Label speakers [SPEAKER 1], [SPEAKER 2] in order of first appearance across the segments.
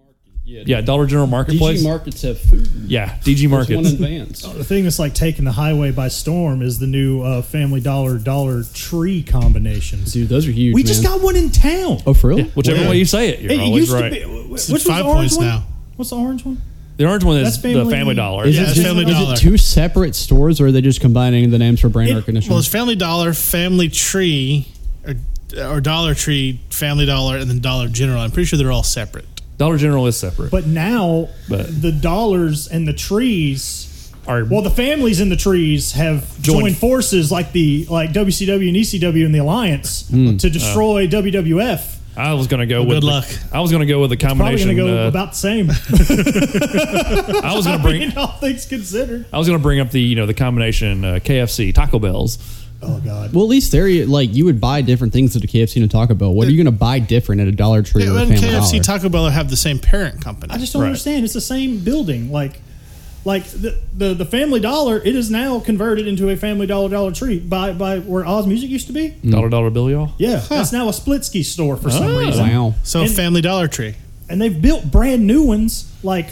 [SPEAKER 1] Market. Yeah, Dollar General Marketplace.
[SPEAKER 2] DG markets have food.
[SPEAKER 1] yeah, DG
[SPEAKER 2] There's one in
[SPEAKER 1] Markets.
[SPEAKER 2] Vance.
[SPEAKER 3] Oh,
[SPEAKER 4] The thing that's like taking the highway by storm is the new uh, Family Dollar Dollar Tree combinations.
[SPEAKER 3] Dude, those are huge.
[SPEAKER 5] We just
[SPEAKER 3] man.
[SPEAKER 5] got one in town.
[SPEAKER 3] Oh, for real?
[SPEAKER 1] Whichever
[SPEAKER 5] Yeah.
[SPEAKER 1] way you say it, you're
[SPEAKER 5] Hey, it
[SPEAKER 1] always
[SPEAKER 5] used
[SPEAKER 1] right.
[SPEAKER 5] to be. wh- wh- Which
[SPEAKER 6] It's
[SPEAKER 5] was
[SPEAKER 6] five
[SPEAKER 5] the orange
[SPEAKER 6] points
[SPEAKER 5] one?
[SPEAKER 6] now.
[SPEAKER 5] What's the orange one?
[SPEAKER 1] The orange one is
[SPEAKER 4] That's
[SPEAKER 1] the
[SPEAKER 4] Family-
[SPEAKER 1] Family Dollar.
[SPEAKER 3] Is,
[SPEAKER 6] Yeah,
[SPEAKER 3] it
[SPEAKER 6] it's
[SPEAKER 3] two,
[SPEAKER 6] Family
[SPEAKER 3] is
[SPEAKER 6] Dollar.
[SPEAKER 3] it two separate stores, or are they just combining the names for brand recognition?
[SPEAKER 6] Well, it's Family Dollar, Family Tree, or, or Dollar Tree, Family Dollar, and then Dollar General. I'm pretty sure they're all separate.
[SPEAKER 1] Dollar General is separate.
[SPEAKER 4] But now
[SPEAKER 1] But-
[SPEAKER 4] the dollars and the trees
[SPEAKER 1] Are-
[SPEAKER 4] are well. The families in the trees have
[SPEAKER 1] Joined-
[SPEAKER 4] joined, forces, like the like WCW and ECW and the Alliance, to destroy WWF.
[SPEAKER 1] I was gonna go with
[SPEAKER 6] good
[SPEAKER 1] the-
[SPEAKER 6] luck.
[SPEAKER 1] I was gonna go with a
[SPEAKER 4] Probably
[SPEAKER 1] combination.
[SPEAKER 4] going to go
[SPEAKER 1] uh,
[SPEAKER 4] about the same.
[SPEAKER 1] I was gonna
[SPEAKER 4] I
[SPEAKER 1] bring
[SPEAKER 4] mean, all things considered.
[SPEAKER 1] I was gonna bring up the you know the combination uh, KFC Taco Bell's.
[SPEAKER 4] Oh God.
[SPEAKER 3] Well, at least there, you- like you would buy different things at a KFC and a Taco Bell. What are you going to buy different at a Dollar Tree
[SPEAKER 6] Yeah,
[SPEAKER 3] or a
[SPEAKER 6] and
[SPEAKER 3] Family
[SPEAKER 6] KFC,
[SPEAKER 3] Dollar?
[SPEAKER 6] Taco Bell have the same parent company.
[SPEAKER 4] I just don't
[SPEAKER 1] Right.
[SPEAKER 4] understand. It's the same building. Like, like the, the the Family Dollar. It is now converted into a Family Dollar Dollar Tree by by where Oz Music used to be.
[SPEAKER 1] Dollar Dollar Bill, y'all.
[SPEAKER 4] Yeah, that's now a Splitsky store for some reason.
[SPEAKER 3] Oh. wow.
[SPEAKER 6] so
[SPEAKER 4] and-
[SPEAKER 6] Family Dollar Tree.
[SPEAKER 4] And they've built brand new ones. Like,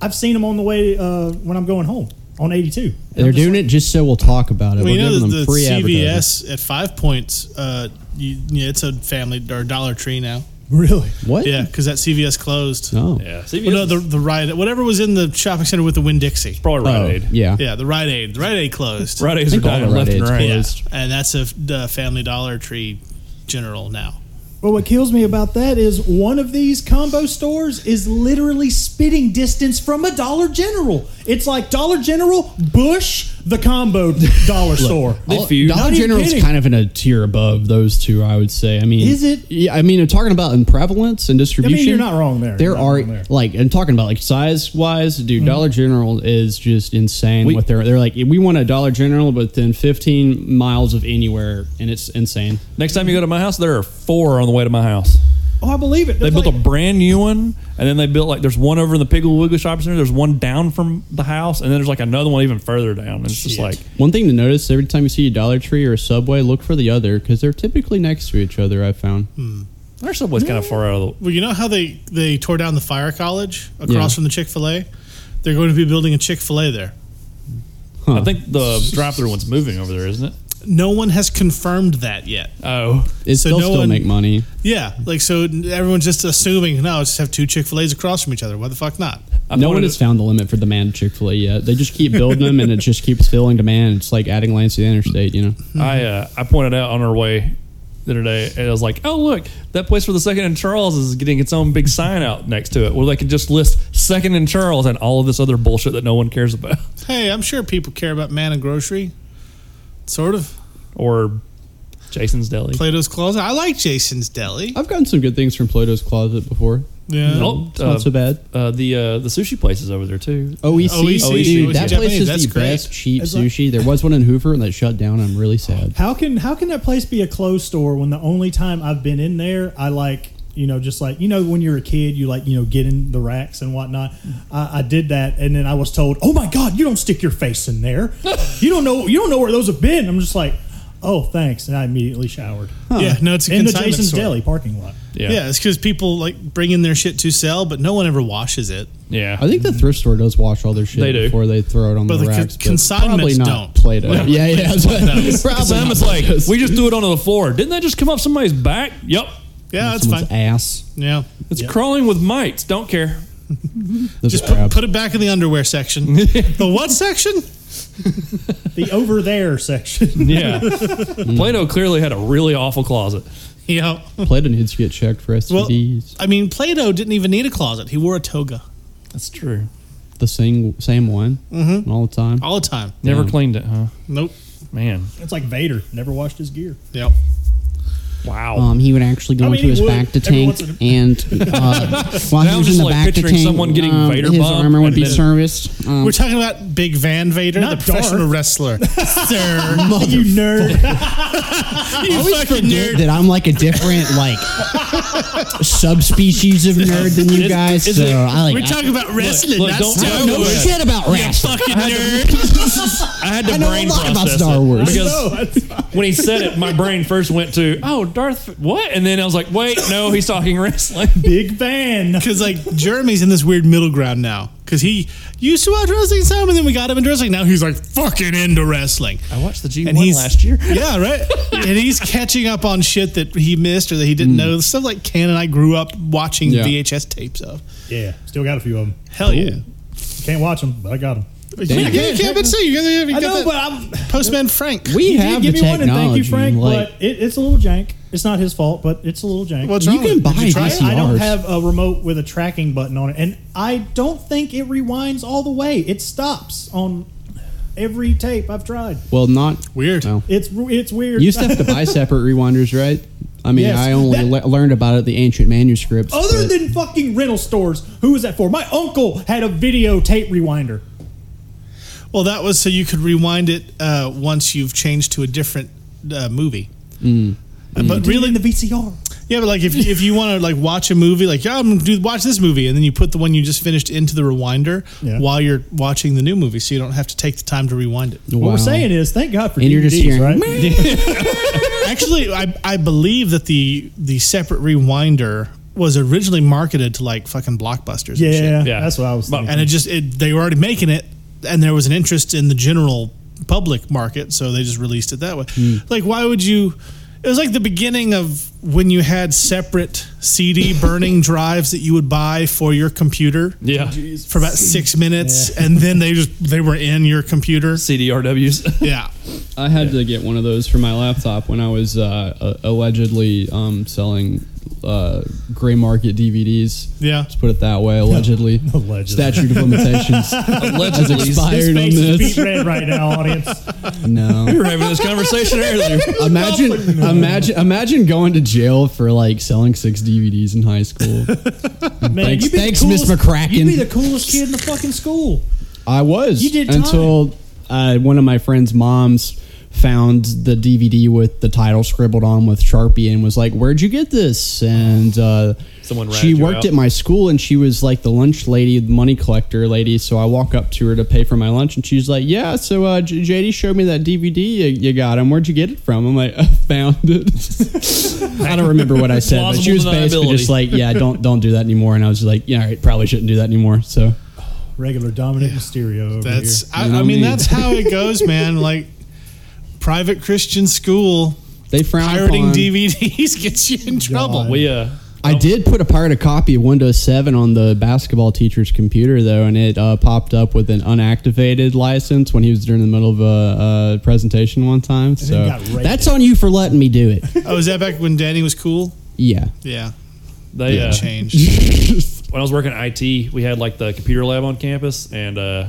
[SPEAKER 4] I've seen them on the way uh, when I'm going home on 82.
[SPEAKER 3] They're doing it just so we'll talk about it.
[SPEAKER 6] Well, you
[SPEAKER 3] we're
[SPEAKER 6] know
[SPEAKER 3] giving
[SPEAKER 6] the,
[SPEAKER 3] them
[SPEAKER 6] the
[SPEAKER 3] free advertising.
[SPEAKER 6] CVS at Five Points. Uh, you, yeah, it's a Family or Dollar Tree now.
[SPEAKER 4] Really?
[SPEAKER 3] What?
[SPEAKER 6] Yeah, because that CVS closed.
[SPEAKER 3] Oh.
[SPEAKER 1] Yeah, CVS.
[SPEAKER 6] Well, no, the the Rite, whatever was in the shopping center with the Winn Dixie.
[SPEAKER 1] probably Rite
[SPEAKER 3] Oh,
[SPEAKER 1] Aid.
[SPEAKER 3] yeah.
[SPEAKER 6] Yeah, the Rite Aid. The Rite Aid closed.
[SPEAKER 1] Rite Aids are
[SPEAKER 3] think all
[SPEAKER 1] dying
[SPEAKER 3] the Rite
[SPEAKER 1] left and
[SPEAKER 3] Aids
[SPEAKER 1] right.
[SPEAKER 3] close.
[SPEAKER 6] Yeah, and that's a the Family Dollar Tree General now.
[SPEAKER 4] Well, what kills me about that is one of these combo stores is literally spitting distance from a Dollar General. It's like Dollar General, Bush, the combo dollar store.
[SPEAKER 3] All-
[SPEAKER 1] feud.
[SPEAKER 3] Dollar
[SPEAKER 4] Not even
[SPEAKER 3] General's
[SPEAKER 4] kidding.
[SPEAKER 3] kind of in a tier above those two, I would say. I mean,
[SPEAKER 4] Is it?
[SPEAKER 3] Yeah, I mean, I'm talking about in prevalence and distribution.
[SPEAKER 4] not wrong there.
[SPEAKER 3] There
[SPEAKER 4] You're not
[SPEAKER 3] are
[SPEAKER 4] wrong there. Mm-hmm.
[SPEAKER 3] like I'm talking about like size wise, dude. Dollar General is just insane.
[SPEAKER 1] We-
[SPEAKER 3] what they're they're like, we want a Dollar General within 15 miles of anywhere, and it's insane.
[SPEAKER 1] Next time you go to my house, there are four on the way to my house.
[SPEAKER 4] Oh, I believe it.
[SPEAKER 1] They
[SPEAKER 4] There's
[SPEAKER 1] built
[SPEAKER 4] like-
[SPEAKER 1] a brand new one, and then they built like there's one over in the Piggly Wiggly shopping center. There's one down from the house, and then there's like another one even further down. And it's just like
[SPEAKER 3] One thing to notice every time you see a Dollar Tree or a Subway, look for the other because they're typically next to each other. I've found.
[SPEAKER 1] our subway's kind of far out of the.
[SPEAKER 6] Well, you know how they they tore down the fire college across
[SPEAKER 3] Yeah.
[SPEAKER 6] from the Chick Fil A. They're going to be building a Chick Fil A there.
[SPEAKER 1] I think the drive-through one's moving over there, isn't it?
[SPEAKER 6] No one has confirmed that yet.
[SPEAKER 1] Oh,
[SPEAKER 3] It's
[SPEAKER 6] So
[SPEAKER 3] they'll
[SPEAKER 6] no
[SPEAKER 3] still
[SPEAKER 6] one-
[SPEAKER 3] make money.
[SPEAKER 6] Yeah, like so everyone's just assuming. No, just have two Chick Fil A's across from each other. Why the fuck not?
[SPEAKER 1] I've
[SPEAKER 3] no
[SPEAKER 1] wanted
[SPEAKER 3] one
[SPEAKER 1] to-
[SPEAKER 3] has found the limit for demand Chick Fil A yet. They just keep building them, and it just keeps filling demand. It's like adding lanes to the interstate, you know.
[SPEAKER 1] I uh, I pointed out on our way the other day, and I was like, "Oh, look, that place for the Second and Charles is getting its own big sign out next to it, where they can just list Second and Charles and all of this other bullshit that no one cares about,
[SPEAKER 6] Hey, I'm sure people care about Man and Grocery. Sort of.
[SPEAKER 1] or Jason's Deli."
[SPEAKER 6] Plato's Closet. I like Jason's Deli.
[SPEAKER 3] I've gotten some good things from Plato's Closet before.
[SPEAKER 6] Yeah.
[SPEAKER 1] Oh,
[SPEAKER 3] It's
[SPEAKER 1] uh,
[SPEAKER 3] not so bad.
[SPEAKER 1] Uh, the uh, the sushi place is over there too.
[SPEAKER 3] OEC,
[SPEAKER 6] OEC,
[SPEAKER 3] E dude,
[SPEAKER 6] OEC
[SPEAKER 3] that
[SPEAKER 6] Japanese,
[SPEAKER 3] place is
[SPEAKER 6] that's
[SPEAKER 3] the
[SPEAKER 6] great.
[SPEAKER 3] best cheap
[SPEAKER 4] It's like-
[SPEAKER 3] sushi. there was one in Hoover and that shut down. I'm really sad.
[SPEAKER 4] How can how can that place be a closed store when the only time I've been in there, I like you know just like you know when you're a kid, you like you know get in the racks and whatnot. I, I did that, and then I was told, "Oh my God, you don't stick your face in there. you don't know you don't know where those have been." I'm just like, "Oh, thanks," and I immediately showered
[SPEAKER 6] Yeah, no, it's a
[SPEAKER 4] in the
[SPEAKER 6] consignment
[SPEAKER 4] Jason's
[SPEAKER 6] store.
[SPEAKER 4] Deli parking lot.
[SPEAKER 1] Yeah,
[SPEAKER 6] Yeah, it's because people like bring in their shit to sell, but no one ever washes it.
[SPEAKER 1] yeah.
[SPEAKER 3] I think the thrift store does wash all their shit
[SPEAKER 1] They do.
[SPEAKER 3] before they throw it on
[SPEAKER 6] But
[SPEAKER 3] the
[SPEAKER 6] the con-
[SPEAKER 3] racks. probably
[SPEAKER 6] consignments
[SPEAKER 3] not
[SPEAKER 6] don't.
[SPEAKER 3] Play-Doh. yeah, yeah.
[SPEAKER 1] Because
[SPEAKER 3] probably
[SPEAKER 1] then
[SPEAKER 3] not
[SPEAKER 1] it's like
[SPEAKER 3] Play-Dohs.
[SPEAKER 1] we just threw it onto the floor. Didn't that just come up somebody's back? Yep,
[SPEAKER 6] Yeah, that's fine.
[SPEAKER 3] Someone's ass.
[SPEAKER 6] Yeah,
[SPEAKER 1] it's crawling with mites. Don't care.
[SPEAKER 3] Those
[SPEAKER 6] just put,
[SPEAKER 3] crabs.
[SPEAKER 6] put it back in the underwear section. the what section?
[SPEAKER 4] The over there section.
[SPEAKER 1] Yeah, Plato clearly had a really awful closet.
[SPEAKER 6] Yeah.
[SPEAKER 3] Play-Doh needs to get checked for
[SPEAKER 6] Well,
[SPEAKER 3] STDs.
[SPEAKER 6] I mean, Plato didn't even need a closet. He wore a toga
[SPEAKER 1] That's true.
[SPEAKER 3] the same same one
[SPEAKER 6] Mm-hmm.
[SPEAKER 3] all the time.
[SPEAKER 6] all the time.
[SPEAKER 1] Never cleaned it, huh?
[SPEAKER 6] Nope.
[SPEAKER 1] Man,
[SPEAKER 4] it's like Vader never washed his gear.
[SPEAKER 6] Yep.
[SPEAKER 1] wow.
[SPEAKER 3] Um, he would actually go
[SPEAKER 4] I mean,
[SPEAKER 3] into
[SPEAKER 4] he
[SPEAKER 3] his
[SPEAKER 4] would
[SPEAKER 3] back to
[SPEAKER 4] every
[SPEAKER 3] tank,
[SPEAKER 4] once in
[SPEAKER 3] and uh, while
[SPEAKER 1] Now
[SPEAKER 3] he
[SPEAKER 1] I'm
[SPEAKER 3] was
[SPEAKER 1] just,
[SPEAKER 3] in the
[SPEAKER 1] like,
[SPEAKER 3] back to
[SPEAKER 1] picturing
[SPEAKER 3] tank,
[SPEAKER 1] someone getting
[SPEAKER 3] um,
[SPEAKER 1] Vader
[SPEAKER 3] his
[SPEAKER 1] bumped
[SPEAKER 3] armor would
[SPEAKER 1] and
[SPEAKER 3] be
[SPEAKER 1] then-
[SPEAKER 3] serviced. Um,
[SPEAKER 6] We're talking about Big Van Vader,
[SPEAKER 4] Not
[SPEAKER 6] the professional
[SPEAKER 4] Darth.
[SPEAKER 6] wrestler. Sir,
[SPEAKER 4] You nerd.
[SPEAKER 6] you fucking
[SPEAKER 3] forget
[SPEAKER 6] nerd.
[SPEAKER 3] that I'm like a different like subspecies of nerd than you guys.
[SPEAKER 1] is
[SPEAKER 3] so
[SPEAKER 1] it-
[SPEAKER 3] Oh, I like.
[SPEAKER 6] We're
[SPEAKER 3] I-
[SPEAKER 6] talking about wrestling,
[SPEAKER 1] look,
[SPEAKER 6] not
[SPEAKER 1] don't-
[SPEAKER 6] Star
[SPEAKER 3] I know
[SPEAKER 1] about-
[SPEAKER 6] Wars.
[SPEAKER 3] shit about wrestling.
[SPEAKER 6] Fucking nerd.
[SPEAKER 1] I had to
[SPEAKER 3] I know a
[SPEAKER 1] brain
[SPEAKER 3] lot about
[SPEAKER 1] process
[SPEAKER 3] Star
[SPEAKER 1] it
[SPEAKER 3] Wars.
[SPEAKER 1] because
[SPEAKER 4] no, that's-
[SPEAKER 1] when he said it, my brain first went to, "Oh, Darth, what? And then I was like, wait, no, he's talking wrestling.
[SPEAKER 4] Big fan.
[SPEAKER 6] Because like Jeremy's in this weird middle ground now. Because he used to watch wrestling some, and then we got him into wrestling. Now he's like fucking into wrestling.
[SPEAKER 1] I watched the G1
[SPEAKER 6] And he's
[SPEAKER 1] last year.
[SPEAKER 6] yeah, right. and he's catching up on shit that he missed or that he didn't know. Stuff like Ken and I grew up watching
[SPEAKER 3] Yeah.
[SPEAKER 6] VHS tapes of.
[SPEAKER 4] Yeah, still got a few of them.
[SPEAKER 6] Hell yeah.
[SPEAKER 4] Can't watch them, but I got them.
[SPEAKER 6] Yeah, you can't but see. You got, you
[SPEAKER 4] I
[SPEAKER 6] got
[SPEAKER 4] know,
[SPEAKER 6] that
[SPEAKER 4] but I'm,
[SPEAKER 6] Postman Frank.
[SPEAKER 3] We
[SPEAKER 4] you did
[SPEAKER 3] have
[SPEAKER 4] give
[SPEAKER 3] the
[SPEAKER 4] me one, and
[SPEAKER 3] technology.
[SPEAKER 4] thank you, Frank.
[SPEAKER 3] like,
[SPEAKER 4] but it, it's a little jank. It's not his fault, but it's a little jank.
[SPEAKER 6] What's
[SPEAKER 3] You
[SPEAKER 6] wrong
[SPEAKER 3] can
[SPEAKER 6] with it? Did
[SPEAKER 3] buy
[SPEAKER 6] you try it?
[SPEAKER 3] VCR.
[SPEAKER 4] I don't
[SPEAKER 3] VCRs.
[SPEAKER 4] have a remote with a tracking button on it, and I don't think it rewinds all the way. It stops on every tape I've tried.
[SPEAKER 3] well, not
[SPEAKER 6] Weird.
[SPEAKER 3] No.
[SPEAKER 4] It's it's weird.
[SPEAKER 3] You used to have to buy separate rewinders, right? I mean,
[SPEAKER 4] Yes.
[SPEAKER 3] I only
[SPEAKER 4] That-
[SPEAKER 3] le- learned about it the ancient manuscripts. but-
[SPEAKER 4] Other than fucking rental stores, who was that for? My uncle had a videotape rewinder.
[SPEAKER 6] Well, that was so you could rewind it uh, once you've changed to a different uh, movie. Uh, But
[SPEAKER 4] Really,
[SPEAKER 6] really,
[SPEAKER 4] in the VCR.
[SPEAKER 6] yeah. But like, if if you want to like watch a movie, like yeah, I'm gonna do watch this movie, and then you put the one you just finished into the rewinder
[SPEAKER 4] Yeah.
[SPEAKER 6] while you're watching the new movie, so you don't have to take the time to rewind it.
[SPEAKER 4] What
[SPEAKER 3] Wow.
[SPEAKER 4] we're saying is, thank God for
[SPEAKER 3] And
[SPEAKER 4] DVDs,
[SPEAKER 3] you're just hearing,
[SPEAKER 4] right?
[SPEAKER 6] Actually, I I believe that the the separate rewinder was originally marketed to like fucking blockbusters.
[SPEAKER 4] Yeah,
[SPEAKER 6] and shit.
[SPEAKER 1] Yeah.
[SPEAKER 4] that's what I was
[SPEAKER 1] But-
[SPEAKER 4] thinking.
[SPEAKER 6] and it just it, they were already making it and there was an interest in the general public market so they just released it that way
[SPEAKER 3] Hmm.
[SPEAKER 6] like why would you it was like the beginning of when you had separate cd burning drives that you would buy for your computer
[SPEAKER 1] Yeah.
[SPEAKER 6] for about six minutes and then they just they were in your computer
[SPEAKER 1] CDRWs.
[SPEAKER 6] yeah
[SPEAKER 3] I had to get one of those for my laptop when I was uh, uh, allegedly um, selling uh, gray market DVDs.
[SPEAKER 6] Yeah.
[SPEAKER 3] Let's put it that way, allegedly.
[SPEAKER 4] Allegedly.
[SPEAKER 3] Statute of limitations has
[SPEAKER 4] His
[SPEAKER 3] expired on
[SPEAKER 4] face is
[SPEAKER 3] this.
[SPEAKER 4] beat red right now, audience.
[SPEAKER 3] No.
[SPEAKER 1] we were having this conversation earlier.
[SPEAKER 3] Imagine, imagine, imagine going to jail for like selling six DVDs in high school.
[SPEAKER 4] Man,
[SPEAKER 3] Thanks-
[SPEAKER 4] you'd be the
[SPEAKER 3] thanks, Miss
[SPEAKER 4] coolest-
[SPEAKER 3] McCracken.
[SPEAKER 4] You'd be the coolest kid in the fucking school.
[SPEAKER 3] I was.
[SPEAKER 4] You did
[SPEAKER 3] until uh, one of my friend's moms found the DVD with the title scribbled on with Sharpie and was like, "Where'd you get this?" And uh,
[SPEAKER 1] Someone ratted
[SPEAKER 3] she
[SPEAKER 1] you
[SPEAKER 3] worked
[SPEAKER 1] out.
[SPEAKER 3] at my school and she was like the lunch lady, the money collector lady. So I walk up to her to pay for my lunch and she's like, "Yeah, so uh, J- JD showed me that DVD you, you got and where'd you get it from?" I'm like, "I found it." I don't remember what I said, but she
[SPEAKER 1] Plausible
[SPEAKER 3] was basically
[SPEAKER 1] deniability.
[SPEAKER 3] just like, "Yeah, don't don't do that anymore." And I was just like, "Yeah, all right, probably shouldn't do that anymore." So.
[SPEAKER 4] Regular Dominic Mysterio. Over here.
[SPEAKER 6] that's I,
[SPEAKER 3] You know
[SPEAKER 6] I mean
[SPEAKER 3] me.
[SPEAKER 6] that's how it goes man like private christian school
[SPEAKER 3] They frown
[SPEAKER 6] pirating
[SPEAKER 3] upon. Oh
[SPEAKER 6] dvds gets you in trouble
[SPEAKER 1] We, uh,
[SPEAKER 3] I did put apart a copy of Windows 7 on the basketball teacher's computer, though, and it uh, popped up with an unactivated license when he was during the middle of a, uh presentation one time. So
[SPEAKER 4] got raided.
[SPEAKER 3] that's on you for letting me do it.
[SPEAKER 6] oh is that back when danny was cool
[SPEAKER 3] yeah.
[SPEAKER 6] Yeah,
[SPEAKER 1] they, uh,
[SPEAKER 6] changed.
[SPEAKER 1] when I was working at IT, we had like the computer lab on campus, and uh,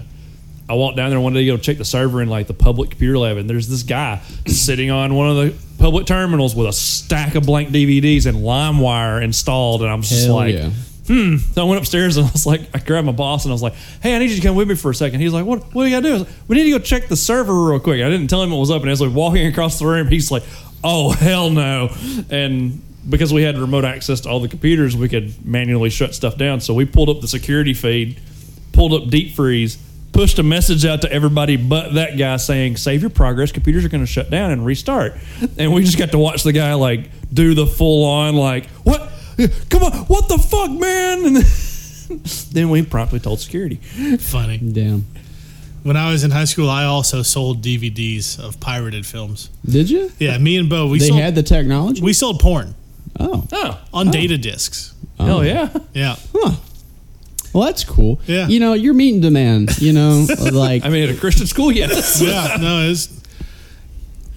[SPEAKER 1] I walked down there one day to go check the server in like the public computer lab, and there's this guy sitting on one of the public terminals with a stack of blank DVDs and LimeWire installed, and I'm just
[SPEAKER 3] Hell
[SPEAKER 1] like.
[SPEAKER 3] yeah.
[SPEAKER 1] Hmm. So I went upstairs and I was like, I grabbed my boss and I was like, Hey, I need you to come with me for a second. He's like, What? What do you gotta do? I was like, we need to go check the server real quick. I didn't tell him what was up, and as we're walking across the room, he's like, Oh hell no! And because we had remote access to all the computers, we could manually shut stuff down. So we pulled up the security feed, pulled up deep freeze, pushed a message out to everybody but that guy saying, "Save your progress. Computers are going to shut down and restart." And we just got to watch the guy like do the full on like, "What? Come on! What the fuck, man!" And then, then we promptly told security.
[SPEAKER 6] Funny.
[SPEAKER 3] Damn.
[SPEAKER 6] When I was in high school, I also sold DVDs of pirated films.
[SPEAKER 3] Did you?
[SPEAKER 6] Yeah, me and Bo, we
[SPEAKER 3] They
[SPEAKER 6] sold
[SPEAKER 3] had the technology?
[SPEAKER 6] we sold porn
[SPEAKER 3] oh.
[SPEAKER 1] Oh,
[SPEAKER 6] on data discs.
[SPEAKER 1] hell yeah!
[SPEAKER 6] Yeah,
[SPEAKER 3] Huh. Well, that's cool.
[SPEAKER 6] Yeah.
[SPEAKER 3] You know, you're meeting demand, you know, like.
[SPEAKER 1] I mean, at a Christian school, yes.
[SPEAKER 6] yeah. No, it's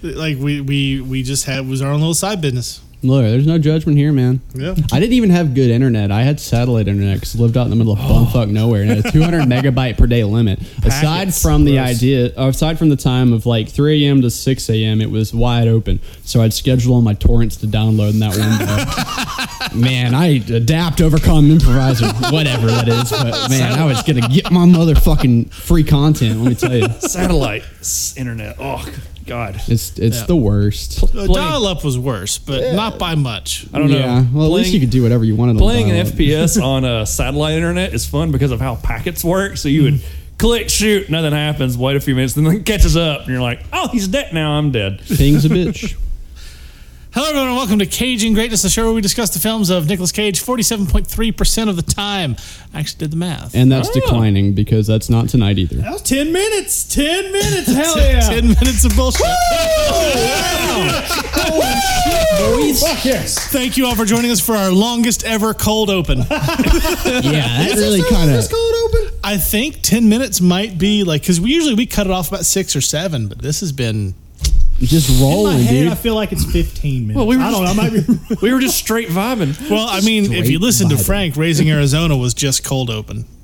[SPEAKER 6] like we we we just had it was our own little side business.
[SPEAKER 3] Look, there's no judgment here, man.
[SPEAKER 6] Yeah.
[SPEAKER 3] I didn't even have good internet. I had satellite internet because I lived out in the middle of bumfuck nowhere and had a 200 megabyte per day limit. aside
[SPEAKER 1] Oh. Packets.
[SPEAKER 3] from the
[SPEAKER 1] Gross.
[SPEAKER 3] idea, aside from the time of like 3 a.m. to 6 a.m., it was wide open. So I'd schedule all my torrents to download in that window. man, I adapt, overcome, improvise, or whatever that is. But man, I was gonna get my motherfucking free content. Let me tell you,
[SPEAKER 1] Satellite s- internet. Oh God.
[SPEAKER 3] it's it's
[SPEAKER 6] Yeah.
[SPEAKER 3] the worst.
[SPEAKER 1] Playing-
[SPEAKER 6] Dial up was worse, but not by much.
[SPEAKER 1] I don't know.
[SPEAKER 3] Yeah, well, at least
[SPEAKER 1] Playing-
[SPEAKER 3] you could do whatever you wanted. on
[SPEAKER 1] playing an
[SPEAKER 3] dial-up.
[SPEAKER 1] FPS on a satellite internet is fun because of how packets work. So you would
[SPEAKER 6] Hmm.
[SPEAKER 1] click, shoot, nothing happens, wait a few minutes, and then it catches up, and you're like, oh, he's dead now. I'm dead.
[SPEAKER 3] Thing's a bitch.
[SPEAKER 6] Hello, everyone, and welcome to Caging Greatness, the show where we discuss the films of Nicolas Cage 47.3% of the time. I actually did the math.
[SPEAKER 3] And that's
[SPEAKER 1] Oh.
[SPEAKER 3] declining because that's not tonight either.
[SPEAKER 4] That was 10 minutes. 10 minutes. Hell
[SPEAKER 6] Ten-
[SPEAKER 4] yeah.
[SPEAKER 6] 10 minutes of bullshit.
[SPEAKER 4] Fuck yes.
[SPEAKER 6] Thank you all for joining us for our longest ever cold open.
[SPEAKER 3] Yeah, that really kind of.
[SPEAKER 4] cold open?
[SPEAKER 6] I think 10 minutes might be like, because we usually we cut it off about six or seven, but this has been.
[SPEAKER 3] Just
[SPEAKER 4] In my
[SPEAKER 3] rolling,
[SPEAKER 4] head,
[SPEAKER 3] dude.
[SPEAKER 4] I feel like it's 15 minutes.
[SPEAKER 1] Well, we were
[SPEAKER 4] I don't know. I
[SPEAKER 1] just-
[SPEAKER 4] might be.
[SPEAKER 1] we were just straight vibing.
[SPEAKER 6] Well, I mean, if you
[SPEAKER 3] Straight
[SPEAKER 6] listen to
[SPEAKER 3] vibing.
[SPEAKER 6] Frank, Raising Arizona was just cold open.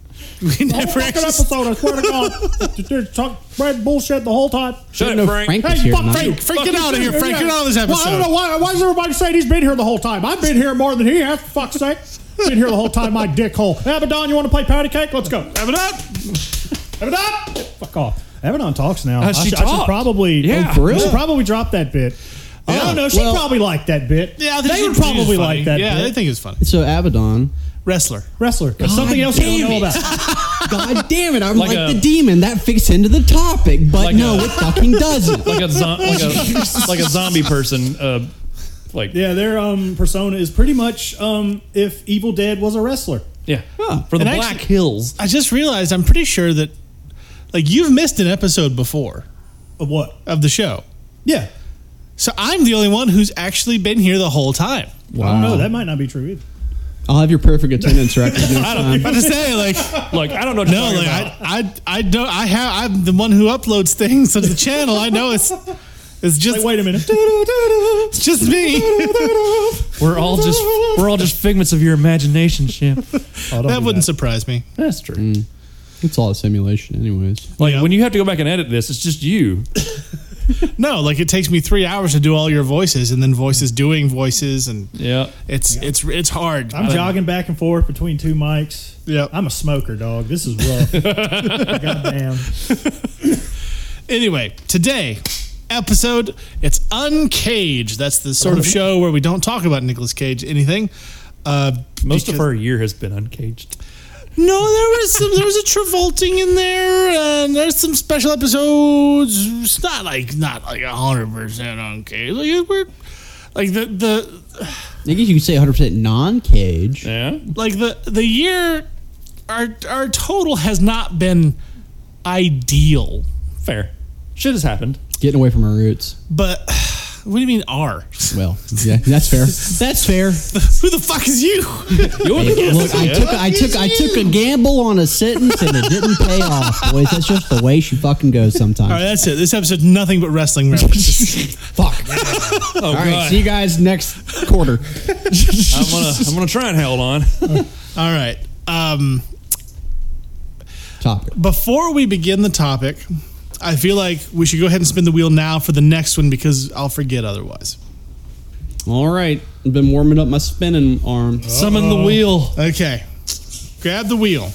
[SPEAKER 6] We never
[SPEAKER 4] Fucking
[SPEAKER 6] actually.
[SPEAKER 4] episode, I swear to God. They're talk red bullshit the whole time.
[SPEAKER 1] Shut
[SPEAKER 3] No,
[SPEAKER 1] it, Frank.
[SPEAKER 3] Frank
[SPEAKER 4] Hey,
[SPEAKER 3] was here.
[SPEAKER 4] fuck
[SPEAKER 3] not-
[SPEAKER 4] Frank.
[SPEAKER 6] Frank,
[SPEAKER 4] Fuck
[SPEAKER 6] get
[SPEAKER 4] you,
[SPEAKER 6] out of here,
[SPEAKER 4] too.
[SPEAKER 6] Frank.
[SPEAKER 4] Yeah.
[SPEAKER 6] Get out of this
[SPEAKER 4] Well, I don't
[SPEAKER 6] episode.
[SPEAKER 4] know why. Why is everybody saying he's been here the whole time? I've been here more than he has, for fuck's sake. Been here the whole time, my dickhole. Abaddon, you want to play patty cake? Let's go.
[SPEAKER 6] Evident.
[SPEAKER 4] Abaddon! Fuck off. Abaddon talks now.
[SPEAKER 1] Uh,
[SPEAKER 4] I,
[SPEAKER 1] she
[SPEAKER 4] should, I should
[SPEAKER 1] talked.
[SPEAKER 4] probably.
[SPEAKER 1] Yeah.
[SPEAKER 3] Oh, for real?
[SPEAKER 4] I should probably drop that bit. I don't know. She
[SPEAKER 3] Well-
[SPEAKER 4] probably liked that bit.
[SPEAKER 6] Yeah, I think
[SPEAKER 4] they
[SPEAKER 6] it
[SPEAKER 4] would
[SPEAKER 6] was funny.
[SPEAKER 4] probably like that
[SPEAKER 6] Yeah,
[SPEAKER 4] bit.
[SPEAKER 6] they think it's funny.
[SPEAKER 3] So Abaddon.
[SPEAKER 6] Wrestler.
[SPEAKER 4] Wrestler. something else you don't know about.
[SPEAKER 3] God damn it! I'm
[SPEAKER 1] Like
[SPEAKER 3] like,
[SPEAKER 1] a-
[SPEAKER 3] the demon that fits into the topic, but
[SPEAKER 1] Like
[SPEAKER 3] no,
[SPEAKER 1] a-
[SPEAKER 3] it fucking doesn't.
[SPEAKER 1] like a zo- like a like a zombie person. Uh, like yeah,
[SPEAKER 4] Yeah, their um, persona is pretty much um, if Evil Dead was a wrestler.
[SPEAKER 1] for the
[SPEAKER 6] And
[SPEAKER 1] Black
[SPEAKER 6] actually-
[SPEAKER 1] Hills.
[SPEAKER 6] I just realized I'm pretty sure that, like, you've missed an episode before
[SPEAKER 4] Of what?
[SPEAKER 6] of the show.
[SPEAKER 4] Yeah.
[SPEAKER 6] So I'm the only one who's actually been here the whole time.
[SPEAKER 3] Wow.
[SPEAKER 4] I don't know. That might not be true either.
[SPEAKER 3] I'll have your perfect attendance record next
[SPEAKER 6] I'm
[SPEAKER 3] time.
[SPEAKER 6] about to say, like,
[SPEAKER 1] Like I don't know. What
[SPEAKER 6] no, like, I, I, I don't, I have, I'm the one who uploads things to the channel. I know it's, it's just,
[SPEAKER 4] Like, wait a minute. Oh,
[SPEAKER 6] it's just me.
[SPEAKER 1] we're all just we're all just figments of your imagination, champ.
[SPEAKER 6] that wouldn't surprise me.
[SPEAKER 1] That's true.
[SPEAKER 3] It's all a simulation, anyways.
[SPEAKER 1] Like
[SPEAKER 6] Yeah.
[SPEAKER 1] when you have to go back and edit this, it's just you.
[SPEAKER 6] No, like it takes me three hours to do all your voices and then voices doing voices and
[SPEAKER 1] Yeah.
[SPEAKER 6] it's, it's, it's hard.
[SPEAKER 4] I'm jogging back and forth between two mics.
[SPEAKER 6] Yep.
[SPEAKER 4] I'm a smoker, dog. This is rough. Goddamn.
[SPEAKER 6] Anyway, today episode it's Uncaged. That's the sort
[SPEAKER 4] Oh.
[SPEAKER 6] of show where we don't talk about Nicolas Cage anything. Uh,
[SPEAKER 1] Most of
[SPEAKER 6] because-
[SPEAKER 1] our year has been uncaged.
[SPEAKER 6] No, there was some, there was a Travolting in there, and there's some special episodes. It's not like not like hundred percent uncaged. Like it- we're like the the
[SPEAKER 3] I guess you could say 100% non-cage.
[SPEAKER 1] Yeah.
[SPEAKER 6] like the the year our our total has not been ideal,
[SPEAKER 1] Fair. Shit has happened.
[SPEAKER 3] Getting away from our roots.
[SPEAKER 6] but. What do you mean R?
[SPEAKER 3] Well, yeah, that's fair. That's fair.
[SPEAKER 6] Who the fuck is you?
[SPEAKER 1] You're the guest.
[SPEAKER 3] Look, I took, I took, I took a gamble on a sentence and it didn't pay off, boys. That's just the way she fucking goes
[SPEAKER 6] All right,
[SPEAKER 3] sometimes.
[SPEAKER 6] that's it. This episode's nothing but wrestling references.
[SPEAKER 3] Fuck. All right, see you guys next quarter.
[SPEAKER 1] I'm gonna I'm gonna try and hold on.
[SPEAKER 6] All right. Um,
[SPEAKER 3] Topic.
[SPEAKER 6] before we begin the topic, I feel like we should go ahead and spin the wheel now for the next one because I'll forget otherwise.
[SPEAKER 3] All right, I've been warming up my spinning arm.
[SPEAKER 1] Summon
[SPEAKER 3] Oh.
[SPEAKER 1] the wheel.
[SPEAKER 6] Okay. Grab the wheel.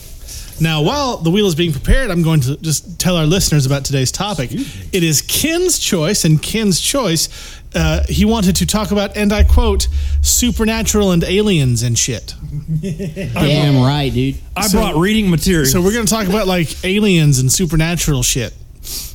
[SPEAKER 6] Now, while the wheel is being prepared, I'm going to just tell our listeners about today's topic. It is Ken's choice, and Ken's choice, uh, he wanted to talk about, and I quote, supernatural and aliens and shit.
[SPEAKER 3] Damn right, dude.
[SPEAKER 1] I brought reading material.
[SPEAKER 6] So we're going to talk about like aliens and supernatural shit.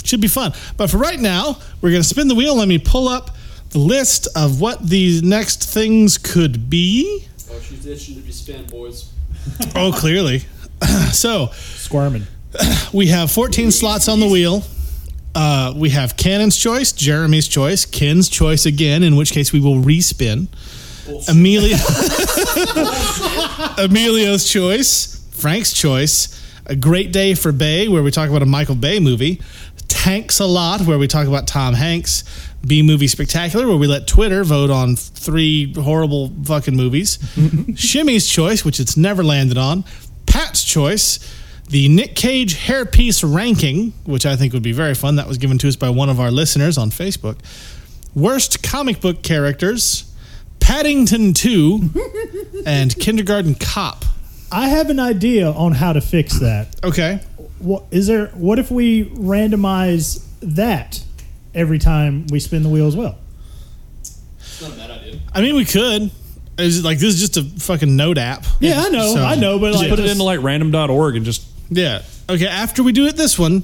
[SPEAKER 6] Should be fun. But for right now, we're going to spin the wheel. Let me pull up the list of what these next things could be.
[SPEAKER 3] Oh, she's itching to be spin, boys.
[SPEAKER 6] Oh, clearly. so
[SPEAKER 4] Squirming.
[SPEAKER 6] we have 14 slots on the wheel. Uh, we have Cannon's choice, Jeremy's choice, Ken's choice again, in which case we will respin. Amelia, Emilio's choice, Frank's choice, A Great Day for Bay, where we talk about a Michael Bay movie, Tanks a Lot, where we talk about Tom Hanks, B Movie Spectacular, where we let Twitter vote on three horrible fucking movies, Shimmy's choice, which it's never landed on, Pat's choice, the Nick Cage hairpiece ranking, which I think would be very fun. That was given to us by one of our listeners on Facebook. Worst comic book characters, Paddington 2, and Kindergarten Cop.
[SPEAKER 4] I have an idea on how to fix that.
[SPEAKER 6] Okay.
[SPEAKER 4] What is there? What if we randomize that every time we spin the wheel as well?
[SPEAKER 6] I mean, we could. It's like this is just a fucking note app.
[SPEAKER 4] Yeah, I know,
[SPEAKER 6] So-
[SPEAKER 4] I know, but
[SPEAKER 1] just
[SPEAKER 4] like,
[SPEAKER 1] put it into like random.org and just
[SPEAKER 6] Yeah. Okay. After we do it this one,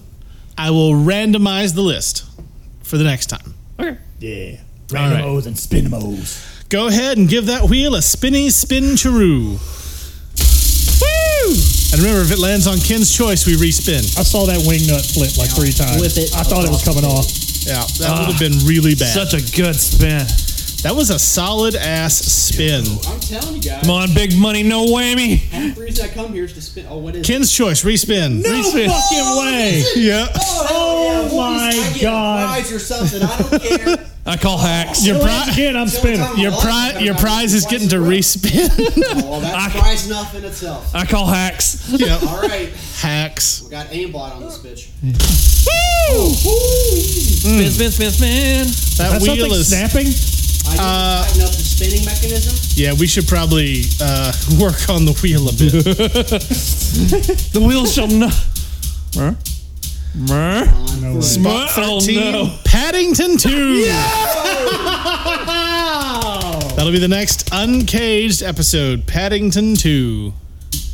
[SPEAKER 6] I will randomize the list for the next time.
[SPEAKER 1] Okay.
[SPEAKER 4] yeah.
[SPEAKER 6] right.
[SPEAKER 4] Randomos and spinamos.
[SPEAKER 6] Go ahead and give that wheel a spinny spin churu. Woo! And remember, if it lands on Ken's choice, we respin.
[SPEAKER 4] I saw that wing nut flip like three times.
[SPEAKER 2] Whip it
[SPEAKER 4] I thought it was
[SPEAKER 2] across
[SPEAKER 4] coming
[SPEAKER 2] the
[SPEAKER 4] off.
[SPEAKER 6] Yeah, that would have been really bad.
[SPEAKER 1] Such a good spin.
[SPEAKER 6] that was a solid ass spin.
[SPEAKER 2] I'm telling you guys,
[SPEAKER 1] Come on, big money, no whammy.
[SPEAKER 2] half the reason I come here is to spin. Oh, what is? it?
[SPEAKER 6] Ken's choice, respin.
[SPEAKER 1] No
[SPEAKER 6] Respin.
[SPEAKER 1] fucking way.
[SPEAKER 6] Yeah.
[SPEAKER 2] Oh, hell
[SPEAKER 4] Oh
[SPEAKER 2] yeah,
[SPEAKER 4] my
[SPEAKER 2] I get a
[SPEAKER 4] God.
[SPEAKER 2] prize or something. I don't care.
[SPEAKER 1] I call hacks.
[SPEAKER 4] Your
[SPEAKER 6] Your
[SPEAKER 4] pri-
[SPEAKER 6] pri-
[SPEAKER 4] again, I'm spinning.
[SPEAKER 2] time-
[SPEAKER 6] Your, pri- your prize is getting to respin.
[SPEAKER 2] Oh, that's
[SPEAKER 1] I-
[SPEAKER 2] prize enough in itself.
[SPEAKER 1] I call hacks.
[SPEAKER 6] yeah.
[SPEAKER 2] All right,
[SPEAKER 6] Hacks.
[SPEAKER 2] we got aimbot on this bitch.
[SPEAKER 1] Spin, spin, spin, spin.
[SPEAKER 6] That
[SPEAKER 4] That's
[SPEAKER 6] wheel
[SPEAKER 4] something
[SPEAKER 6] is.
[SPEAKER 2] I
[SPEAKER 4] snapping.
[SPEAKER 2] need
[SPEAKER 6] Uh,
[SPEAKER 2] to tighten up the spinning mechanism.
[SPEAKER 6] Yeah, we should probably uh, work on the wheel a bit.
[SPEAKER 1] The wheels shall not. Mer? Mer?
[SPEAKER 2] No
[SPEAKER 6] Spot
[SPEAKER 1] Oh,
[SPEAKER 6] 13,
[SPEAKER 1] no.
[SPEAKER 6] Paddington 2. That'll be the next Uncaged episode, Paddington 2.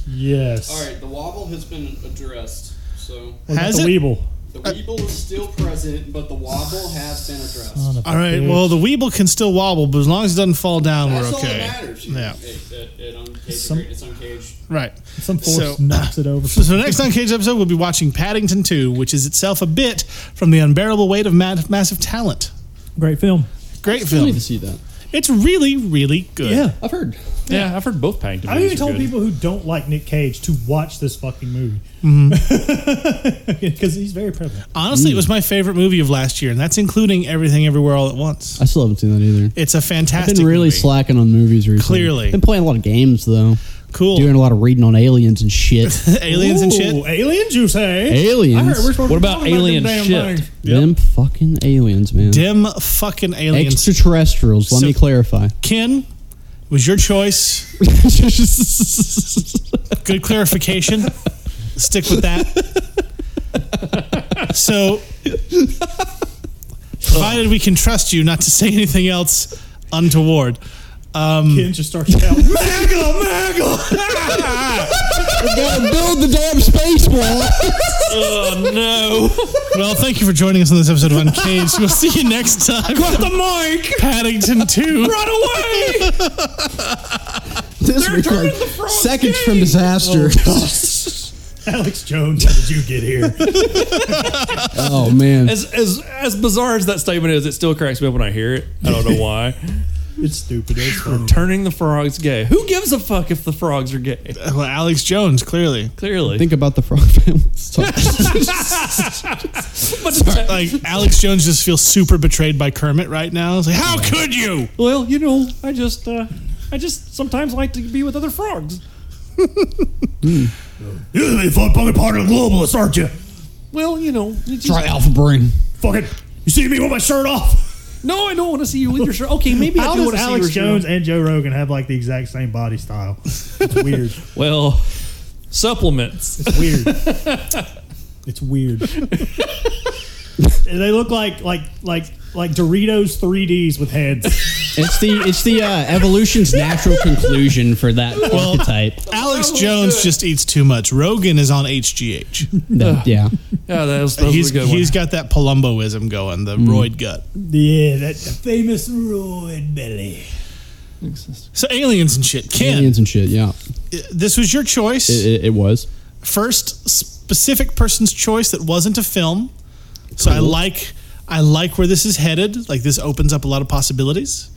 [SPEAKER 4] Yes.
[SPEAKER 5] All right, the wobble has been addressed. So
[SPEAKER 4] What about
[SPEAKER 6] Has
[SPEAKER 4] the
[SPEAKER 6] it?
[SPEAKER 4] Weeble?
[SPEAKER 5] the
[SPEAKER 2] Uh,
[SPEAKER 5] weeble is still present, but the wobble has been addressed.
[SPEAKER 6] All right, well, the Weeble can still wobble, but as long as it doesn't fall down,
[SPEAKER 5] That's
[SPEAKER 6] we're
[SPEAKER 5] all that
[SPEAKER 6] okay.
[SPEAKER 5] matters.
[SPEAKER 6] Yeah.
[SPEAKER 5] It, it, it uncaged,
[SPEAKER 4] Some-
[SPEAKER 5] it's uncaged.
[SPEAKER 6] Right.
[SPEAKER 4] Some force
[SPEAKER 6] So-
[SPEAKER 4] knocks it over.
[SPEAKER 6] So, the next Uncaged episode, we'll be watching Paddington 2, which is itself a bit from the unbearable weight of ma- massive talent.
[SPEAKER 4] Great film.
[SPEAKER 6] Great
[SPEAKER 3] I need
[SPEAKER 6] film.
[SPEAKER 3] to see that.
[SPEAKER 6] It's really, really good.
[SPEAKER 4] Yeah.
[SPEAKER 3] I've heard.
[SPEAKER 1] Yeah, I've heard both Paddington
[SPEAKER 4] I've
[SPEAKER 1] movies
[SPEAKER 4] even
[SPEAKER 1] are
[SPEAKER 4] told
[SPEAKER 1] good.
[SPEAKER 4] people who don't like Nick Cage to watch this fucking movie
[SPEAKER 1] Mm-hmm.
[SPEAKER 4] because he's very prevalent.
[SPEAKER 6] Honestly, it was my favorite movie of last year, and that's including Everything Everywhere All at Once.
[SPEAKER 3] I still haven't seen that either.
[SPEAKER 6] It's a
[SPEAKER 3] I've
[SPEAKER 6] fantastic.
[SPEAKER 3] been really
[SPEAKER 6] movie.
[SPEAKER 3] slacking on movies recently.
[SPEAKER 6] Clearly.
[SPEAKER 3] Been playing a lot of games though.
[SPEAKER 6] cool.
[SPEAKER 3] Doing a lot of reading on aliens and shit.
[SPEAKER 6] Aliens and
[SPEAKER 4] Ooh,
[SPEAKER 6] shit.
[SPEAKER 4] aliens, you say?
[SPEAKER 3] aliens.
[SPEAKER 4] I heard we're supposed to be
[SPEAKER 1] What about
[SPEAKER 4] talking them
[SPEAKER 1] alien
[SPEAKER 4] damn
[SPEAKER 1] shit?
[SPEAKER 4] things.
[SPEAKER 3] Them fucking aliens, man.
[SPEAKER 6] Dim fucking aliens.
[SPEAKER 3] Extraterrestrials. Let
[SPEAKER 6] So-
[SPEAKER 3] me clarify.
[SPEAKER 6] Ken was your choice. Good clarification. Stick with that. So, provided we can trust you not to say anything else untoward.
[SPEAKER 1] Hmm.
[SPEAKER 6] Um,
[SPEAKER 4] Ken just starts out.
[SPEAKER 3] gotta build the damn space wall.
[SPEAKER 1] Oh, no.
[SPEAKER 6] well, thank you for joining us on this episode of Uncaged. We'll see you next time.
[SPEAKER 1] Got the mic.
[SPEAKER 6] Paddington 2.
[SPEAKER 1] Run away.
[SPEAKER 3] this week, like, seconds from disaster.
[SPEAKER 6] Oh,
[SPEAKER 4] Alex Jones, how did you get here?
[SPEAKER 3] Oh, man.
[SPEAKER 1] As, as, as bizarre as that statement is, it still cracks me up when I hear it. I don't know why.
[SPEAKER 4] it's stupid. It's fun.
[SPEAKER 1] Turning the frogs gay. Who gives a fuck if the frogs are gay?
[SPEAKER 6] Well, Alex Jones, clearly.
[SPEAKER 1] Clearly.
[SPEAKER 3] Think about the frog family. Sorry.
[SPEAKER 1] But it's- uh,
[SPEAKER 6] Like, Alex Jones just feels super betrayed by Kermit right now. It's like, how could you?
[SPEAKER 1] well, you know, I just, uh, I just sometimes like to be with other frogs.
[SPEAKER 4] Hmm. You're the fucking part of the globalists, aren't you?
[SPEAKER 1] Well, you know, it's just-
[SPEAKER 3] Try alpha brain.
[SPEAKER 4] Fucking, you see me with my shirt off.
[SPEAKER 1] no, I don't want to see you with your shirt. Okay, maybe I
[SPEAKER 4] How
[SPEAKER 1] do
[SPEAKER 4] does
[SPEAKER 1] want to see your
[SPEAKER 4] Alex
[SPEAKER 1] shirt.
[SPEAKER 4] Jones and Joe Rogan have like the exact same body style? It's weird.
[SPEAKER 1] Well, supplements.
[SPEAKER 4] It's weird. it's weird. And they look like like like like Doritos 3Ds with heads.
[SPEAKER 3] It's the it's the uh, evolution's natural conclusion for that archetype.
[SPEAKER 6] Alex Jones just eats too much. Rogan is on HGH.
[SPEAKER 3] No, yeah.
[SPEAKER 1] Yeah, that was, that was
[SPEAKER 6] He's
[SPEAKER 1] a good
[SPEAKER 6] he's
[SPEAKER 1] one.
[SPEAKER 6] got that Palumboism going, the
[SPEAKER 3] Mm-hmm.
[SPEAKER 6] roid gut.
[SPEAKER 4] Yeah, that famous roid belly.
[SPEAKER 6] So aliens and shit. Ken,
[SPEAKER 3] Aliens and shit, yeah.
[SPEAKER 6] this was your choice.
[SPEAKER 3] It, it, it was.
[SPEAKER 6] First specific person's choice that wasn't a film. So I
[SPEAKER 3] Cool.
[SPEAKER 6] like I like where this is headed. Like this opens up a lot of possibilities.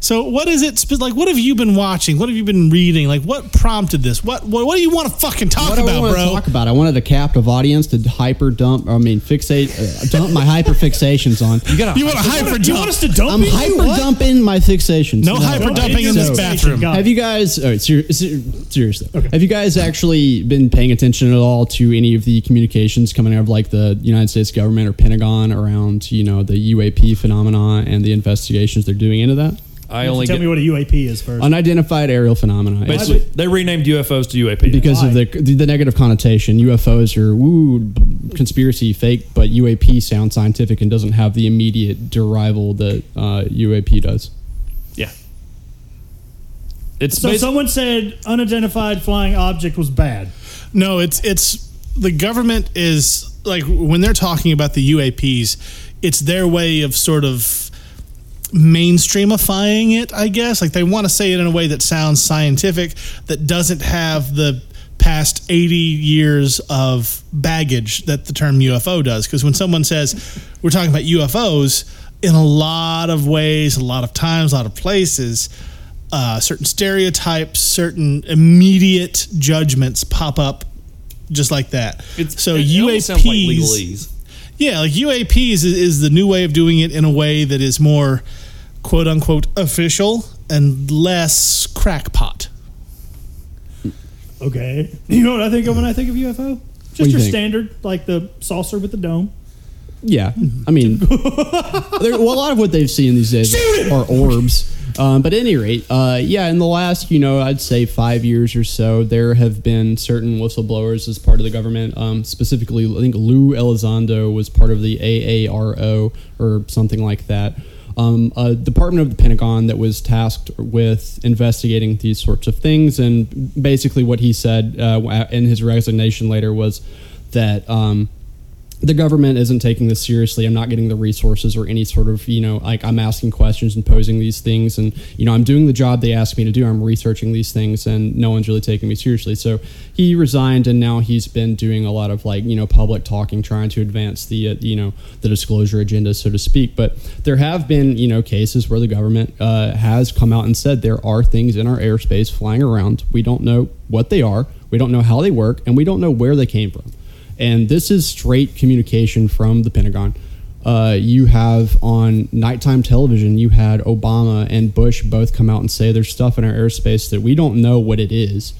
[SPEAKER 6] So what is it spe- like? What have you been watching? What have you been reading? Like what prompted this? What what, what do you want to fucking talk
[SPEAKER 3] What do I
[SPEAKER 6] about,
[SPEAKER 3] want
[SPEAKER 6] bro?
[SPEAKER 3] to talk about? I wanted a captive audience to hyper dump, I mean, fixate, uh, dump my hyper fixations on.
[SPEAKER 1] You got
[SPEAKER 6] you want to hyper
[SPEAKER 4] You want
[SPEAKER 6] dump?
[SPEAKER 4] us to dump
[SPEAKER 3] I'm
[SPEAKER 4] you?
[SPEAKER 3] hyper dumping my fixations.
[SPEAKER 6] No hyper
[SPEAKER 4] Don't
[SPEAKER 6] dumping in this
[SPEAKER 3] So-
[SPEAKER 4] do that.
[SPEAKER 6] bathroom.
[SPEAKER 4] God.
[SPEAKER 3] Have you guys? All right, ser- ser- seriously. Have you guys actually been paying attention at all to any of the communications coming out of like the United States government or Pentagon around you know the UAP phenomena and the investigations they're doing into that
[SPEAKER 1] I only
[SPEAKER 4] Tell
[SPEAKER 1] get,
[SPEAKER 4] me what a UAP is first.
[SPEAKER 3] unidentified aerial phenomena? It's-
[SPEAKER 1] basically they renamed UFOs to UAP
[SPEAKER 3] because of
[SPEAKER 4] Why?
[SPEAKER 3] the, the the negative connotation, UFOs are woo b- conspiracy fake, but UAP sounds scientific and doesn't have the immediate derival that uh, UAP does.
[SPEAKER 1] yeah. It's
[SPEAKER 4] so
[SPEAKER 1] basi-
[SPEAKER 4] someone said unidentified flying object was bad.
[SPEAKER 6] No, it's it's the government is like when they're talking about the UAPs, it's their way of sort of mainstreamifying it, I guess. Like they want to say it in a way that sounds scientific, that doesn't have the past 80 years of baggage that the term UFO does. Because when someone says, we're talking about UFOs, in a lot of ways, a lot of times, a lot of places, uh, certain stereotypes, certain immediate judgments pop up just like that. so
[SPEAKER 1] it almost
[SPEAKER 6] UAPs,
[SPEAKER 1] sounds like legalese.
[SPEAKER 6] yeah, like UAPs is, is the new way of doing it in a way that is more quote unquote official and less crackpot.
[SPEAKER 4] Okay. You know what I think of when I think of UFO?
[SPEAKER 3] What do
[SPEAKER 4] Just
[SPEAKER 3] you
[SPEAKER 4] your
[SPEAKER 3] think?
[SPEAKER 4] standard, like the saucer with the dome.
[SPEAKER 3] Yeah, I mean, there, well, a lot of what they've seen these days are orbs. Um, but at any rate, uh, yeah, in the last, you know, I'd say five years or so, there have been certain whistleblowers as part of the government. Um, specifically, I think Lou Elizondo was part of the AARO or something like that. Um, a department of the Pentagon that was tasked with investigating these sorts of things. And basically, what he said uh, in his resignation later was that. Um, the government isn't taking this seriously. I'm not getting the resources or any sort of, you know, like I'm asking questions and posing these things. And, you know, I'm doing the job they asked me to do. I'm researching these things and no one's really taking me seriously. So he resigned and now he's been doing a lot of like, you know, public talking, trying to advance the, uh, you know, the disclosure agenda, so to speak. But there have been, you know, cases where the government uh, has come out and said there are things in our airspace flying around. We don't know what they are. We don't know how they work and we don't know where they came from and this is straight communication from the Pentagon. Uh, you have on nighttime television, you had Obama and Bush both come out and say there's stuff in our airspace that we don't know what it is.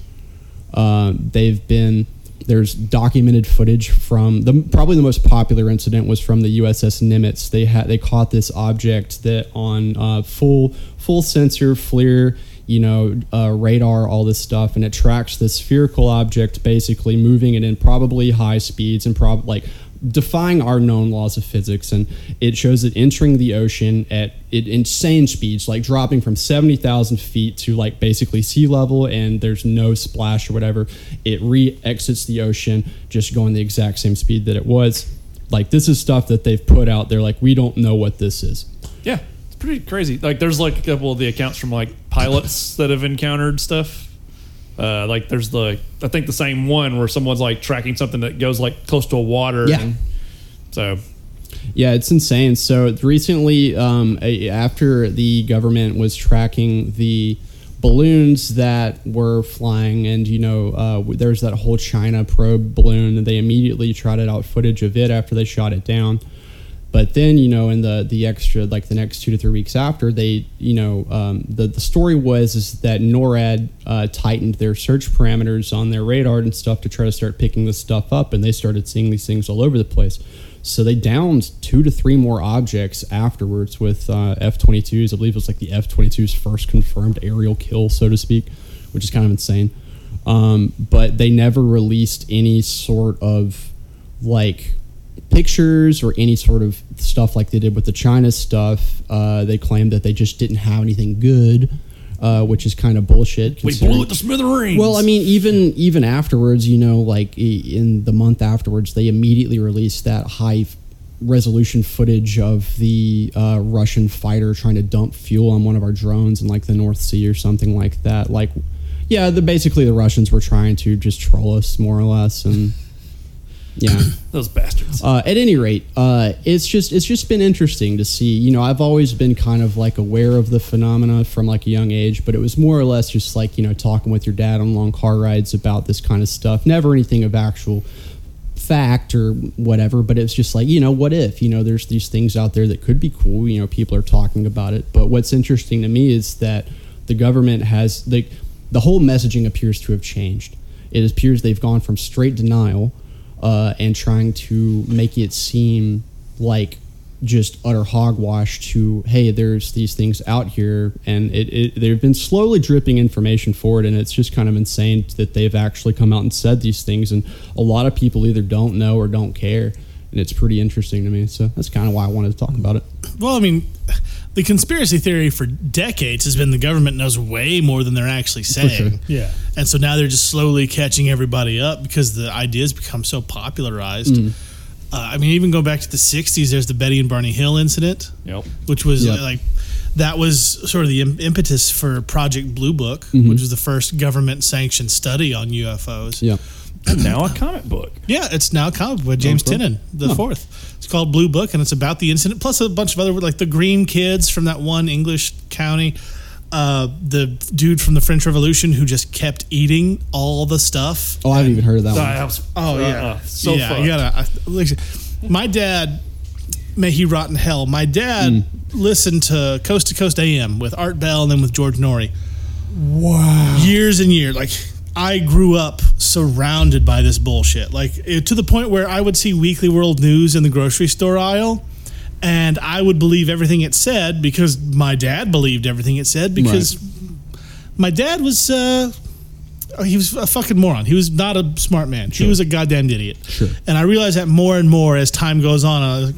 [SPEAKER 3] Uh, they've been there's documented footage from the probably the most popular incident was from the USS Nimitz. They had they caught this object that on uh, full full sensor FLIR, you know, uh, radar, all this stuff, and it tracks this spherical object basically moving it in probably high speeds and prob like defying our known laws of physics and it shows it entering the ocean at at insane speeds like dropping from 70,000 feet to like basically sea level and there's no splash or whatever it re-exits the ocean just going the exact same speed that it was like this is stuff that they've put out they're like we don't know what this is
[SPEAKER 1] Yeah, it's pretty crazy. Like, there's like a couple of the accounts from like pilots that have encountered stuff. Uh, like, there's the I think the same one where someone's like tracking something that goes like close to a water.
[SPEAKER 3] Yeah.
[SPEAKER 1] and- so
[SPEAKER 3] Yeah, it's insane. So recently, um, a- after the government was tracking the balloons that were flying, and you know, uh, w- there's that whole China probe balloon, and they immediately trotted out footage of it after they shot it down. But then, you know, in the the extra, like the next two to three weeks after, they, you know, um, the the story was is that NORAD uh, tightened their search parameters on their radar and stuff to try to start picking this stuff up, and they started seeing these things all over the place. So they downed two to three more objects afterwards with uh, F-22s. I believe it was like the F-22's first confirmed aerial kill, so to speak, which is kind of insane. Um, but they never released any sort of like pictures or any sort of stuff like they did with the China stuff. Uh, they claimed that they just didn't have anything good, uh, which is kind of bullshit.
[SPEAKER 1] we
[SPEAKER 3] considering-
[SPEAKER 1] blew it to smithereens.
[SPEAKER 3] well, I mean, even even afterwards, you know, like i- in the month afterwards, they immediately released that high f- resolution footage of the uh, Russian fighter trying to dump fuel on one of our drones in like the North Sea or something like that. Like, yeah, the basically the Russians were trying to just troll us more or less, and yeah.
[SPEAKER 1] those bastards.
[SPEAKER 3] Uh, at any rate, uh, it's just it's just been interesting to see. You know, I've always been kind of like aware of the phenomena from like a young age, but it was more or less just like you know talking with your dad on long car rides about this kind of stuff. Never anything of actual fact or whatever, but it's just like you know what if you know there's these things out there that could be cool. You know, people are talking about it, but what's interesting to me is that the government has the the whole messaging appears to have changed. It appears they've gone from straight denial uh, and trying to make it seem like just utter hogwash to hey there's these things out here and it, it they've been slowly dripping information forward and it's just kind of insane that they've actually come out and said these things and a lot of people either don't know or don't care and it's pretty interesting to me so that's kind of why i wanted to talk about it
[SPEAKER 6] Well, I mean, the conspiracy theory for decades has been the government knows way more than they're actually saying.
[SPEAKER 4] Yeah.
[SPEAKER 6] And so now they're just slowly catching everybody up because the ideas become so popularized. Uh, I mean, even go back to the 60s, there's the Betty and Barney Hill incident,
[SPEAKER 1] Yep.
[SPEAKER 6] which was
[SPEAKER 3] Yep.
[SPEAKER 6] like that was sort of the im- impetus for Project Blue Book, which was the first government sanctioned study on UFOs.
[SPEAKER 3] Yeah.
[SPEAKER 1] now a comic book.
[SPEAKER 6] Yeah, it's now a comic book by James
[SPEAKER 3] cool.
[SPEAKER 6] Tennant, the fourth. It's called Blue Book, and it's about the incident, plus a bunch of other, like the Green Kids from that one English county, uh, the dude from the French Revolution who just kept eating all the stuff.
[SPEAKER 3] Oh, I haven't even heard of that one.
[SPEAKER 1] uh,
[SPEAKER 6] Oh yeah,
[SPEAKER 1] so
[SPEAKER 6] yeah.
[SPEAKER 1] fucked.
[SPEAKER 6] You gotta. I- listen, my dad, may he rot in hell. My dad listened to Coast to Coast AM with Art Bell and then with George Norrie. Wow. Years and years, like. I grew up surrounded by this bullshit. Like it, to the point where I would see Weekly World News in the grocery store aisle and I would believe everything it said because my dad believed everything it said because my dad was uh, Oh, he was a fucking moron. He was not a smart man. He was a goddamn idiot.
[SPEAKER 3] Sure.
[SPEAKER 6] And I realize that more and more as time goes on.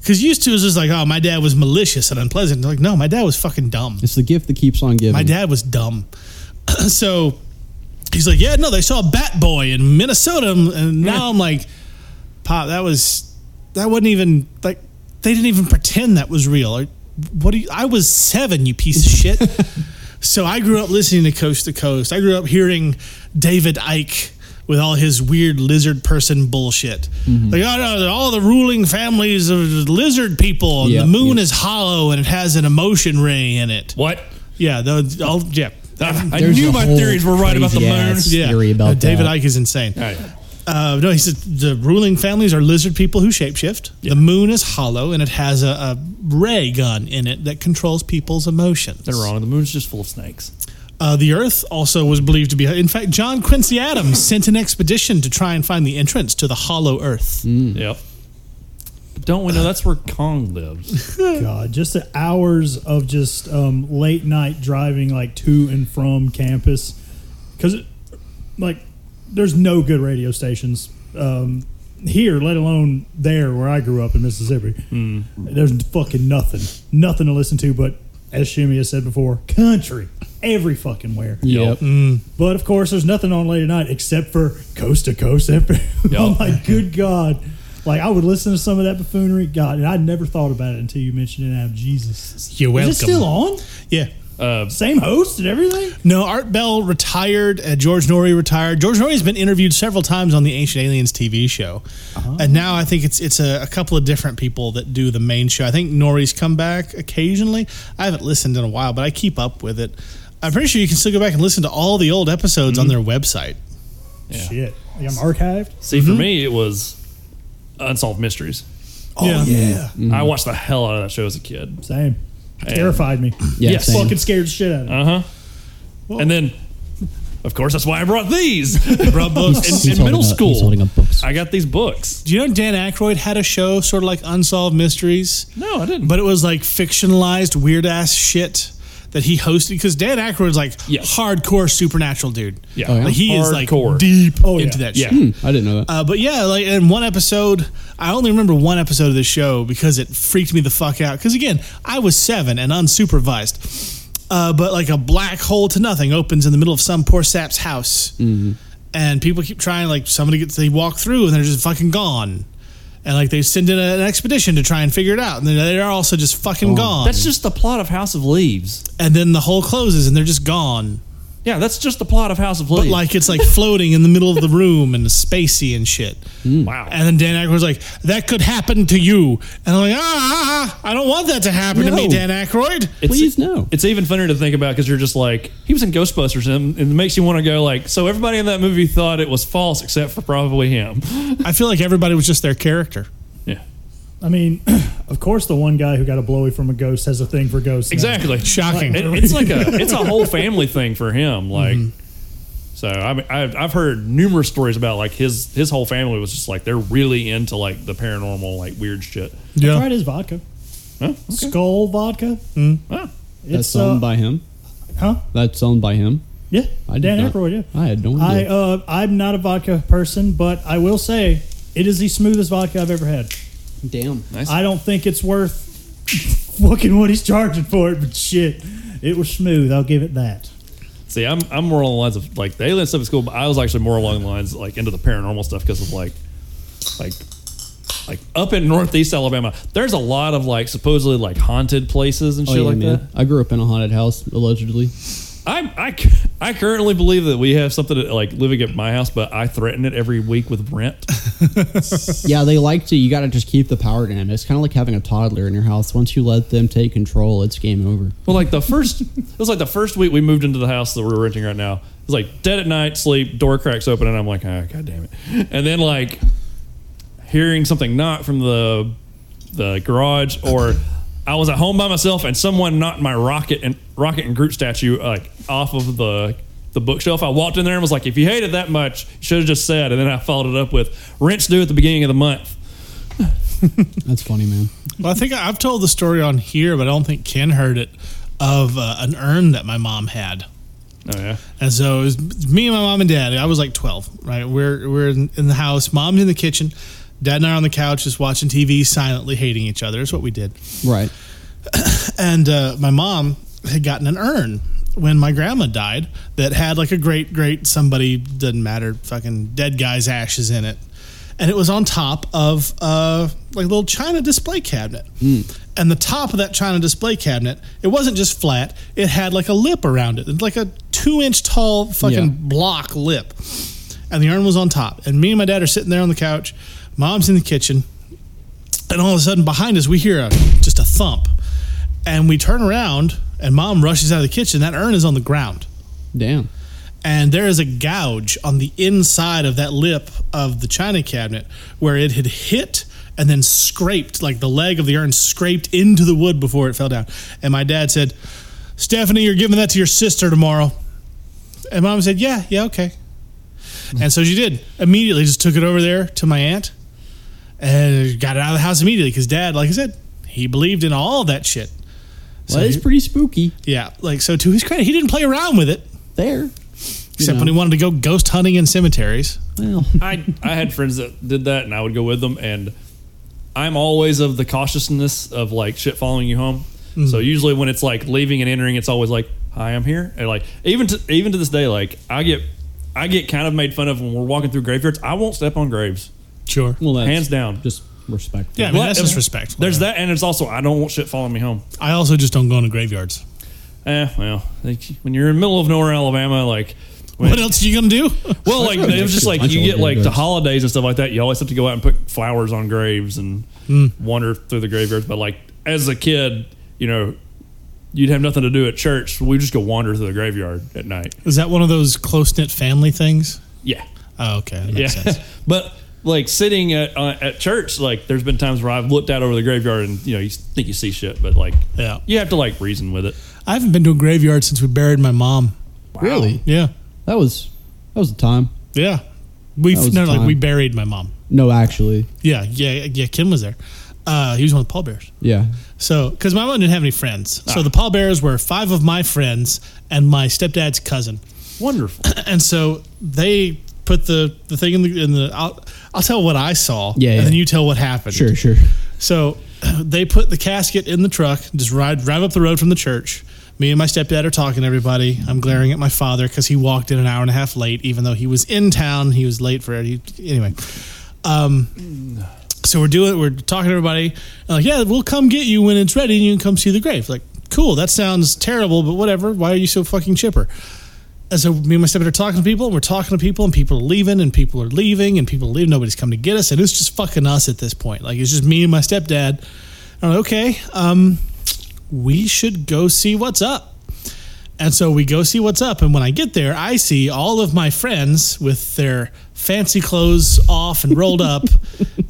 [SPEAKER 6] Because used to it was just like, oh, my dad was malicious and unpleasant. Like, no, my dad was fucking dumb.
[SPEAKER 3] It's the gift that keeps on giving.
[SPEAKER 6] My dad was dumb. so he's like, yeah, no, they saw a bat boy in Minnesota. And now I'm like, pop, that was, that wasn't even, like, they didn't even pretend that was real. Like, what do you, I was seven, you piece of shit. so I grew up listening to Coast to Coast. I grew up hearing David Icke with all his weird lizard person bullshit.
[SPEAKER 3] Mm-hmm.
[SPEAKER 6] Like, oh no, all the ruling families of lizard people, and
[SPEAKER 3] Yeah,
[SPEAKER 6] the moon
[SPEAKER 3] yeah.
[SPEAKER 6] is hollow and it has an emotion ray in it.
[SPEAKER 1] What?
[SPEAKER 6] Yeah, the, all, yeah.
[SPEAKER 1] I, I
[SPEAKER 3] There's
[SPEAKER 1] knew
[SPEAKER 3] a
[SPEAKER 1] my
[SPEAKER 3] whole
[SPEAKER 1] theories were right about the moon.
[SPEAKER 3] crazy-ass
[SPEAKER 6] yeah.
[SPEAKER 3] theory about
[SPEAKER 6] Uh, David
[SPEAKER 3] that.
[SPEAKER 6] Icke is insane.
[SPEAKER 1] All right.
[SPEAKER 6] Uh, no, he said the ruling families are lizard people who shapeshift. The moon is hollow and it has a, a ray gun in it that controls people's emotions.
[SPEAKER 1] They're wrong. The moon's just full of snakes.
[SPEAKER 6] Uh, the Earth also was believed to be. In fact, John Quincy Adams sent an expedition to try and find the entrance to the hollow Earth.
[SPEAKER 3] Hmm.
[SPEAKER 1] Yep. Don't we know that's where Kong lives?
[SPEAKER 4] God, just the hours of just um, late night driving, like to and from campus, because like there's no good radio stations um, here, let alone there where I grew up in Mississippi. There's fucking nothing, nothing to listen to. But as Shimmy has said before, country every fucking where.
[SPEAKER 3] Yep.
[SPEAKER 4] But of course, there's nothing on late at night except for coast to coast. FM. oh
[SPEAKER 1] Yup.
[SPEAKER 4] my good god! Like I would listen to some of that buffoonery. God, and I never thought about it until you mentioned it. Now, Jesus,
[SPEAKER 6] You're welcome.
[SPEAKER 4] Is it still on?
[SPEAKER 6] Yeah.
[SPEAKER 1] Uh,
[SPEAKER 4] Same host and everything.
[SPEAKER 6] No, Art Bell retired. Uh, George Norrie retired. George Norrie has been interviewed several times on the Ancient Aliens TV show,
[SPEAKER 4] Uh-huh.
[SPEAKER 6] and now I think it's it's a, a couple of different people that do the main show. I think Norrie's come back occasionally. I haven't listened in a while, but I keep up with it. I'm pretty sure you can still go back and listen to all the old episodes on their
[SPEAKER 4] Mm-hmm.
[SPEAKER 6] website.
[SPEAKER 4] Shit, like, I'm archived.
[SPEAKER 1] See,
[SPEAKER 3] Mm-hmm.
[SPEAKER 1] for me, it was Unsolved Mysteries.
[SPEAKER 4] Oh yeah,
[SPEAKER 3] Mm-hmm.
[SPEAKER 1] I watched the hell out of that show as a kid.
[SPEAKER 4] same. Terrified me.
[SPEAKER 3] Yeah,
[SPEAKER 1] Yes.
[SPEAKER 3] same.
[SPEAKER 4] Fucking scared the shit out of me.
[SPEAKER 1] Uh huh. And then, of course, that's why I brought these. brought books in,
[SPEAKER 3] He's
[SPEAKER 1] in middle
[SPEAKER 3] holding up- He's
[SPEAKER 1] school.
[SPEAKER 3] holding up books.
[SPEAKER 1] I got these books.
[SPEAKER 6] Do you know Dan Aykroyd had a show sort of like Unsolved Mysteries?
[SPEAKER 1] No, I didn't.
[SPEAKER 6] but it was like fictionalized weird ass shit that he hosted because Dan Aykroyd's like
[SPEAKER 1] Yes.
[SPEAKER 6] hardcore supernatural dude.
[SPEAKER 1] Yeah. Oh, yeah?
[SPEAKER 6] Like, he is like
[SPEAKER 1] Hardcore.
[SPEAKER 6] deep
[SPEAKER 4] Oh,
[SPEAKER 6] into
[SPEAKER 4] yeah.
[SPEAKER 6] that
[SPEAKER 1] yeah,
[SPEAKER 6] shit.
[SPEAKER 3] Hmm, I didn't know that.
[SPEAKER 6] Uh, but yeah, like in one episode, I only remember one episode of this show because it freaked me the fuck out. Because again, I was seven and unsupervised. Uh, but like a black hole to nothing opens in the middle of some poor sap's house,
[SPEAKER 1] Mm-hmm.
[SPEAKER 6] and people keep trying. Like somebody gets, they walk through and they're just fucking gone. And like they send in an expedition to try and figure it out, and they're they're also just fucking gone.
[SPEAKER 1] Oh. that's just the plot of House of Leaves.
[SPEAKER 6] and then the hole closes and they're just gone.
[SPEAKER 1] Yeah, that's just the plot of House of Leaves.
[SPEAKER 6] But like it's like floating in the middle of the room and spacey and shit.
[SPEAKER 1] wow.
[SPEAKER 6] And then Dan Aykroyd's like, "That could happen to you," and I'm like, "Ah, I don't want that to happen to me,
[SPEAKER 3] No.
[SPEAKER 6] Dan Aykroyd."
[SPEAKER 3] Please no.
[SPEAKER 1] It's even funnier to think about because you're just like he was in Ghostbusters, and, and it makes you want to go like. So everybody in that movie thought it was false, except for probably him.
[SPEAKER 6] I feel like everybody was just their character.
[SPEAKER 1] Yeah,
[SPEAKER 4] I mean, of course, the one guy who got a blowy from a ghost has a thing for ghosts. now.
[SPEAKER 1] exactly.
[SPEAKER 6] Shocking.
[SPEAKER 1] It- it's like a it's a whole family thing for him. Like, so I mean, I've, I've heard numerous stories about like his his whole family was just like they're really into like the paranormal, like weird shit.
[SPEAKER 4] Tried his vodka. Skull vodka.
[SPEAKER 1] Ah,
[SPEAKER 4] It's
[SPEAKER 3] That's owned
[SPEAKER 4] uh,
[SPEAKER 3] by him.
[SPEAKER 4] huh?
[SPEAKER 3] That's owned by him.
[SPEAKER 4] Yeah,
[SPEAKER 3] I did
[SPEAKER 4] Dan
[SPEAKER 3] not-
[SPEAKER 4] Aykroyd. Yeah,
[SPEAKER 3] I had no
[SPEAKER 4] I
[SPEAKER 3] idea.
[SPEAKER 4] uh, I'm not a vodka person, but I will say it is the smoothest vodka I've ever had.
[SPEAKER 3] Damn.
[SPEAKER 4] I don't think it's worth fucking what he's charging for it, but shit, it was smooth. I'll give it that.
[SPEAKER 1] See, I'm I'm more along the lines of like the alien stuff is cool, but I was actually more along the lines like into the paranormal stuff because of like like like up in northeast Alabama, there's a lot of like supposedly like haunted places
[SPEAKER 3] Oh,
[SPEAKER 1] and shit like that.
[SPEAKER 3] I grew up in a haunted house, allegedly.
[SPEAKER 1] I, I, cu- I currently believe that we have something that, like living at my house, but I threaten it every week with rent.
[SPEAKER 3] Yeah, they like to. You got to just keep the power down. It's kind of like having a toddler in your house. Once you let them take control, it's game over.
[SPEAKER 1] Well, like the first, it was like the first week we moved into the house that we're renting right now. It's like dead at night, sleep, door cracks open, and I'm like, ah, god damn it. And then like hearing something knock from the the garage, or I was at home by myself and someone knocked my rocket and rocket and group statue like off of the the bookshelf. I walked in there and was like, if you hated that much, you should have just said. And then I followed it up with rent's due at the beginning of the month.
[SPEAKER 3] That's funny, man.
[SPEAKER 6] Well, I think I- I've told the story on here, but I don't think Ken heard it of uh, an urn that my mom had.
[SPEAKER 1] Oh yeah.
[SPEAKER 6] And so it was me and my mom and dad. I was like 12, right? We're, we're in, in the house. Mom's in the kitchen. Dad and I are on the couch just watching TV, silently hating each other. Is what we did.
[SPEAKER 3] Right.
[SPEAKER 6] And uh, my mom had gotten an urn when my grandma died that had like a great, great somebody, doesn't matter, fucking dead guy's ashes in it. And it was on top of uh, like a little china display cabinet. And the top of that china display cabinet, it wasn't just flat, it had like a lip around it, It's like a two inch tall fucking
[SPEAKER 3] Yeah.
[SPEAKER 6] block lip. And the urn was on top. And me and my dad are sitting there on the couch. Mom's in the kitchen and all of a sudden behind us we hear a, just a thump and we turn around and mom rushes out of the kitchen that urn is on the ground
[SPEAKER 3] Damn.
[SPEAKER 6] and there is a gouge on the inside of that lip of the china cabinet where it had hit and then scraped like the leg of the urn scraped into the wood before it fell down and my dad said stephanie you're giving that to your sister tomorrow and mom said yeah yeah okay and so she did immediately just took it over there to my aunt and got it out of the house immediately because dad like i said he believed in all that shit
[SPEAKER 3] Well, it's pretty spooky
[SPEAKER 6] yeah like so to his credit he didn't play around with it
[SPEAKER 3] there.
[SPEAKER 6] except when he wanted to go ghost hunting in cemeteries
[SPEAKER 3] Well,
[SPEAKER 1] I I had friends that did that, and I would go with them. And I'm always of the cautiousness of like shit following you home.
[SPEAKER 6] Mm-hmm.
[SPEAKER 1] So usually when it's like leaving and entering, it's always like, "Hi, I'm here." And like even to, even to this day, like I get I get kind of made fun of when we're walking through graveyards. I won't step on graves.
[SPEAKER 6] sure
[SPEAKER 3] well, that's
[SPEAKER 1] Hands down.
[SPEAKER 3] Just respectful.
[SPEAKER 6] yeah I mean,
[SPEAKER 1] But-
[SPEAKER 6] that's disrespectful
[SPEAKER 1] There's
[SPEAKER 6] yeah.
[SPEAKER 1] that, and it's also I don't want shit following me home.
[SPEAKER 6] i also just don't go into graveyards
[SPEAKER 1] Eh, well, like, when you're in the middle of nowhere, Alabama, like when-
[SPEAKER 6] what else are you gonna do
[SPEAKER 1] Well, like it was just like you get like the
[SPEAKER 3] Graveyards.
[SPEAKER 1] holidays and stuff like that. You always have to go out and put flowers on graves and wander through the graveyards. But like as a kid, you know, you'd have nothing to do at church. We just go wander through the graveyard at night.
[SPEAKER 6] is that one of those close-knit family things
[SPEAKER 1] Yeah,
[SPEAKER 6] oh okay that
[SPEAKER 1] yeah.
[SPEAKER 6] makes sense
[SPEAKER 1] but like sitting at uh, at church, like there's been times where I've looked out over the graveyard and you know you think you see shit, but like
[SPEAKER 6] Yeah.
[SPEAKER 1] you have to like reason with it.
[SPEAKER 6] i haven't been to a graveyard since we buried my mom
[SPEAKER 3] Really?
[SPEAKER 6] yeah
[SPEAKER 3] That was that was the time.
[SPEAKER 6] yeah we
[SPEAKER 3] That was
[SPEAKER 6] no
[SPEAKER 3] the
[SPEAKER 6] like
[SPEAKER 3] time.
[SPEAKER 6] we buried my mom
[SPEAKER 3] No, actually,
[SPEAKER 6] yeah yeah yeah kim was there uh, he was one of the pallbearers
[SPEAKER 3] yeah.
[SPEAKER 6] So, because my mom didn't have any friends. So the pallbearers were five of my friends and my stepdad's cousin.
[SPEAKER 1] Wonderful.
[SPEAKER 6] And so they put the, the thing in the, in the I'll, I'll tell what I saw.
[SPEAKER 3] Yeah,
[SPEAKER 6] And
[SPEAKER 3] yeah.
[SPEAKER 6] then you tell what happened.
[SPEAKER 3] Sure, sure.
[SPEAKER 6] So they put the casket in the truck, just ride, drive up the road from the church. Me and my stepdad are talking to everybody. I'm glaring at my father because he walked in an hour and a half late, even though he was in town. He was late for it. He, anyway. Um, so we're doing, we're talking to everybody. Uh, yeah, we'll come get you when it's ready and you can come see the grave. Like, cool, that sounds terrible, but whatever. Why are you so fucking chipper? And so me and my stepdad are talking to people, and we're talking to people, and people are leaving, and people are leaving, and people leave. Nobody's coming to get us, and it's just fucking us at this point. Like it's just me and my stepdad. I'm like, okay, um, we should go see what's up. And so we go see what's up, and when I get there, I see all of my friends with their fancy clothes off and rolled up,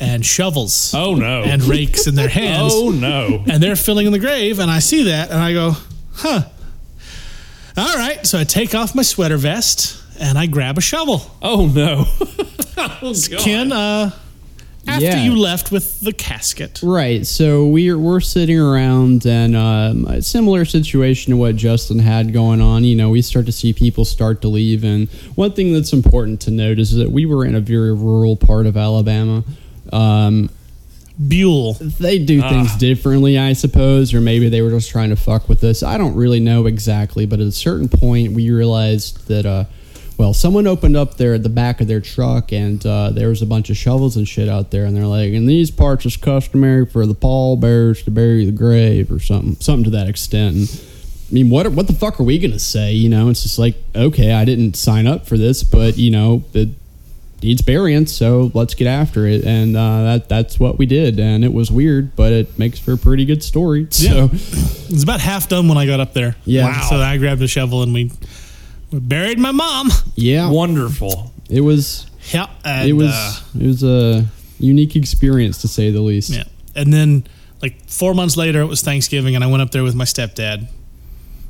[SPEAKER 6] and shovels
[SPEAKER 1] Oh no.
[SPEAKER 6] and rakes in their hands
[SPEAKER 1] oh no.
[SPEAKER 6] and they're filling in the grave and i see that and i go huh all right so i take off my sweater vest and i grab a shovel
[SPEAKER 1] Oh no.
[SPEAKER 6] ken uh after
[SPEAKER 3] Yeah.
[SPEAKER 6] you left with the casket
[SPEAKER 3] Right. So we're we're sitting around and um, a similar situation to what Justin had going on. You know, we start to see people start to leave, and one thing that's important to note is that we were in a very rural part of Alabama. Um,
[SPEAKER 6] buell
[SPEAKER 3] they do things differently, I suppose, or maybe they were just trying to fuck with us. I don't really know exactly, but at a certain point, we realized that uh, Well, someone opened up their the back of their truck, and uh, there was a bunch of shovels and shit out there, and they're like, "And these parts is customary for the pallbearers to bury the grave, or something, something to that extent." And, I mean, what what the fuck are we gonna say? You know, it's just like, okay, I didn't sign up for this, but you know, it needs burying, so let's get after it, and uh, that that's what we did, and it was weird, but it makes for a pretty good story. So,
[SPEAKER 6] It was about half done when I got up there.
[SPEAKER 3] Yeah.
[SPEAKER 6] Wow. So I grabbed a shovel and we, we buried my mom.
[SPEAKER 3] yeah,
[SPEAKER 1] Wonderful.
[SPEAKER 3] it was
[SPEAKER 6] Yeah. And,
[SPEAKER 3] it was
[SPEAKER 6] uh,
[SPEAKER 3] it was a unique experience to say the least.
[SPEAKER 6] yeah. And then like four months later, it was Thanksgiving, and I went up there with my stepdad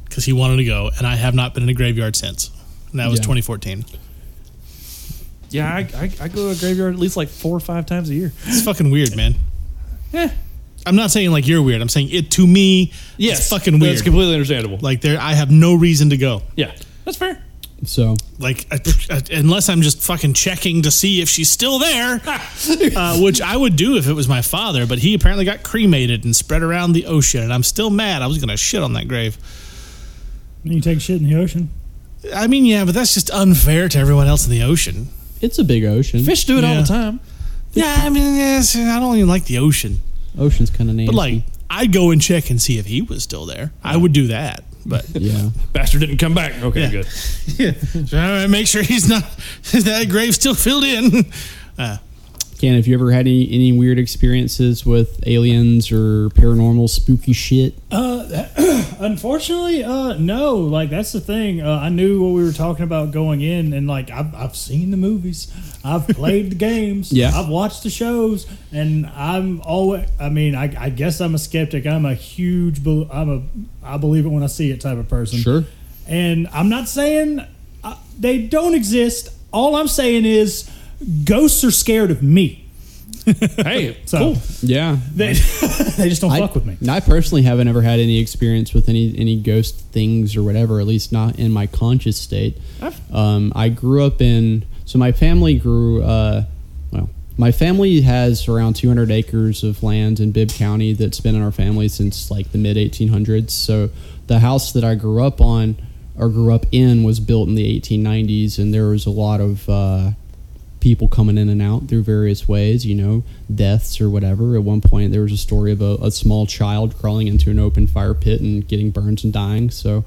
[SPEAKER 6] because he wanted to go, and I have not been in a graveyard since. And that was
[SPEAKER 3] Yeah.
[SPEAKER 6] 2014.
[SPEAKER 1] Yeah, I, I, I go to a graveyard at least like four or five times a year.
[SPEAKER 6] It's fucking weird, man. I'm not saying like you're weird. I'm saying it to me.
[SPEAKER 1] Yes,
[SPEAKER 6] it's fucking weird.
[SPEAKER 1] That's completely understandable.
[SPEAKER 6] like there, I have no reason to go.
[SPEAKER 1] yeah, that's fair.
[SPEAKER 3] So
[SPEAKER 6] like I- I- unless I'm just fucking checking to see if she's still there, uh, which I would do if it was my father. But he apparently got cremated and spread around the ocean, and I'm still mad. I was gonna shit on that grave.
[SPEAKER 4] You take shit in the ocean.
[SPEAKER 6] I mean, yeah, but that's just unfair to everyone else in the ocean.
[SPEAKER 3] it's a big ocean.
[SPEAKER 1] Fish do it all
[SPEAKER 6] Yeah.
[SPEAKER 1] the time.
[SPEAKER 6] Yeah, I mean, yeah, it's- I don't even like the ocean,
[SPEAKER 3] Ocean's kind of nasty.
[SPEAKER 6] but like I'd go and check and see if he was still there. I would do that, but
[SPEAKER 3] yeah,
[SPEAKER 1] Bastard didn't come back. Okay,
[SPEAKER 6] Yeah.
[SPEAKER 1] good.
[SPEAKER 6] So I make sure he's not is that grave still filled in. Uh,
[SPEAKER 3] Ken, have you ever had any any weird experiences with aliens or paranormal spooky shit?
[SPEAKER 6] Uh,
[SPEAKER 4] Unfortunately, uh, no. Like that's the thing. Uh, I knew what we were talking about going in, and like I've, I've seen the movies, I've played the games,
[SPEAKER 3] Yeah.
[SPEAKER 4] I've watched the shows, and I'm always. I mean, I, I guess I'm a skeptic. I'm a huge. bel- I'm a. I believe it when I see it type of person.
[SPEAKER 3] Sure.
[SPEAKER 4] And I'm not saying uh, they don't exist. All I'm saying is ghosts are scared of me.
[SPEAKER 1] Hey,
[SPEAKER 4] So
[SPEAKER 1] cool.
[SPEAKER 3] Yeah,
[SPEAKER 4] they, they just don't
[SPEAKER 3] I,
[SPEAKER 4] fuck with me.
[SPEAKER 3] and I personally haven't ever had any experience with any any ghost things or whatever. At least not in my conscious state. Um, I grew up in so my family grew. Uh, well, my family has around 200 acres of land in Bibb County that's been in our family since like the mid 1800s. So the house that I grew up on or grew up in was built in the 1890s, and there was a lot of uh, people coming in and out through various ways, you know, deaths or whatever. At one point, there was a story of a, a small child crawling into an open fire pit and getting burns and dying. So,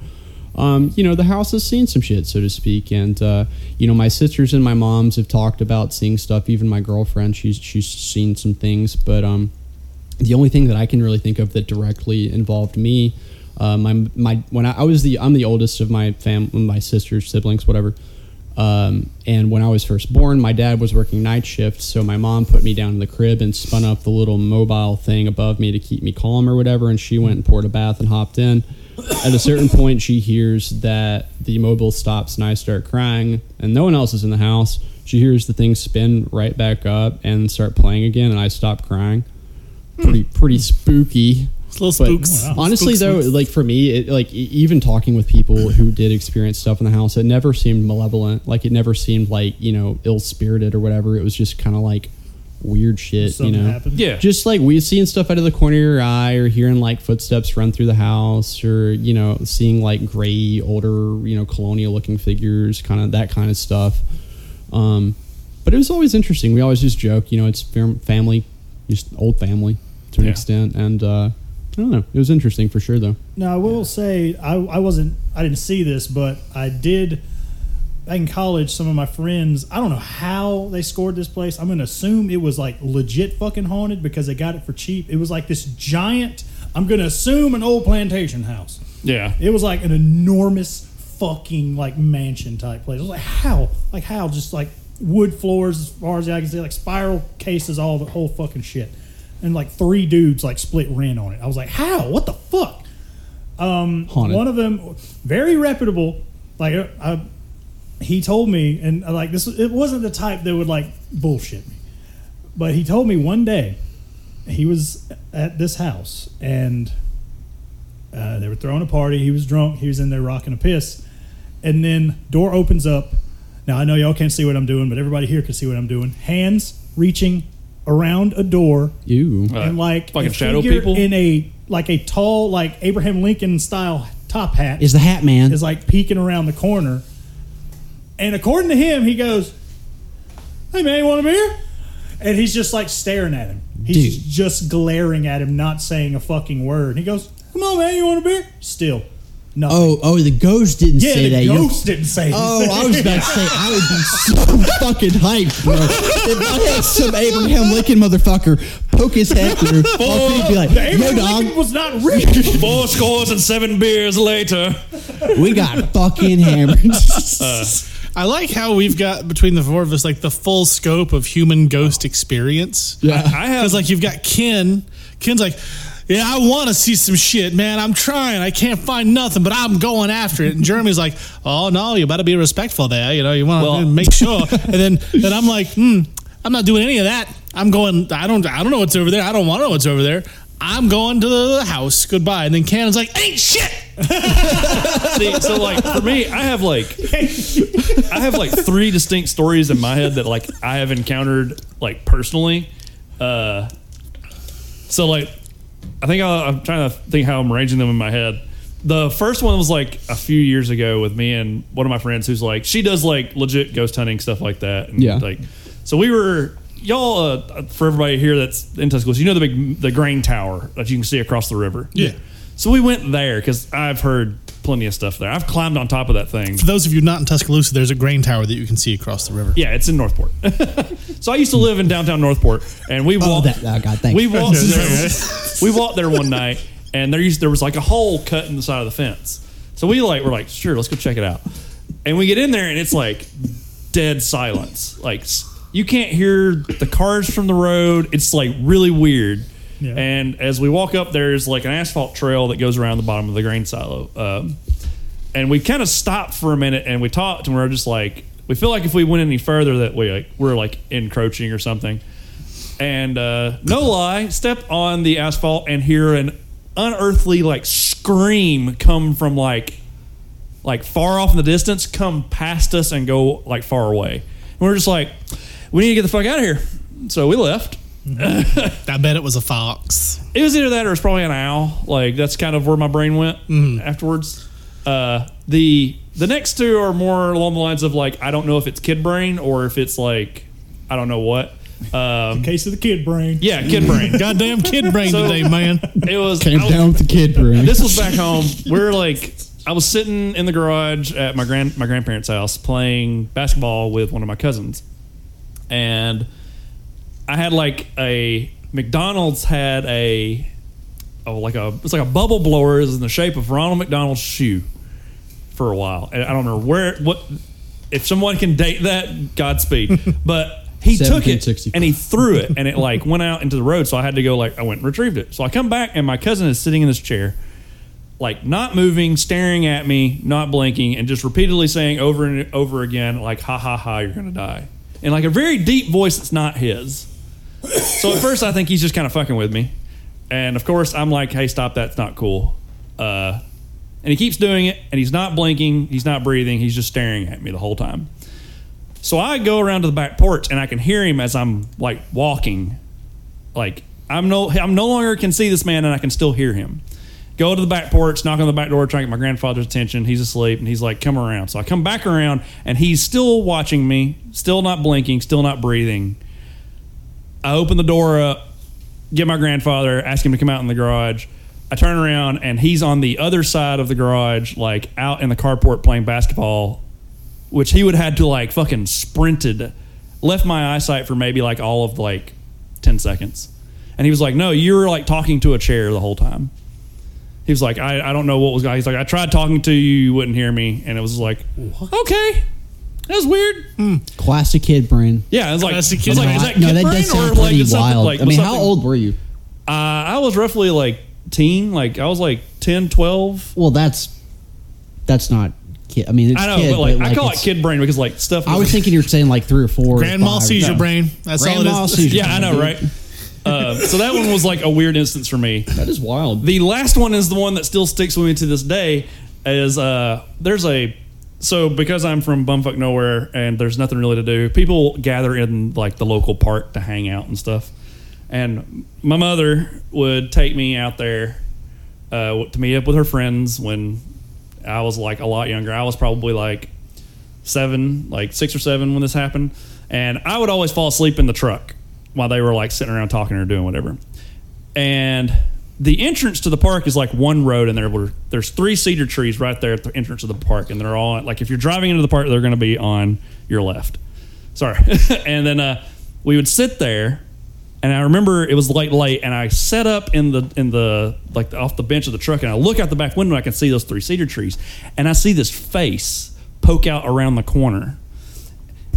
[SPEAKER 3] um, you know, the house has seen some shit, so to speak. And, uh, you know, my sisters and my moms have talked about seeing stuff. Even my girlfriend, she's, she's seen some things. But, um, the only thing that I can really think of that directly involved me, uh, my my when I, I was the I'm the oldest of my fam my sisters siblings whatever, um, and when I was first born, my dad was working night shift, so my mom put me down in the crib and spun up the little mobile thing above me to keep me calm or whatever, and she went and poured a bath and hopped in. At a certain point, she hears that the mobile stops and I start crying, and no one else is in the house. She hears the thing spin right back up and start playing again, and I stop crying pretty pretty spooky.
[SPEAKER 6] it's little
[SPEAKER 3] But
[SPEAKER 6] spooks.
[SPEAKER 3] honestly,
[SPEAKER 6] Spooks.
[SPEAKER 3] though, like for me, it, like e- even talking with people who did experience stuff in the house, it never seemed malevolent. Like it never seemed like you know ill spirited or whatever. It was just kind of like weird shit.
[SPEAKER 4] Something
[SPEAKER 3] you know,
[SPEAKER 4] happened.
[SPEAKER 1] Yeah.
[SPEAKER 3] just like we've seen stuff out of the corner of your eye or hearing like footsteps run through the house or you know seeing like gray older you know colonial looking figures kind of that kind of stuff um, but it was always interesting we always just joke you know it's fam- family just old family to an
[SPEAKER 1] Yeah.
[SPEAKER 3] extent and uh, i don't know it was interesting for sure though
[SPEAKER 4] Now I will say I, I wasn't I didn't see this, but I did back in college. Some of my friends I don't know how they scored this place. I'm gonna assume it was like legit fucking haunted because they got it for cheap. It was like this giant. I'm gonna assume an old plantation house.
[SPEAKER 1] Yeah.
[SPEAKER 4] It was like an enormous fucking like mansion type place. I was like, how? Like how? Just like wood floors as far as I can see, like spiral cases, all the whole fucking shit. And like three dudes like split rent on it. I was like, how? What the fuck? Um,
[SPEAKER 3] Haunted.
[SPEAKER 4] One of them, very reputable. Like uh, I, he told me, and uh, like this, it wasn't the type that would like bullshit me. But he told me one day he was at this house and uh, they were throwing a party. He was drunk. He was in there rocking a piss. And then door opens up. Now I know y'all can't see what I'm doing, but everybody here can see what I'm doing. Hands reaching around a door
[SPEAKER 3] ew
[SPEAKER 1] Uh,
[SPEAKER 4] and like
[SPEAKER 1] fucking
[SPEAKER 4] a
[SPEAKER 1] shadow
[SPEAKER 4] figure
[SPEAKER 1] people?
[SPEAKER 4] in a like a tall like Abraham Lincoln style top hat
[SPEAKER 7] Mm.
[SPEAKER 3] is the hat man
[SPEAKER 4] is like peeking around the corner. And according to him, he goes, "Hey man, you want a beer?" And he's just like staring at him. He's
[SPEAKER 3] Dude.
[SPEAKER 4] just glaring at him, not saying a fucking word. And he goes, "Come on, man, you want a beer?" Still, no.
[SPEAKER 7] Oh, oh, the ghost didn't
[SPEAKER 4] yeah,
[SPEAKER 7] say
[SPEAKER 4] the
[SPEAKER 7] that. You-
[SPEAKER 4] ghost didn't say. anything.
[SPEAKER 7] Oh, I was about to say I would be so fucking hyped, bro. If I had some Abraham Lincoln motother poke his head through, I'd be like,
[SPEAKER 4] the Abraham
[SPEAKER 7] "Yo, dog,
[SPEAKER 4] Lincoln was not real.
[SPEAKER 1] Four scores and seven beers later.
[SPEAKER 7] we got fucking hammered."
[SPEAKER 1] Uh,
[SPEAKER 6] I like how we've got between the four of us like the full scope of human ghost experience.
[SPEAKER 3] Yeah.
[SPEAKER 1] I have
[SPEAKER 6] Because like you've got Ken. Ken's like, yeah, I want to see some shit, man. I'm trying. I can't find nothing, but I'm going after it. And Jeremy's like, oh no, you better be respectful there. You know, you want to
[SPEAKER 1] Well-
[SPEAKER 6] make sure. And then then I'm like, hmm, I'm not doing any of that. I'm going. I don't. I don't know what's over there. I don't want to know what's over there. I'm going to the house. Goodbye. And then Cannon's like, ain't shit.
[SPEAKER 1] See, so like for me, I have like I have like three distinct stories in my head that like I have encountered like personally. Uh, so like I think I, I'm trying to think how I'm arranging them in my head. The first one was like a few years ago with me and one of my friends who's like she does like legit ghost hunting stuff like that. And
[SPEAKER 3] Yeah.
[SPEAKER 1] Like so we were y'all uh, for everybody here that's in Tuscaloosa, you know the big the grain tower that you can see across the river.
[SPEAKER 6] Yeah.
[SPEAKER 1] So we went there because I've heard plenty of stuff there. I've climbed on top of that thing.
[SPEAKER 6] For those of you not in Tuscaloosa, there's a grain tower that you can see across the river.
[SPEAKER 1] Yeah, it's in Northport. so I used to live in downtown Northport, and we
[SPEAKER 7] oh,
[SPEAKER 1] walked.
[SPEAKER 7] that, oh, God, thanks.
[SPEAKER 1] we walked. we walked there one night, and there used there was like a hole cut in the side of the fence. So we like we're like sure, let's go check it out. And we get in there, and it's like dead silence. Like s- you can't hear the cars from the road. It's like really weird.
[SPEAKER 4] Yeah.
[SPEAKER 1] And as we walk up, there's like an asphalt trail that goes around the bottom of the grain silo. Um, and we kind of stopped for a minute and we talked and we were just like we feel like if we went any further that we like we're like encroaching or something and uh no lie step on the asphalt and hear an unearthly like scream come from like like far off in the distance come past us and go like far away and we're just like we need to get the fuck out of here so we left
[SPEAKER 6] I bet it was a fox.
[SPEAKER 1] it was either that or it's probably an owl. Like that's kind of where my brain went afterwards. Uh, the the next two are more along the lines of like I don't know if it's kid brain or if it's like I don't know what. Um,
[SPEAKER 4] Case of the kid brain.
[SPEAKER 1] yeah, kid brain.
[SPEAKER 6] Goddamn kid brain
[SPEAKER 1] So-
[SPEAKER 6] today, man.
[SPEAKER 1] It was
[SPEAKER 3] Came
[SPEAKER 1] I was-
[SPEAKER 3] down with the kid room.
[SPEAKER 1] this was back home. We are like, I was sitting in the garage at my grand my grandparents' house playing basketball with one of my cousins, and I had like a McDonald's had a oh like a it's like a bubble blower is in the shape of Ronald McDonald's shoe for a while, and I don't know where what if someone can date that Godspeed, but. He took it
[SPEAKER 3] 1765.
[SPEAKER 1] and he threw it and it like went out into the road. So I had to go like I went and retrieved it. So I come back and my cousin is sitting in this chair like not moving, staring at me, not blinking, and just repeatedly saying over and over again, like, ha ha ha, you're gonna die. In like a very deep voice that's not his. So at first I think he's just kind of fucking with me. And of course I'm like, hey, stop, that's not cool. Uh, and he keeps doing it, and he's not blinking, he's not breathing, he's just staring at me the whole time. So I go around to the back porch and I can hear him as I'm like walking like I'm no I'm no longer can see this man and I can still hear him. Go to the back porch, knock on the back door, try to get my grandfather's attention. He's asleep and he's like, come around. So I come back around and he's still watching me, still not blinking, still not breathing. I open the door up, get my grandfather, ask him to come out in the garage. I turn around and he's on the other side of the garage, like out in the carport playing basketball, which he would have had to like fucking sprinted, left my eyesight for maybe like all of like 10 seconds. And he was like, No, you were like talking to a chair the whole time. He was like, I, I don't know what was going He's like, I tried talking to you, you wouldn't hear me. And it was like, Okay, that was weird.
[SPEAKER 7] Classic kid brain.
[SPEAKER 1] Yeah, it was like,
[SPEAKER 6] That's the
[SPEAKER 1] I
[SPEAKER 6] kid
[SPEAKER 1] was like,
[SPEAKER 6] brain.
[SPEAKER 1] is that kid
[SPEAKER 7] no, that
[SPEAKER 1] brain
[SPEAKER 7] does
[SPEAKER 1] or
[SPEAKER 7] sound
[SPEAKER 1] like,
[SPEAKER 7] pretty
[SPEAKER 1] is something
[SPEAKER 7] wild.
[SPEAKER 1] like
[SPEAKER 7] I mean, how
[SPEAKER 1] something-
[SPEAKER 7] old were you?
[SPEAKER 1] Uh, I was roughly like teen, like I was like 10, 12.
[SPEAKER 7] Well, that's that's not kid. I mean, it's
[SPEAKER 1] I know,
[SPEAKER 7] kid,
[SPEAKER 1] but like, I call it
[SPEAKER 7] it's-
[SPEAKER 1] kid brain because like stuff.
[SPEAKER 7] I was thinking you were saying like three or four. or
[SPEAKER 6] Grandma
[SPEAKER 7] five.
[SPEAKER 6] seizure brain. That's all
[SPEAKER 7] Grandma
[SPEAKER 6] it is.
[SPEAKER 7] seizure.
[SPEAKER 1] yeah, I know, right? Uh, so that one was like a weird instance for me.
[SPEAKER 3] that is wild.
[SPEAKER 1] The last one is the one that still sticks with me to this day. Is uh, there's a so because I'm from bumfuck nowhere and there's nothing really to do. People gather in like the local park to hang out and stuff. And my mother would take me out there uh, to meet up with her friends when I was like a lot younger. I was probably like seven, like six or seven when this happened. And I would always fall asleep in the truck while they were like sitting around talking or doing whatever. And the entrance to the park is like one road, and there were there's three cedar trees right there at the entrance of the park, and they're all like if you're driving into the park, they're going to be on your left. Sorry. and then uh, we would sit there and I remember it was late, late, and I sat up in the in the like off the bench of the truck, and I look out the back window, and I can see those three cedar trees, and I see this face poke out around the corner.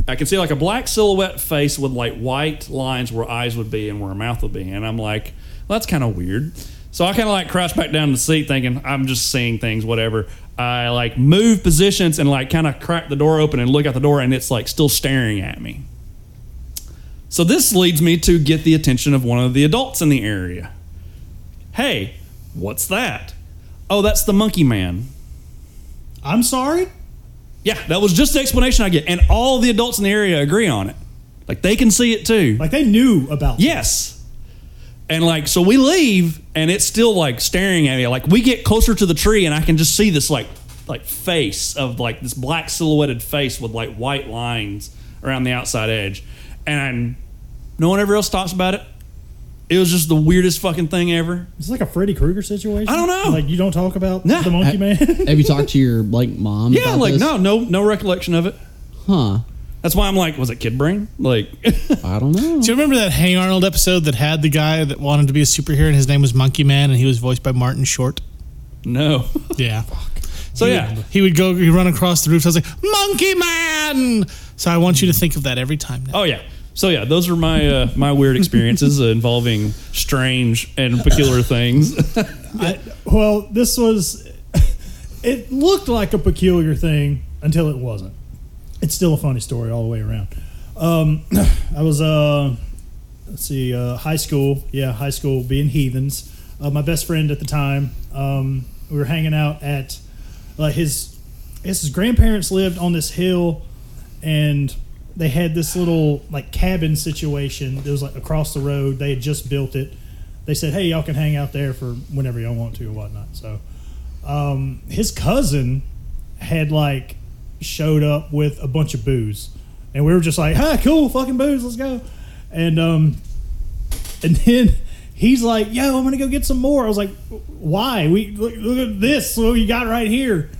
[SPEAKER 1] I can see like a black silhouette face with like white lines where eyes would be and where a mouth would be, and I'm like, well, that's kind of weird. So I kind of like crouched back down in the seat, thinking I'm just seeing things, whatever. I like move positions and like kind of crack the door open and look out the door, and it's like still staring at me. So this leads me to get the attention of one of the adults in the area. Hey, what's that? Oh, that's the monkey man.
[SPEAKER 4] I'm sorry.
[SPEAKER 1] Yeah, that was just the explanation I get. And all the adults in the area agree on it. Like they can see it too.
[SPEAKER 4] Like they knew about. this.
[SPEAKER 1] Yes. And like, so we leave, and it's still like staring at me. Like we get closer to the tree, and I can just see this like, like face of like this black silhouetted face with like white lines around the outside edge, and no one ever else talks about it. It was just the weirdest fucking thing ever.
[SPEAKER 4] It's like a Freddy Krueger situation.
[SPEAKER 1] I don't know.
[SPEAKER 4] Like you don't talk about
[SPEAKER 1] Nah.
[SPEAKER 4] the Monkey Man.
[SPEAKER 3] Have you talked to your like mom?
[SPEAKER 1] Yeah,
[SPEAKER 3] about
[SPEAKER 1] like
[SPEAKER 3] this?
[SPEAKER 1] no, no, no recollection of it.
[SPEAKER 3] huh?
[SPEAKER 1] That's why I'm like, was it kid brain? Like,
[SPEAKER 3] I don't know.
[SPEAKER 6] Do you remember that Hey Arnold episode that had the guy that wanted to be a superhero and his name was Monkey Man and he was voiced by Martin Short?
[SPEAKER 1] no.
[SPEAKER 6] Yeah.
[SPEAKER 1] So yeah,
[SPEAKER 6] He would go, he'd run across the roof. I was like, Monkey Man! So I want you to think of that every time now.
[SPEAKER 1] Oh yeah. So yeah, those are my uh, my weird experiences uh, involving strange and peculiar things.
[SPEAKER 4] well, this was. It looked like a peculiar thing until it wasn't. It's still a funny story all the way around. Um, I was uh, let's see, uh, high school. Yeah, high school, being heathens. Uh, my best friend at the time, um, we were hanging out at uh, his, his grandparents lived on this hill, and they had this little like cabin situation. It was like across the road. They had just built it. They said, "Hey, y'all can hang out there for whenever y'all want to or whatnot." So, um, his cousin had like showed up with a bunch of booze, and we were just like, "Hi, cool, fucking booze, let's go." And um, and then he's like, "Yo, I'm gonna go get some more." I was like, "Why? We look, look at this. What you got right here?"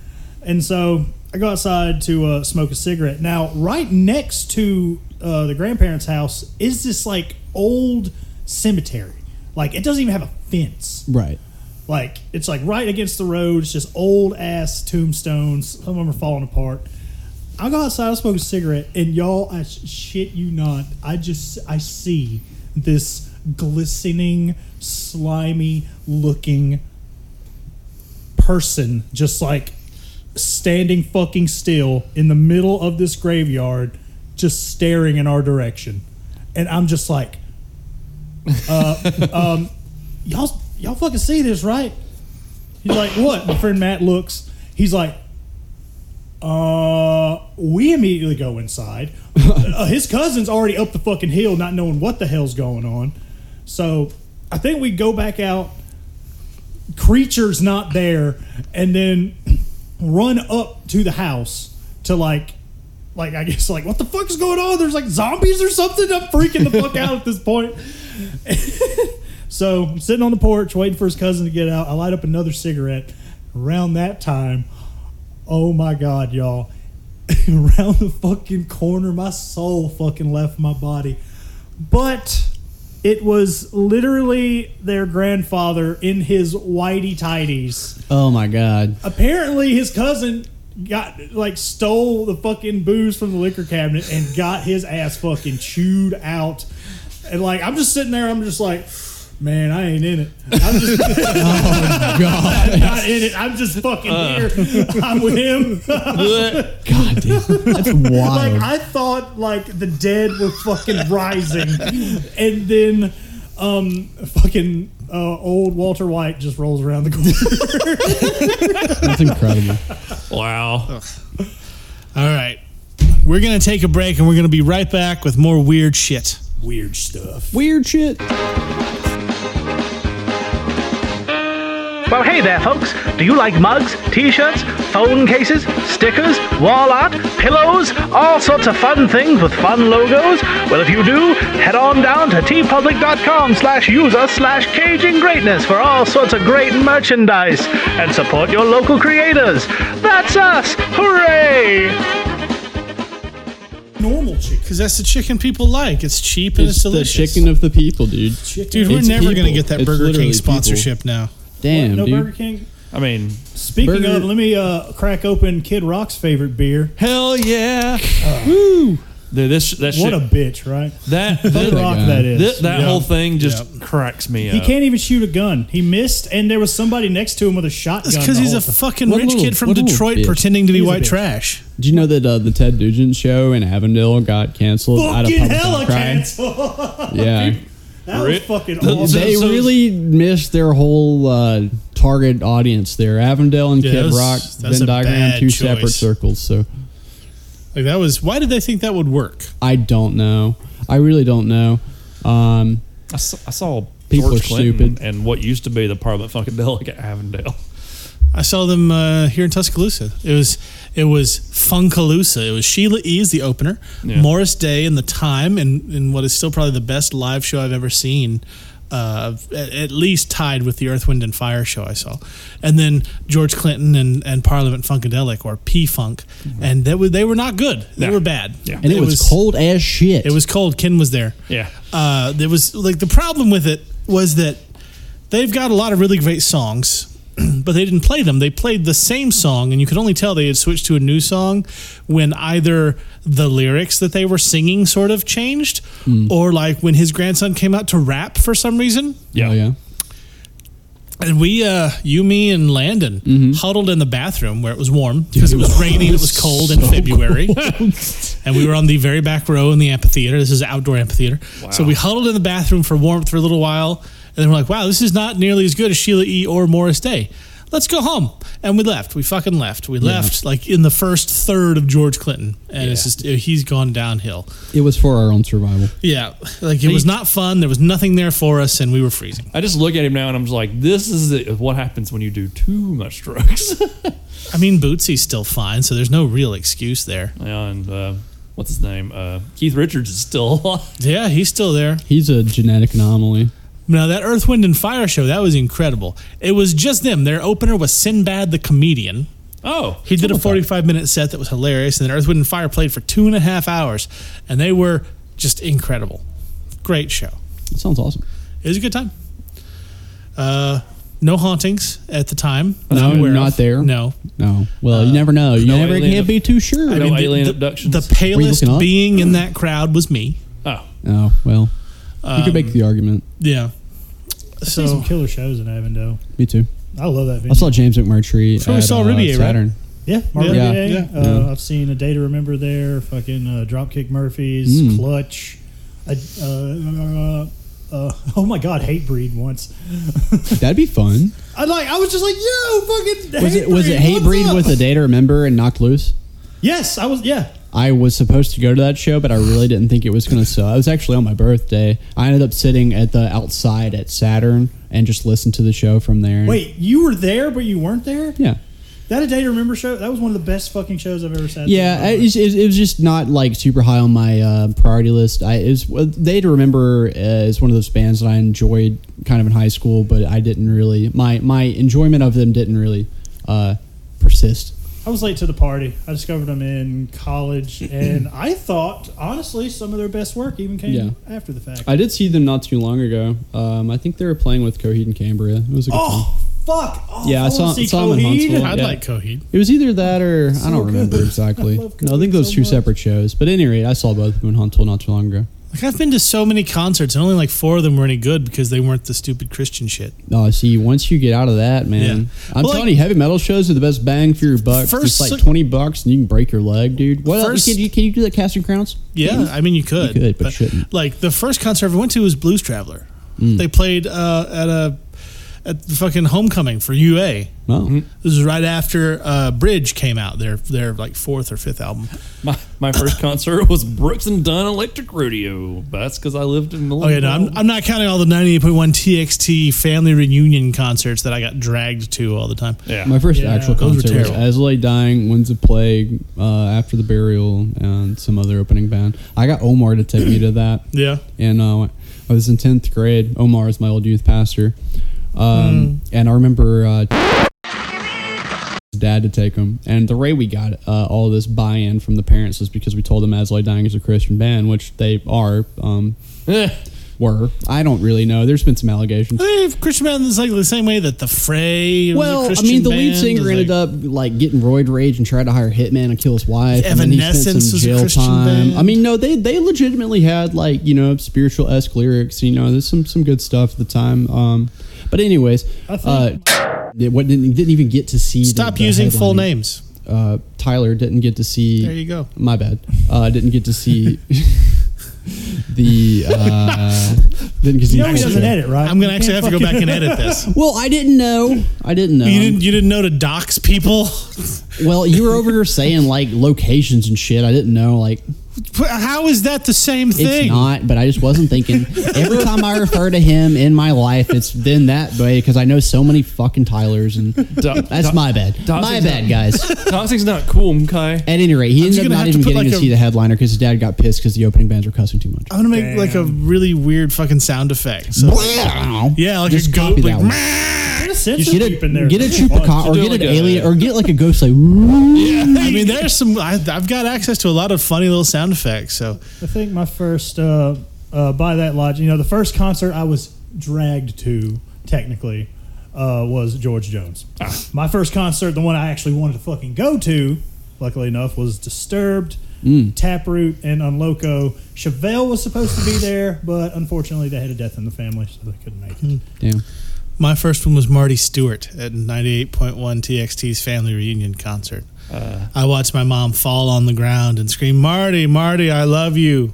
[SPEAKER 4] And so I go outside to uh, smoke a cigarette. Now, right next to uh, the grandparents' house is this like old cemetery. Like it doesn't even have a fence.
[SPEAKER 7] Right.
[SPEAKER 4] Like it's like right against the road. It's just old ass tombstones. Some of them are falling apart. I go outside, I smoke a cigarette, and y'all, I sh- shit you not, I just I see this glistening, slimy looking person just like standing fucking still in the middle of this graveyard, just staring in our direction, and I'm just like, y'all y'all fucking see this, right? He's like, what? My friend Matt looks. He's like, uh, we immediately go inside. Uh, his cousin's already up the fucking hill, not knowing what the hell's going on. So I think we go back out. Creature's not there, and then run up to the house to like, like I guess like what the fuck is going on? There's like zombies or something. I'm freaking the fuck out at this point. So I'm sitting on the porch waiting for his cousin to get out. I light up another cigarette. Around that time, oh my god, y'all! Around the fucking corner, my soul fucking left my body. But it was literally their grandfather in his whitey tidies
[SPEAKER 3] Oh my god.
[SPEAKER 4] apparently his cousin got like stole the fucking booze from the liquor cabinet and got his ass fucking chewed out and like i'm just sitting there i'm just like man i ain't in it i'm just
[SPEAKER 3] Oh,
[SPEAKER 4] I'm not in it i'm just fucking here i'm with him
[SPEAKER 3] Oh. God damn. That's wild.
[SPEAKER 4] like I thought like the dead were fucking rising, and then um fucking uh, old Walter White just rolls around the corner.
[SPEAKER 3] That's incredible.
[SPEAKER 1] wow.
[SPEAKER 3] Oh.
[SPEAKER 6] All right. We're going to take a break and we're going to be right back with more weird shit.
[SPEAKER 4] Weird stuff.
[SPEAKER 3] Weird shit.
[SPEAKER 8] Well, hey there, folks. Do you like mugs, t shirts, phone cases, stickers, wall art, pillows, all sorts of fun things with fun logos? Well, if you do, head on down to tpublic.com slash user slash caging greatness for all sorts of great merchandise and support your local creators. That's us! Hooray!
[SPEAKER 6] normal chicken because that's the chicken people like. It's cheap and it's,
[SPEAKER 3] It's the
[SPEAKER 6] delicious.
[SPEAKER 3] chicken of the people, dude.
[SPEAKER 6] Dude, we're
[SPEAKER 3] It's
[SPEAKER 6] never going to
[SPEAKER 3] people.
[SPEAKER 6] get that
[SPEAKER 3] It's
[SPEAKER 6] Burger
[SPEAKER 3] literally
[SPEAKER 6] King
[SPEAKER 3] people.
[SPEAKER 6] sponsorship now.
[SPEAKER 3] Damn,
[SPEAKER 4] no
[SPEAKER 3] dude.
[SPEAKER 4] Burger King.
[SPEAKER 1] I mean,
[SPEAKER 4] Speaking
[SPEAKER 3] Burger-
[SPEAKER 4] of, let me uh, crack open Kid Rock's favorite beer.
[SPEAKER 1] hell yeah. Woo. uh, Dude, this that
[SPEAKER 4] What
[SPEAKER 1] shit,
[SPEAKER 4] a bitch, right?
[SPEAKER 1] that
[SPEAKER 4] Kid Rock
[SPEAKER 3] guy.
[SPEAKER 4] that is.
[SPEAKER 1] Th- that
[SPEAKER 4] Yeah.
[SPEAKER 1] whole thing just cracks me up.
[SPEAKER 4] He can't even shoot a gun. He missed, and there was somebody next to him with a shotgun.
[SPEAKER 6] That's because
[SPEAKER 4] the
[SPEAKER 6] he's
[SPEAKER 4] whole
[SPEAKER 6] a
[SPEAKER 4] time.
[SPEAKER 6] fucking
[SPEAKER 3] What a
[SPEAKER 6] rich
[SPEAKER 3] little-
[SPEAKER 6] kid from
[SPEAKER 3] what a little
[SPEAKER 6] Detroit
[SPEAKER 3] bitch.
[SPEAKER 6] pretending to be
[SPEAKER 4] He's a
[SPEAKER 6] white
[SPEAKER 4] bitch.
[SPEAKER 6] trash.
[SPEAKER 3] Do you know that uh, the Ted Nugent show in Avondale got canceled? out of
[SPEAKER 4] fucking
[SPEAKER 3] public
[SPEAKER 4] hella
[SPEAKER 3] outcry?
[SPEAKER 4] cancel.
[SPEAKER 3] Yeah.
[SPEAKER 4] that was
[SPEAKER 1] Rip.
[SPEAKER 4] fucking
[SPEAKER 1] The-
[SPEAKER 4] awesome.
[SPEAKER 3] They
[SPEAKER 1] So-
[SPEAKER 3] really missed their whole uh, target audience there. Avondale and
[SPEAKER 6] Yeah,
[SPEAKER 3] Kid
[SPEAKER 6] that's-
[SPEAKER 3] Rock,
[SPEAKER 6] that's
[SPEAKER 3] Venn
[SPEAKER 6] a
[SPEAKER 3] diagram,
[SPEAKER 6] bad
[SPEAKER 3] two
[SPEAKER 6] choice.
[SPEAKER 3] separate circles. So
[SPEAKER 6] Like that was. Why did they think that would work?
[SPEAKER 3] I don't know. I really don't know. Um,
[SPEAKER 1] I saw, I saw
[SPEAKER 3] People
[SPEAKER 1] George
[SPEAKER 3] are
[SPEAKER 1] Clinton
[SPEAKER 3] stupid.
[SPEAKER 1] and what used to be the Parliament Funkadelic at Avondale.
[SPEAKER 6] I saw them uh, here in Tuscaloosa. It was it was Funkaloosa. It was Sheila E. is the opener,
[SPEAKER 1] Yeah.
[SPEAKER 6] Morris Day and the time, and in what is still probably the best live show I've ever seen. Uh, at, at least tied with the Earth, Wind, and Fire show I saw, and then George Clinton and, and Parliament Funkadelic or P Funk, and they were they were not good. They
[SPEAKER 1] No.
[SPEAKER 6] were bad.
[SPEAKER 1] Yeah.
[SPEAKER 3] and it, was, cold as shit.
[SPEAKER 6] It was cold. Ken was there.
[SPEAKER 1] Yeah.
[SPEAKER 6] Uh, there was like the problem with it was that they've got a lot of really great songs, but they didn't play them. They played the same song, and you could only tell they had switched to a new song when either the lyrics that they were singing sort of changed, or like when his grandson came out to rap for some reason.
[SPEAKER 1] Yeah.
[SPEAKER 3] Oh, yeah.
[SPEAKER 6] And we, uh, you, me, and Landon huddled in the bathroom where it was warm because Mm-hmm. it was raining, it was cold in February. and we were on the very back row in the amphitheater. This is an outdoor amphitheater. So we huddled in the bathroom for warmth for a little while. And then we're like, wow, this is not nearly as good as Sheila E. or Morris Day. Let's go home. And we left. We fucking left. We left like in the first third of George Clinton. And it's just, he's gone downhill.
[SPEAKER 3] It was for our own survival.
[SPEAKER 6] Yeah. Like it was not fun. There was nothing there for us. And we were freezing.
[SPEAKER 1] I just look at him now and I'm just like, this is it, what happens when you do too much drugs.
[SPEAKER 6] I mean, Bootsy's still fine. So there's no real excuse there.
[SPEAKER 1] and uh, what's his name? Uh, Keith Richards is still alive.
[SPEAKER 6] Yeah, he's still there.
[SPEAKER 3] He's a genetic anomaly.
[SPEAKER 6] Now that Earth, Wind, and Fire show that was incredible. It was just them. Their opener was Sinbad the comedian.
[SPEAKER 1] Oh,
[SPEAKER 6] He did a 45 minute set that was hilarious, and then Earth, Wind, and Fire played for two and a half hours, and they were just incredible. Great show.
[SPEAKER 3] That sounds awesome.
[SPEAKER 6] It was a good time. Uh, no hauntings at the time.
[SPEAKER 3] No,
[SPEAKER 6] I'm aware of.
[SPEAKER 3] not there.
[SPEAKER 6] No. Uh,
[SPEAKER 3] No. Well, you never know. You
[SPEAKER 1] no
[SPEAKER 3] never
[SPEAKER 1] alien-
[SPEAKER 3] can't be too sure.
[SPEAKER 1] no
[SPEAKER 6] I mean, the-
[SPEAKER 1] alien
[SPEAKER 6] the,
[SPEAKER 1] abductions.
[SPEAKER 6] The palest
[SPEAKER 3] looking up?
[SPEAKER 6] being in that crowd was me.
[SPEAKER 1] oh,
[SPEAKER 3] Oh, well. you
[SPEAKER 6] Um,
[SPEAKER 3] could make the argument.
[SPEAKER 6] Yeah. So
[SPEAKER 4] See some killer shows in Avondale.
[SPEAKER 3] Me too.
[SPEAKER 4] I love that venue.
[SPEAKER 3] I saw James McMurtry.
[SPEAKER 6] So we
[SPEAKER 3] at,
[SPEAKER 6] saw
[SPEAKER 3] uh,
[SPEAKER 6] Ribier, right?
[SPEAKER 3] Saturn.
[SPEAKER 4] yeah, Marvin
[SPEAKER 3] Yeah.
[SPEAKER 4] Gaye.
[SPEAKER 6] Yeah.
[SPEAKER 4] Uh,
[SPEAKER 3] Yeah.
[SPEAKER 4] I've seen a Day to Remember there. Fucking uh, Dropkick Murphys,
[SPEAKER 3] Mm.
[SPEAKER 4] Clutch. I, uh, uh, uh, oh my God, Hatebreed once.
[SPEAKER 3] That'd be fun.
[SPEAKER 4] I like. I was just like, yo, fucking.
[SPEAKER 3] Was it was it
[SPEAKER 4] Hatebreed,
[SPEAKER 3] hate
[SPEAKER 4] what's
[SPEAKER 3] breed
[SPEAKER 4] up?
[SPEAKER 3] with a day to remember and knocked loose?
[SPEAKER 4] Yes, I was. Yeah,
[SPEAKER 3] I was supposed to go to that show, but I really didn't think it was going to sell. I was actually on my birthday. I ended up sitting at the outside at Saturn and just listened to the show from there.
[SPEAKER 4] Wait, you were there, but you weren't there?
[SPEAKER 3] Hmm. yeah,
[SPEAKER 4] That a Day to Remember show? That was one of the best fucking shows I've ever sat through.
[SPEAKER 3] yeah. It, was- it, was just not like super high on my uh, priority list. I is they to remember uh, is one of those bands that I enjoyed kind of in high school, but I didn't really my my enjoyment of them didn't really uh, persist.
[SPEAKER 4] I was late to the party. I discovered them in college, and I thought, honestly, some of their best work even came
[SPEAKER 3] Yeah.
[SPEAKER 4] after the fact.
[SPEAKER 3] I did see them not too long ago. Um, I think they were playing with Coheed and Cambria. It was a good time.
[SPEAKER 4] oh, fuck. Oh,
[SPEAKER 3] Yeah, I
[SPEAKER 4] wanna
[SPEAKER 3] saw-
[SPEAKER 4] see
[SPEAKER 3] saw them in
[SPEAKER 4] Coheed.
[SPEAKER 3] Huntsville.
[SPEAKER 6] I'd
[SPEAKER 3] Yeah.
[SPEAKER 6] like Coheed.
[SPEAKER 3] It was either that or I don't
[SPEAKER 4] good.
[SPEAKER 3] remember exactly.
[SPEAKER 4] I love
[SPEAKER 3] no, I think
[SPEAKER 4] Coheed
[SPEAKER 3] those
[SPEAKER 4] so
[SPEAKER 3] two
[SPEAKER 4] much.
[SPEAKER 3] separate shows. But at any rate, I saw both of them in Huntsville not too long ago.
[SPEAKER 6] Like I've been to so many concerts, and only like four of them were any good because they weren't the stupid Christian shit.
[SPEAKER 3] Oh, see, once you get out of that, man,
[SPEAKER 6] Yeah.
[SPEAKER 3] I'm
[SPEAKER 6] Well,
[SPEAKER 3] telling
[SPEAKER 6] like-
[SPEAKER 3] you, heavy metal shows are the best bang for your buck.
[SPEAKER 6] First
[SPEAKER 3] It's like
[SPEAKER 6] sec-
[SPEAKER 3] twenty bucks, and you can break your leg, dude. What else?
[SPEAKER 6] First-
[SPEAKER 3] Can you, can you do that? Casting crowns?
[SPEAKER 6] Yeah, I mean you could,
[SPEAKER 3] You could, but shouldn't. Mm.
[SPEAKER 6] like the first concert I ever went to was Blues Traveler. They played uh, at a at the fucking homecoming for UA.
[SPEAKER 3] Wow.
[SPEAKER 6] This is right after uh, Bridge came out, their their like fourth or fifth album.
[SPEAKER 3] Oh,
[SPEAKER 1] My, my first concert was Brooks and Dunn Electric Rodeo. That's because I lived in
[SPEAKER 6] Oh
[SPEAKER 1] Millennium.
[SPEAKER 6] yeah, no, I'm, I'm not counting all the 98.1 TXT family reunion concerts that I got dragged to all the time.
[SPEAKER 1] yeah.
[SPEAKER 3] My first
[SPEAKER 6] Yeah,
[SPEAKER 3] actual
[SPEAKER 6] those were
[SPEAKER 3] concert was
[SPEAKER 6] terrible.
[SPEAKER 3] As Lay Dying, Winds of Plague, uh, After the Burial, and some other opening band. I got Omar to take me to that.
[SPEAKER 6] Yeah.
[SPEAKER 3] And uh, I was in 10th grade. Omar is my old youth pastor. Um, And I remember uh, dad to take him. And the way we got uh, all this buy in from the parents was because we told them As Lay Dying is a Christian band, which they are. Um, were. I don't really know. There's been some allegations.
[SPEAKER 6] They have Christian band is like the same way that the Fray. was a
[SPEAKER 3] Well, I
[SPEAKER 6] Christian
[SPEAKER 3] mean, the lead
[SPEAKER 6] band,
[SPEAKER 3] singer
[SPEAKER 6] is
[SPEAKER 3] ended up
[SPEAKER 6] like-
[SPEAKER 3] like getting roid rage and tried to hire a hitman and kill his wife. and then he spent some
[SPEAKER 6] Evanescence was a
[SPEAKER 3] jail
[SPEAKER 6] Christian band.
[SPEAKER 3] I mean, no, they they legitimately had like you know spiritual esque lyrics. You know, there's some some good stuff at the time. Um, but anyways, uh, it, what didn't, didn't even get to see. the-
[SPEAKER 6] Stop
[SPEAKER 3] the
[SPEAKER 6] using full
[SPEAKER 3] headlining.
[SPEAKER 6] names.
[SPEAKER 3] Uh, Tyler didn't get to see.
[SPEAKER 6] There you go.
[SPEAKER 3] My bad. Uh, didn't get to see. the uh, didn't get to see.
[SPEAKER 4] You know he doesn't
[SPEAKER 3] Vulture.
[SPEAKER 4] edit, right?
[SPEAKER 6] I'm gonna
[SPEAKER 4] You
[SPEAKER 6] actually have
[SPEAKER 4] can't
[SPEAKER 6] to go
[SPEAKER 4] fucking-
[SPEAKER 6] back and edit this.
[SPEAKER 3] Well, I didn't know. I didn't know.
[SPEAKER 6] You didn't. You didn't know to dox people.
[SPEAKER 3] Well, you were over here saying like locations and shit. I didn't know. Like
[SPEAKER 6] How is that the same
[SPEAKER 3] it's
[SPEAKER 6] thing?
[SPEAKER 3] not, but I just wasn't thinking. Every time I refer to him in my life, it's been that way because I know so many fucking Tylers, and
[SPEAKER 1] Do-
[SPEAKER 3] that's
[SPEAKER 1] do-
[SPEAKER 3] my bad.
[SPEAKER 1] Dawson's
[SPEAKER 3] My bad,
[SPEAKER 1] not-
[SPEAKER 3] guys.
[SPEAKER 1] Toxic's not cool, okay?
[SPEAKER 3] At any rate, he
[SPEAKER 6] just
[SPEAKER 3] ended up
[SPEAKER 6] gonna
[SPEAKER 3] not
[SPEAKER 6] have to
[SPEAKER 3] even
[SPEAKER 6] put,
[SPEAKER 3] getting
[SPEAKER 6] like,
[SPEAKER 3] to
[SPEAKER 6] a-
[SPEAKER 3] see the headliner because his dad got pissed because the opening bands were cussing too much.
[SPEAKER 6] I'm gonna make like a really weird fucking sound effect. So, yeah, like
[SPEAKER 3] Just
[SPEAKER 6] a goat.
[SPEAKER 3] copy
[SPEAKER 6] Like,
[SPEAKER 3] that one.
[SPEAKER 6] "Meh."
[SPEAKER 4] Sense
[SPEAKER 3] Get
[SPEAKER 4] of
[SPEAKER 3] a,
[SPEAKER 4] beep in there.
[SPEAKER 3] get a
[SPEAKER 4] It's fun.
[SPEAKER 3] chupacabra, or
[SPEAKER 1] do
[SPEAKER 3] get
[SPEAKER 1] like
[SPEAKER 3] an
[SPEAKER 1] a-
[SPEAKER 3] alien, or get like a ghost, like.
[SPEAKER 6] I mean, there's some. I, I've got access to a lot of funny little sound effects. So
[SPEAKER 4] I think my first, uh, uh, by that logic, you know, the first concert I was dragged to, technically, uh, was George Jones.
[SPEAKER 6] Ah.
[SPEAKER 4] My first concert, the one I actually wanted to fucking go to, luckily enough, was Disturbed, Taproot, and Unloco. Chevelle was supposed to be there, but unfortunately they had a death in the family, so they couldn't make it.
[SPEAKER 3] Damn.
[SPEAKER 6] my first one was Marty Stewart at 98.1 TXT's family reunion concert. I watched my mom fall on the ground and scream, "Marty, Marty, I love you."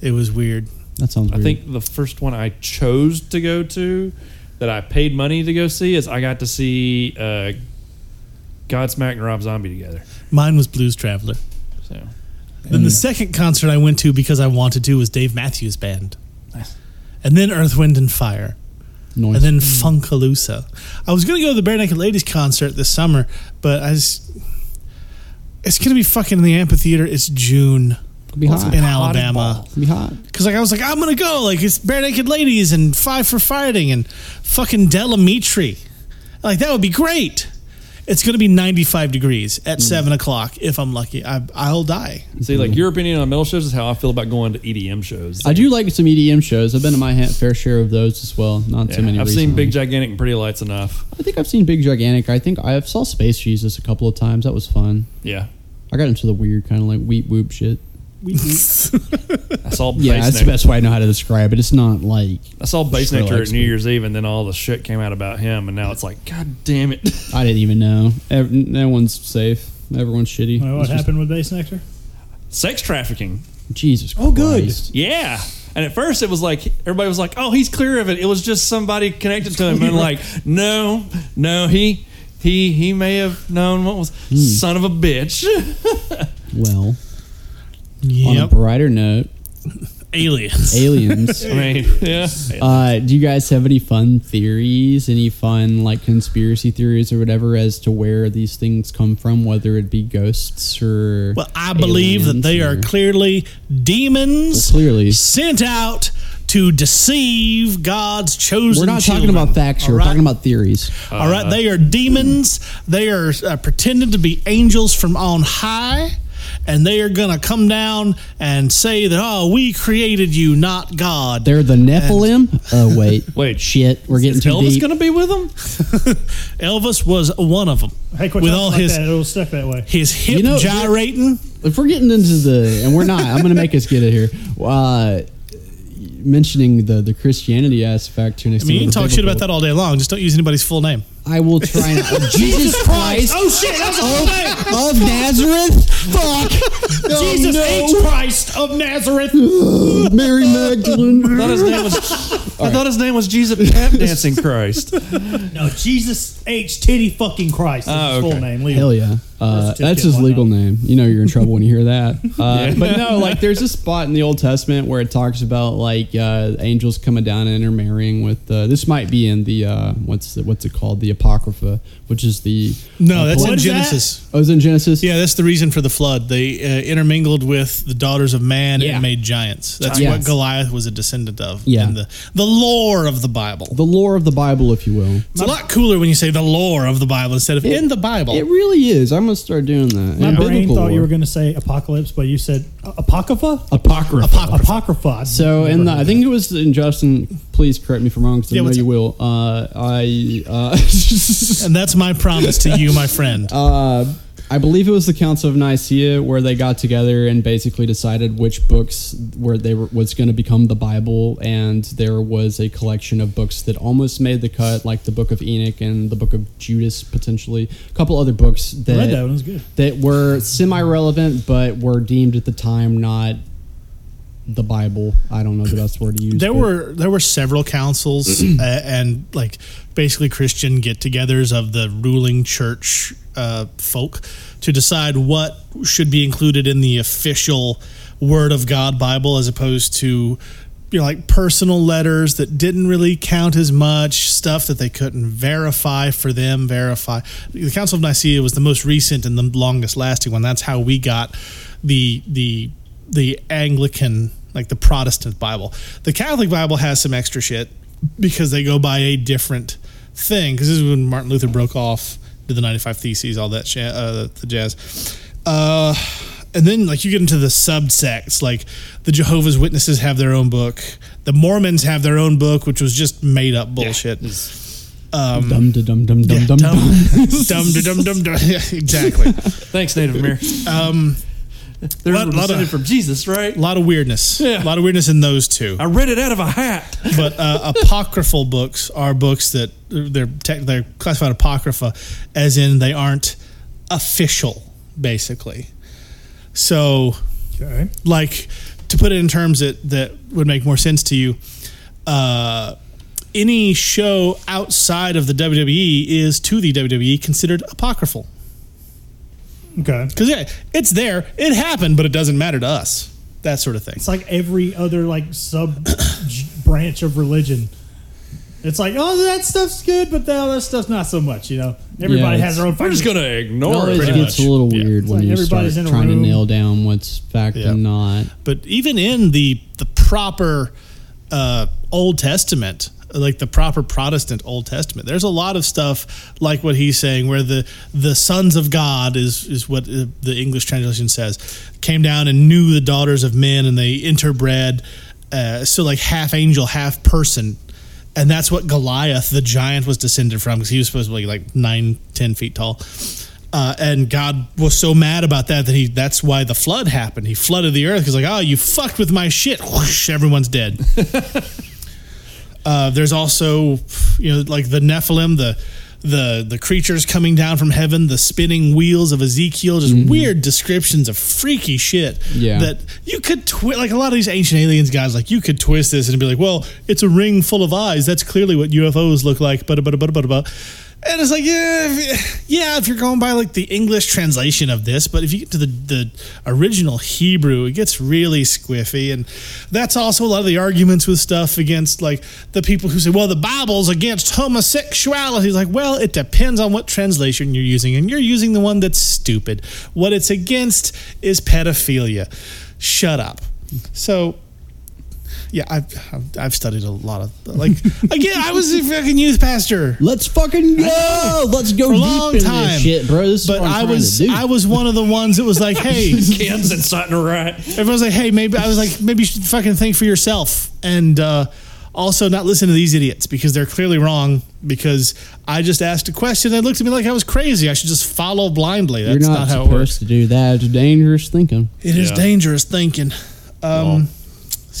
[SPEAKER 6] It was weird.
[SPEAKER 3] That sounds
[SPEAKER 1] I
[SPEAKER 3] weird.
[SPEAKER 1] think the first one I chose to go to that I paid money to go see is I got to see uh, Godsmack and Rob Zombie together.
[SPEAKER 6] Mine was Blues Traveler.
[SPEAKER 1] So
[SPEAKER 6] Then the second concert I went to because I wanted to was Dave Matthews Band. And then Earth, Wind, and Fire.
[SPEAKER 3] Noise.
[SPEAKER 6] And then Funkaloosa. I was going to go to the Bare Naked Ladies concert this summer, but I just. It's going to be fucking in the amphitheater. It's June
[SPEAKER 3] be hot.
[SPEAKER 6] in Alabama.
[SPEAKER 3] Be hot.
[SPEAKER 6] Because like I was like, I'm going to go. Like, it's Bare Naked Ladies and Five for Fighting and fucking Delamitri. Like, that would be great. It's going to be 95 degrees
[SPEAKER 3] Mm.
[SPEAKER 6] at 7 o'clock if I'm lucky. I, I'll die.
[SPEAKER 1] see, like your opinion on metal shows is how I feel about going to EDM shows.
[SPEAKER 3] I do like some EDM shows. I've been to my ha- fair share of those as well. Not
[SPEAKER 1] Yeah,
[SPEAKER 3] too many.
[SPEAKER 1] I've seen
[SPEAKER 3] recently.
[SPEAKER 1] Big Gigantic and Pretty Lights enough.
[SPEAKER 3] I think I've seen Big Gigantic. I think I saw Space Jesus a couple of times. That was fun.
[SPEAKER 1] Yeah,
[SPEAKER 3] I got into the weird kind of like wheat whoop shit.
[SPEAKER 1] I saw
[SPEAKER 3] Yeah,
[SPEAKER 1] Bass
[SPEAKER 3] that's
[SPEAKER 1] Nectar-
[SPEAKER 3] the best way I know how to describe it. It's not like
[SPEAKER 1] I saw Bass Nectar
[SPEAKER 3] Skrillex.
[SPEAKER 1] at New Year's Eve, and then all the shit came out about him, and now it's like, God damn it!
[SPEAKER 3] I didn't even know. Ev- no one's safe. Everyone's shitty.
[SPEAKER 4] You know what
[SPEAKER 3] It's just-
[SPEAKER 4] happened with Bass Nectar?
[SPEAKER 1] Sex trafficking.
[SPEAKER 3] Jesus Christ.
[SPEAKER 4] Oh, good.
[SPEAKER 1] Yeah. And at first, it was like everybody was like, "Oh, he's clear of it." It was just somebody connected to him, and like, no, no, he, he, he may have known what was son of a bitch.
[SPEAKER 3] Well, on a
[SPEAKER 6] Yep.
[SPEAKER 3] brighter note,
[SPEAKER 6] Aliens.
[SPEAKER 3] aliens.
[SPEAKER 1] I mean, yeah,
[SPEAKER 3] Uh, do you guys have any fun theories, any fun like conspiracy theories or whatever as to where these things come from, whether it be ghosts or
[SPEAKER 6] Well, I believe that
[SPEAKER 3] aliens
[SPEAKER 6] they are
[SPEAKER 3] or-
[SPEAKER 6] clearly demons
[SPEAKER 3] Well, clearly.
[SPEAKER 6] sent out to deceive God's chosen
[SPEAKER 3] We're not talking
[SPEAKER 6] children.
[SPEAKER 3] about facts here.
[SPEAKER 6] All
[SPEAKER 3] We're
[SPEAKER 6] right?
[SPEAKER 3] talking about theories.
[SPEAKER 6] All right, they are demons. They are uh, pretending to be angels from on high, and they are going to come down and say that, oh, we created you, not God.
[SPEAKER 3] They're the Nephilim. Oh wait,
[SPEAKER 1] Wait.
[SPEAKER 3] shit. We're getting too
[SPEAKER 1] Elvis
[SPEAKER 3] deep.
[SPEAKER 1] gonna be with him.
[SPEAKER 6] Elvis was one of them.
[SPEAKER 4] Hey, quit
[SPEAKER 6] With
[SPEAKER 4] talking
[SPEAKER 6] all
[SPEAKER 4] like
[SPEAKER 6] his,
[SPEAKER 4] that. It'll stuck that way.
[SPEAKER 6] his hip
[SPEAKER 3] You know-
[SPEAKER 6] gyrating.
[SPEAKER 3] if we're getting into the, and we're not, I'm gonna make us get it here. Uh, mentioning the the Christianity aspect to an
[SPEAKER 6] I
[SPEAKER 3] extent.
[SPEAKER 6] mean, you can
[SPEAKER 3] of the
[SPEAKER 6] talk shit
[SPEAKER 3] biblical-
[SPEAKER 6] about that all day long. Just don't use anybody's full name.
[SPEAKER 7] I will try not. Jesus Christ!
[SPEAKER 6] Oh shit! That was a thing.
[SPEAKER 7] Of, of Nazareth? Fuck! No,
[SPEAKER 6] Jesus H. Christ of Nazareth.
[SPEAKER 7] Mary
[SPEAKER 1] I
[SPEAKER 7] Magdalene.
[SPEAKER 1] thought his name was. I thought his name was Jesus Tap Dancing Christ.
[SPEAKER 4] No, Jesus H. Titty fucking Christ is
[SPEAKER 1] Oh,
[SPEAKER 4] his
[SPEAKER 1] okay.
[SPEAKER 4] full name. Leave it.
[SPEAKER 3] Hell yeah. Uh,
[SPEAKER 4] That's a
[SPEAKER 3] that's his
[SPEAKER 4] ticket, why
[SPEAKER 3] legal
[SPEAKER 4] not?
[SPEAKER 3] name. You know you're in trouble when you hear that. Uh,
[SPEAKER 1] Yeah.
[SPEAKER 3] But no, like there's a spot in the Old Testament where it talks about like uh, angels coming down and intermarrying with. Uh, this might be in the uh, what's the, what's it called? The Apocrypha, which is the
[SPEAKER 6] No, that's
[SPEAKER 3] What
[SPEAKER 6] in
[SPEAKER 3] is that?
[SPEAKER 6] Genesis.
[SPEAKER 3] Oh, it's in Genesis.
[SPEAKER 6] Yeah, that's the reason for the flood. They uh, intermingled with the daughters of man
[SPEAKER 3] Yeah.
[SPEAKER 6] and made giants. That's
[SPEAKER 3] Giants.
[SPEAKER 6] what Goliath was a descendant of.
[SPEAKER 3] Yeah.
[SPEAKER 6] in the the lore of the Bible.
[SPEAKER 3] The lore of the Bible, if you will.
[SPEAKER 6] It's a lot cooler when you say the lore of the Bible instead of in the Bible.
[SPEAKER 3] It really is. I'm gonna start doing that.
[SPEAKER 4] My
[SPEAKER 3] Yeah.
[SPEAKER 4] brain
[SPEAKER 3] Biblical
[SPEAKER 4] thought you
[SPEAKER 3] lore.
[SPEAKER 4] were going to say apocalypse, but you said uh, apocrypha.
[SPEAKER 3] Apocrypha.
[SPEAKER 4] Apocrypha. I've
[SPEAKER 3] So,
[SPEAKER 4] never
[SPEAKER 3] and the,
[SPEAKER 4] heard
[SPEAKER 3] I
[SPEAKER 4] of
[SPEAKER 3] think it was in Justin. Please correct me if I'm wrong, because
[SPEAKER 6] Yeah,
[SPEAKER 3] I know
[SPEAKER 6] what's
[SPEAKER 3] you
[SPEAKER 6] up?
[SPEAKER 3] will. Uh, I uh,
[SPEAKER 6] and that's my promise to you, my friend.
[SPEAKER 3] uh, I believe it was the Council of Nicaea where they got together and basically decided which books were they were, was going to become the Bible, and there was a collection of books that almost made the cut, like the Book of Enoch and the Book of Judas, potentially a couple other books that
[SPEAKER 4] I read that one. It was good.
[SPEAKER 3] that were semi-relevant but were deemed at the time not the Bible. I don't know the best word to use.
[SPEAKER 6] There
[SPEAKER 3] but-
[SPEAKER 6] were there were several councils uh, and like basically Christian get-togethers of the ruling church uh, folk to decide what should be included in the official Word of God Bible as opposed to you know like personal letters that didn't really count as much stuff that they couldn't verify for them verify. The Council of Nicaea was the most recent and the longest lasting one. That's how we got the the the Anglican, like the Protestant Bible. The Catholic Bible has some extra shit because they go by a different thing. Because this is when Martin Luther broke off, did the 95 Theses, all that shit, uh, the jazz. Uh, and then, like, you get into the subsects, like the Jehovah's Witnesses have their own book, the Mormons have their own book, which was just made up bullshit. um,
[SPEAKER 3] dum da dum dum dum
[SPEAKER 6] yeah,
[SPEAKER 3] dum dum.
[SPEAKER 6] dum, dum, dum, dum. Yeah, exactly.
[SPEAKER 1] Thanks, Native American.
[SPEAKER 6] Um,
[SPEAKER 1] They're
[SPEAKER 6] Lot- lot of-
[SPEAKER 1] descended from Jesus, right?
[SPEAKER 6] a lot of weirdness.
[SPEAKER 1] Yeah.
[SPEAKER 6] A lot of weirdness in those two.
[SPEAKER 1] I read it out of a hat.
[SPEAKER 6] but uh, apocryphal books are books that they're tech they're classified apocrypha, as in they aren't official, basically. So,
[SPEAKER 4] Okay.
[SPEAKER 6] like to put it in terms that that would make more sense to you, uh, any show outside of the WWE is to the WWE considered apocryphal
[SPEAKER 4] Okay.
[SPEAKER 6] because yeah, it's there, it happened, but it doesn't matter to us. That sort of thing.
[SPEAKER 4] It's like every other like sub j- branch of religion. It's like, oh, that stuff's good, but the other stuff's not so much. You know, everybody
[SPEAKER 3] it's-
[SPEAKER 4] has their own.
[SPEAKER 1] We're just
[SPEAKER 4] fucking-
[SPEAKER 1] gonna
[SPEAKER 3] It
[SPEAKER 1] ignore
[SPEAKER 3] always
[SPEAKER 1] it.
[SPEAKER 3] gets
[SPEAKER 1] pretty much.
[SPEAKER 3] a little
[SPEAKER 1] Yeah.
[SPEAKER 3] weird when
[SPEAKER 4] like
[SPEAKER 3] you start
[SPEAKER 4] everybody's in a
[SPEAKER 3] trying to
[SPEAKER 4] room.
[SPEAKER 3] nail down what's fact
[SPEAKER 6] Yeah.
[SPEAKER 3] and not.
[SPEAKER 6] but even in the the proper uh, Old Testament, like the proper Protestant Old Testament, there's a lot of stuff like what he's saying, where the the sons of God is is what uh, the English translation says, came down and knew the daughters of men, and they interbred, uh, so like half angel, half person. And that's what Goliath, the giant, was descended from because he was supposed to be like nine, ten feet tall uh, and God was so mad about that that he that's why the flood happened. He flooded the earth. He's like, oh, you fucked with my shit. Whoosh, everyone's dead. uh, there's also, you know, like the Nephilim, the the the creatures coming down from heaven, the spinning wheels of Ezekiel, just weird descriptions of freaky shit.
[SPEAKER 3] Yeah.
[SPEAKER 6] That you could twist, like a lot of these ancient aliens guys, like you could twist this and be like, well, it's a ring full of eyes. That's clearly what UFOs look like. But but but but but. And it's like, yeah, if, yeah, if you're going by like the English translation of this, but if you get to the, the original Hebrew, it gets really squiffy. And that's also a lot of the arguments with stuff against like the people who say, well, the Bible's against homosexuality. It's like, well, it depends on what translation you're using. And you're using the one that's stupid. What it's against is pedophilia. Shut up. So yeah, I've I've, I've studied a lot of like again. I was a fucking youth pastor
[SPEAKER 3] Let's fucking go! Let's go
[SPEAKER 6] for a long time,
[SPEAKER 3] shit, bro. This is
[SPEAKER 6] but
[SPEAKER 3] what I'm
[SPEAKER 6] I
[SPEAKER 3] trying
[SPEAKER 6] was
[SPEAKER 3] to do.
[SPEAKER 6] I was one of the ones that was like, hey,
[SPEAKER 1] Ken's and Sutton right.
[SPEAKER 6] everyone's like, hey, maybe I was like, maybe you should fucking think for yourself, and uh, also not listen to these idiots because they're clearly wrong. Because I just asked a question, they looked at me like I was crazy. I should just follow blindly. That's
[SPEAKER 3] You're not,
[SPEAKER 6] not, how it
[SPEAKER 3] supposed
[SPEAKER 6] works.
[SPEAKER 3] to do that. It's dangerous thinking.
[SPEAKER 6] It is
[SPEAKER 1] Yeah.
[SPEAKER 6] dangerous thinking. Um,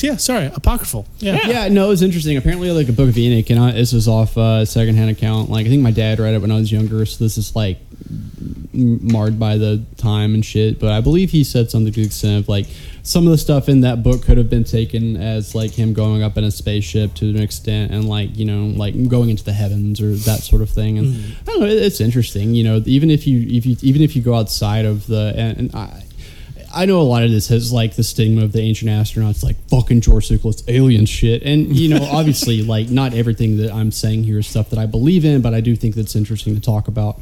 [SPEAKER 6] yeah, sorry, apocryphal. Yeah.
[SPEAKER 3] Yeah, no, it was interesting. Apparently, like a book of Enoch, and I, this is off uh, secondhand account. Like I think my dad read it when I was younger, so this is like m- marred by the time and shit. But I believe he said something to the extent of like some of the stuff in that book could have been taken as like him going up in a spaceship to an extent, and like you know, like going into the heavens or that sort of thing. And I don't know, it, it's interesting. You know, even if you if you even if you go outside of the and, and I. I know a lot of this has like the stigma of the ancient astronauts, like fucking George Nicholas alien shit. And you know, obviously, like not everything that I'm saying here is stuff that I believe in, but I do think that's interesting to talk about.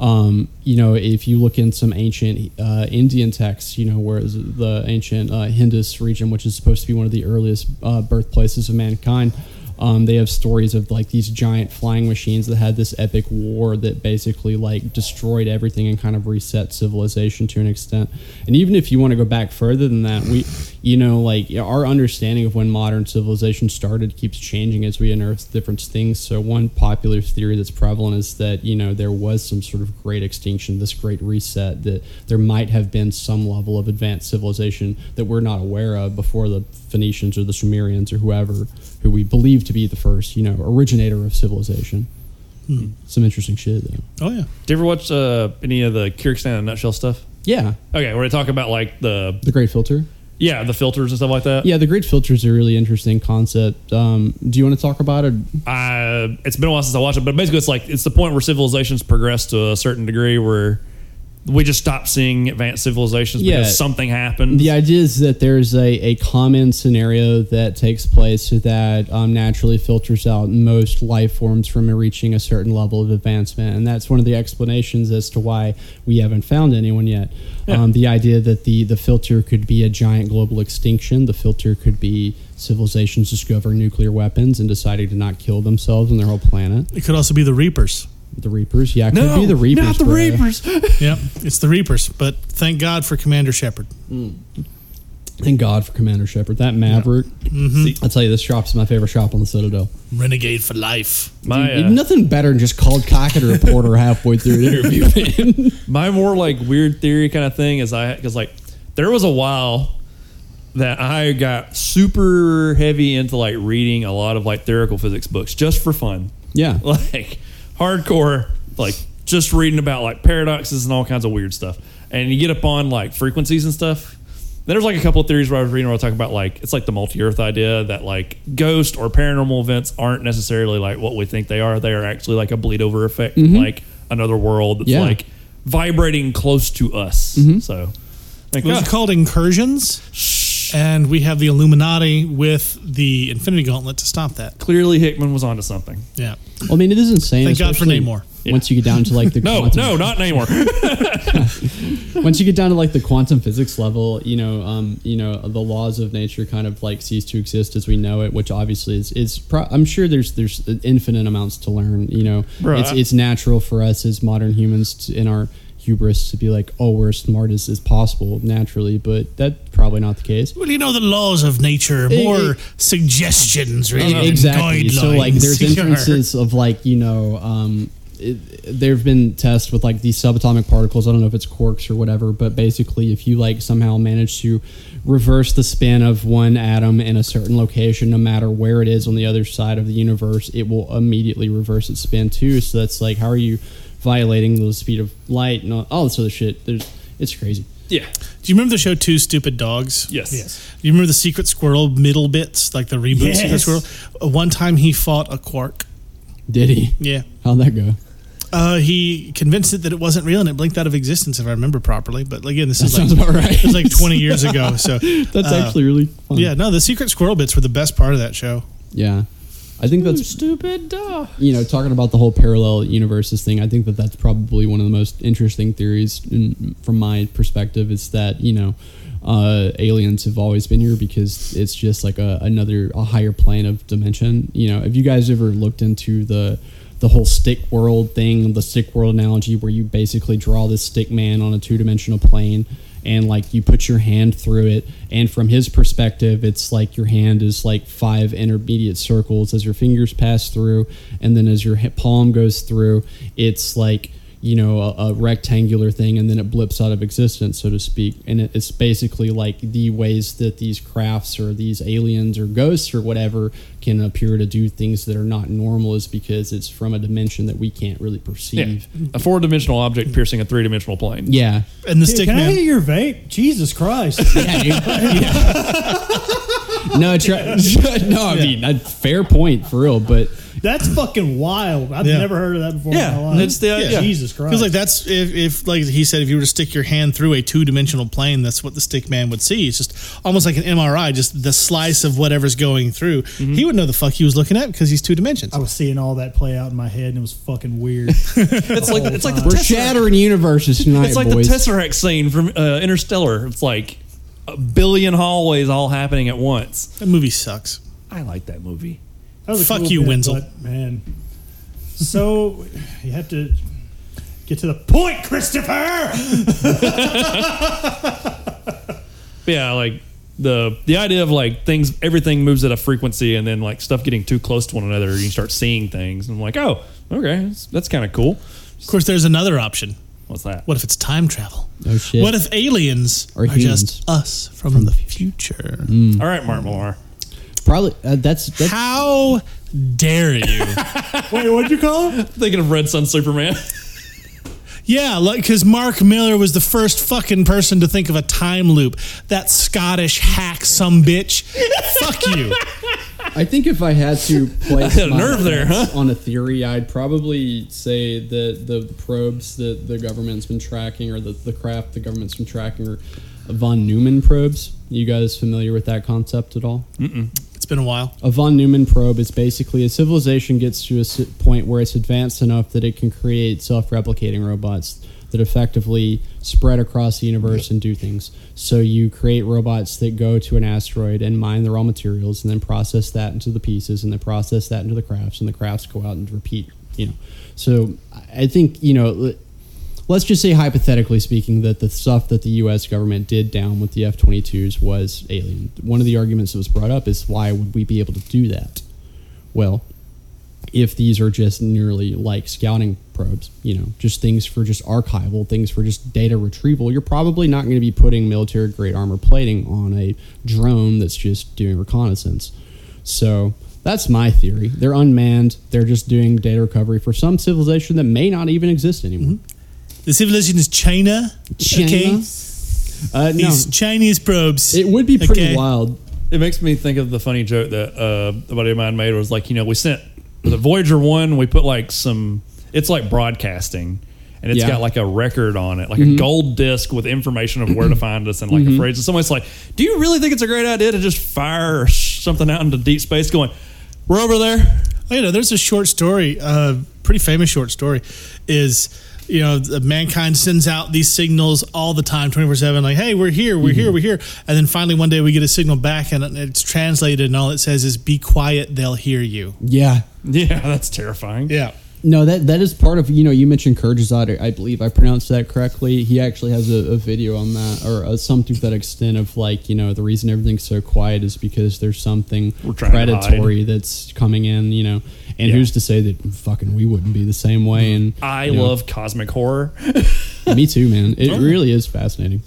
[SPEAKER 3] Um, you know, if you look in some ancient uh, Indian texts, you know, where is it? the ancient uh, Hindus region, which is supposed to be one of the earliest uh, birthplaces of mankind, um, they have stories of like these giant flying machines that had this epic war that basically like destroyed everything and kind of reset civilization to an extent. And even if you want to go back further than that, we, you know, like our understanding of when modern civilization started keeps changing as we unearth different things. So one popular theory that's prevalent is that you know there was some sort of great extinction, this great reset, that there might have been some level of advanced civilization that we're not aware of before the Phoenicians or the Sumerians or whoever who we believe to be the first, you know, originator of civilization. Some interesting shit, though.
[SPEAKER 6] Oh yeah.
[SPEAKER 1] Do you ever watch uh, any of the Kyrgyzstan and Nutshell stuff?
[SPEAKER 3] Yeah,
[SPEAKER 1] Okay, we're going to talk about like the,
[SPEAKER 3] the Great Filter.
[SPEAKER 1] yeah, the filters and stuff like that.
[SPEAKER 3] Yeah, the Great Filter is a really interesting concept. Um, do you want to talk about it?
[SPEAKER 1] uh, it's been a while since I watched it, but basically, it's like it's the point where civilizations progress to a certain degree where we just stop seeing advanced civilizations
[SPEAKER 3] Yeah.
[SPEAKER 1] because something happened.
[SPEAKER 3] The idea is that there's a, a common scenario that takes place that um, naturally filters out most life forms from reaching a certain level of advancement. And that's one of the explanations as to why we haven't found anyone yet. Um, the idea that the, the filter could be a giant global extinction, the filter could be civilizations discovering nuclear weapons and deciding to not kill themselves and their whole planet.
[SPEAKER 6] It could also be the Reapers.
[SPEAKER 3] The Reapers, yeah, it
[SPEAKER 1] no,
[SPEAKER 3] could be the Reapers.
[SPEAKER 1] not the
[SPEAKER 3] bro.
[SPEAKER 1] Reapers.
[SPEAKER 6] Yep, it's the Reapers. But thank God for Commander Shepard.
[SPEAKER 3] Thank God for Commander Shepard. That Maverick.
[SPEAKER 1] Mm-hmm.
[SPEAKER 3] I'll tell you, this shop's my favorite shop on the Citadel.
[SPEAKER 6] Renegade for life.
[SPEAKER 1] My, uh,
[SPEAKER 3] Nothing better than just called cock at a reporter halfway through an interview. man.
[SPEAKER 1] my more like weird theory kind of thing is I because like there was a while that I got super heavy into like reading a lot of like theoretical physics books just for fun.
[SPEAKER 3] yeah.
[SPEAKER 1] like hardcore, like just reading about like paradoxes and all kinds of weird stuff. And you get up on like frequencies and stuff. Then there's like a couple of theories where I was reading where I talk about like it's like the multi-earth idea that like ghost or paranormal events aren't necessarily like what we think they are. They are actually like a bleed over effect, from, like another world that's
[SPEAKER 3] Yeah.
[SPEAKER 1] like vibrating close to us. So like,
[SPEAKER 6] Those
[SPEAKER 1] ah,
[SPEAKER 6] are called incursions. And we have the Illuminati with the Infinity Gauntlet to stop that.
[SPEAKER 1] clearly Hickman was onto something.
[SPEAKER 6] Yeah.
[SPEAKER 3] Well, I mean, it is insane.
[SPEAKER 6] Thank God for
[SPEAKER 3] especially
[SPEAKER 6] Namor.
[SPEAKER 3] Once you get down to like the
[SPEAKER 1] No,
[SPEAKER 3] quantum,
[SPEAKER 1] no, not anymore.
[SPEAKER 3] once you get down to like the quantum physics level, you know, um, you know, the laws of nature kind of like cease to exist as we know it, which obviously is is. Pro- I'm sure there's there's infinite amounts to learn. You know,
[SPEAKER 1] Bruh.
[SPEAKER 3] it's it's natural for us as modern humans to, in our hubris to be like, oh, we're as smart as, as possible naturally, but that's probably not the case.
[SPEAKER 6] Well, you know the laws of nature,
[SPEAKER 3] Eh,
[SPEAKER 6] more
[SPEAKER 3] eh.
[SPEAKER 6] suggestions, really. than
[SPEAKER 3] Oh, exactly. So like,
[SPEAKER 6] guidelines.
[SPEAKER 3] there's
[SPEAKER 6] Yeah.
[SPEAKER 3] inferences of like you know, um, there have been tests with like these subatomic particles. I don't know if it's quarks or whatever, but basically, if you like somehow manage to reverse the spin of one atom in a certain location, no matter where it is on the other side of the universe, it will immediately reverse its spin too. So that's like, how are you violating the speed of light and all, all this other shit? There's it's crazy.
[SPEAKER 1] yeah.
[SPEAKER 6] Do you remember the show Two Stupid Dogs?
[SPEAKER 1] Yes.
[SPEAKER 6] Do you remember the Secret Squirrel middle bits, like the reboot Secret
[SPEAKER 4] Yes.
[SPEAKER 6] Squirrel? Uh, One time he fought a quark.
[SPEAKER 3] Did he?
[SPEAKER 6] Yeah.
[SPEAKER 3] How'd that go?
[SPEAKER 6] Uh, he convinced it that it wasn't real and it blinked out of existence, if I remember properly. But again, this is
[SPEAKER 3] sounds
[SPEAKER 6] like
[SPEAKER 3] about right.
[SPEAKER 6] it was like 20 years ago. So
[SPEAKER 3] That's
[SPEAKER 6] uh,
[SPEAKER 3] actually really fun.
[SPEAKER 6] yeah. No, the Secret Squirrel bits were the best part of that show.
[SPEAKER 3] Yeah. I think that's
[SPEAKER 1] Stupid duh.
[SPEAKER 3] you know, talking about the whole parallel universes thing, I think that that's probably one of the most interesting theories in, from my perspective is that, you know, uh, aliens have always been here because it's just like a, another, a higher plane of dimension. You know, have you guys ever looked into the, the whole stick world thing, the stick world analogy where you basically draw this stick man on a two dimensional plane and like you put your hand through it and from his perspective it's like your hand is like five intermediate circles as your fingers pass through and then as your he- palm goes through it's like you know, a, a rectangular thing and then it blips out of existence, so to speak. And it, it's basically like the ways that these crafts or these aliens or ghosts or whatever can appear to do things that are not normal is because it's from a dimension that we can't really
[SPEAKER 1] Yeah.
[SPEAKER 3] perceive.
[SPEAKER 1] A four dimensional object piercing a three dimensional plane.
[SPEAKER 3] Yeah.
[SPEAKER 6] And the
[SPEAKER 4] Dude,
[SPEAKER 6] stick
[SPEAKER 4] can I
[SPEAKER 6] man.
[SPEAKER 4] hit your vape? Jesus Christ!
[SPEAKER 3] Yeah, dude. Yeah. No, try, no. I mean, uh, fair point for real, but
[SPEAKER 4] That's fucking wild. I've
[SPEAKER 6] Yeah.
[SPEAKER 4] never heard of that before.
[SPEAKER 1] Yeah,
[SPEAKER 4] in my life.
[SPEAKER 1] that's the- yeah.
[SPEAKER 4] Jesus
[SPEAKER 6] Because
[SPEAKER 4] Christ.
[SPEAKER 6] like that's if, if like he said, if you were to stick your hand through a two dimensional plane, that's what the stick man would see. It's just almost like an MRI, just the slice of whatever's going through.
[SPEAKER 3] Mm-hmm.
[SPEAKER 6] He would know the fuck he was looking at because he's two dimensions.
[SPEAKER 4] I was seeing all that play out in my head, and it was fucking weird.
[SPEAKER 1] It's like it's like the
[SPEAKER 3] we're
[SPEAKER 1] Tesseract.
[SPEAKER 3] shattering universes tonight,
[SPEAKER 1] It's like
[SPEAKER 3] boys.
[SPEAKER 1] the Tesseract scene from uh, Interstellar. It's like a billion hallways all happening at once.
[SPEAKER 6] That movie sucks.
[SPEAKER 1] I like that movie.
[SPEAKER 4] That was a
[SPEAKER 6] Fuck
[SPEAKER 4] cool
[SPEAKER 6] you,
[SPEAKER 4] bit,
[SPEAKER 6] Wenzel.
[SPEAKER 4] but, man. So you have to get to the point, Christopher.
[SPEAKER 1] Yeah, like the the idea of like things everything moves at a frequency and then like stuff getting too close to one another you start seeing things and I'm like, "Oh, okay. That's, that's kind of cool."
[SPEAKER 6] Of course, there's another option.
[SPEAKER 1] What's that?
[SPEAKER 6] What if it's time travel?
[SPEAKER 3] Oh, shit.
[SPEAKER 6] What if aliens
[SPEAKER 3] Or
[SPEAKER 6] are
[SPEAKER 3] humans.
[SPEAKER 6] just us from, the future?
[SPEAKER 3] Hmm.
[SPEAKER 1] All right, Mark Millar.
[SPEAKER 3] Probably uh, that's that's
[SPEAKER 6] How dare you?
[SPEAKER 4] Wait, what'd you call it?
[SPEAKER 1] Thinking of Red Sun Superman.
[SPEAKER 6] yeah, like because Mark Miller was the first fucking person to think of a time loop. That Scottish hack, some bitch. Fuck you.
[SPEAKER 3] I think if I had to place
[SPEAKER 1] hit a
[SPEAKER 3] my
[SPEAKER 1] nerve there, huh?
[SPEAKER 3] bets on a theory, I'd probably say that the, the probes that the government's been tracking or the, the craft the government's been tracking are von Neumann probes. You guys familiar with that concept at all?
[SPEAKER 6] It's been a while.
[SPEAKER 3] A von Neumann probe is basically a civilization gets to a s- point where it's advanced enough that it can create self-replicating robots that effectively spread across the universe and do things. So you create robots that go to an asteroid and mine the raw materials and then process that into the pieces and then process that into the crafts and the crafts go out and repeat, you know. So I- I think, you know, l- let's just say hypothetically speaking that the stuff that the U.S. government did down with the F-22s was alien. One of the arguments that was brought up is why would we be able to do that? Well, if these are just nearly like scouting probes, you know, just things for just archival, things for just data retrieval, you're probably not going to be putting military grade armor plating on a drone that's just doing reconnaissance. So that's my theory. They're unmanned. They're just doing data recovery for some civilization that may not even exist anymore.
[SPEAKER 6] The civilization is China. Okay.
[SPEAKER 3] China? Uh, no,
[SPEAKER 6] These Chinese probes.
[SPEAKER 3] it would be pretty
[SPEAKER 6] okay?
[SPEAKER 3] wild.
[SPEAKER 1] it makes me think of the funny joke that uh, a buddy of mine made was like, you know, we sent the Voyager one, we put like some, it's like broadcasting, and it's
[SPEAKER 3] Yeah. Mm-hmm.
[SPEAKER 1] got like a record on it, like a gold disc with information of where to find us and like a phrase. And someone's like, do you really think it's a great idea to just fire something out into deep space? Going, we're over there.
[SPEAKER 6] Well, you know, there's a short story, uh, pretty famous short story, is you know the- mankind sends out these signals all the time, 24 seven. Like, hey, we're here, we're here, we're here, and then finally one day we get a signal back, and it's translated, and all it says is "Be quiet, they'll hear you."
[SPEAKER 3] Yeah.
[SPEAKER 1] Yeah, that's terrifying.
[SPEAKER 6] Yeah.
[SPEAKER 3] No, that that is part of you know you mentioned Kurdzad. I believe I pronounced that correctly. He actually has a, a video on that or uh something to that extent of like you know the reason everything's so quiet is because there's something
[SPEAKER 1] We're trying to hide.
[SPEAKER 3] predatory that's coming in. You know, and
[SPEAKER 1] Yeah.
[SPEAKER 3] who's to say that fucking we wouldn't be the same way? And
[SPEAKER 1] I
[SPEAKER 3] you know,
[SPEAKER 1] love Oh. cosmic horror.
[SPEAKER 3] me too, man. It really is fascinating.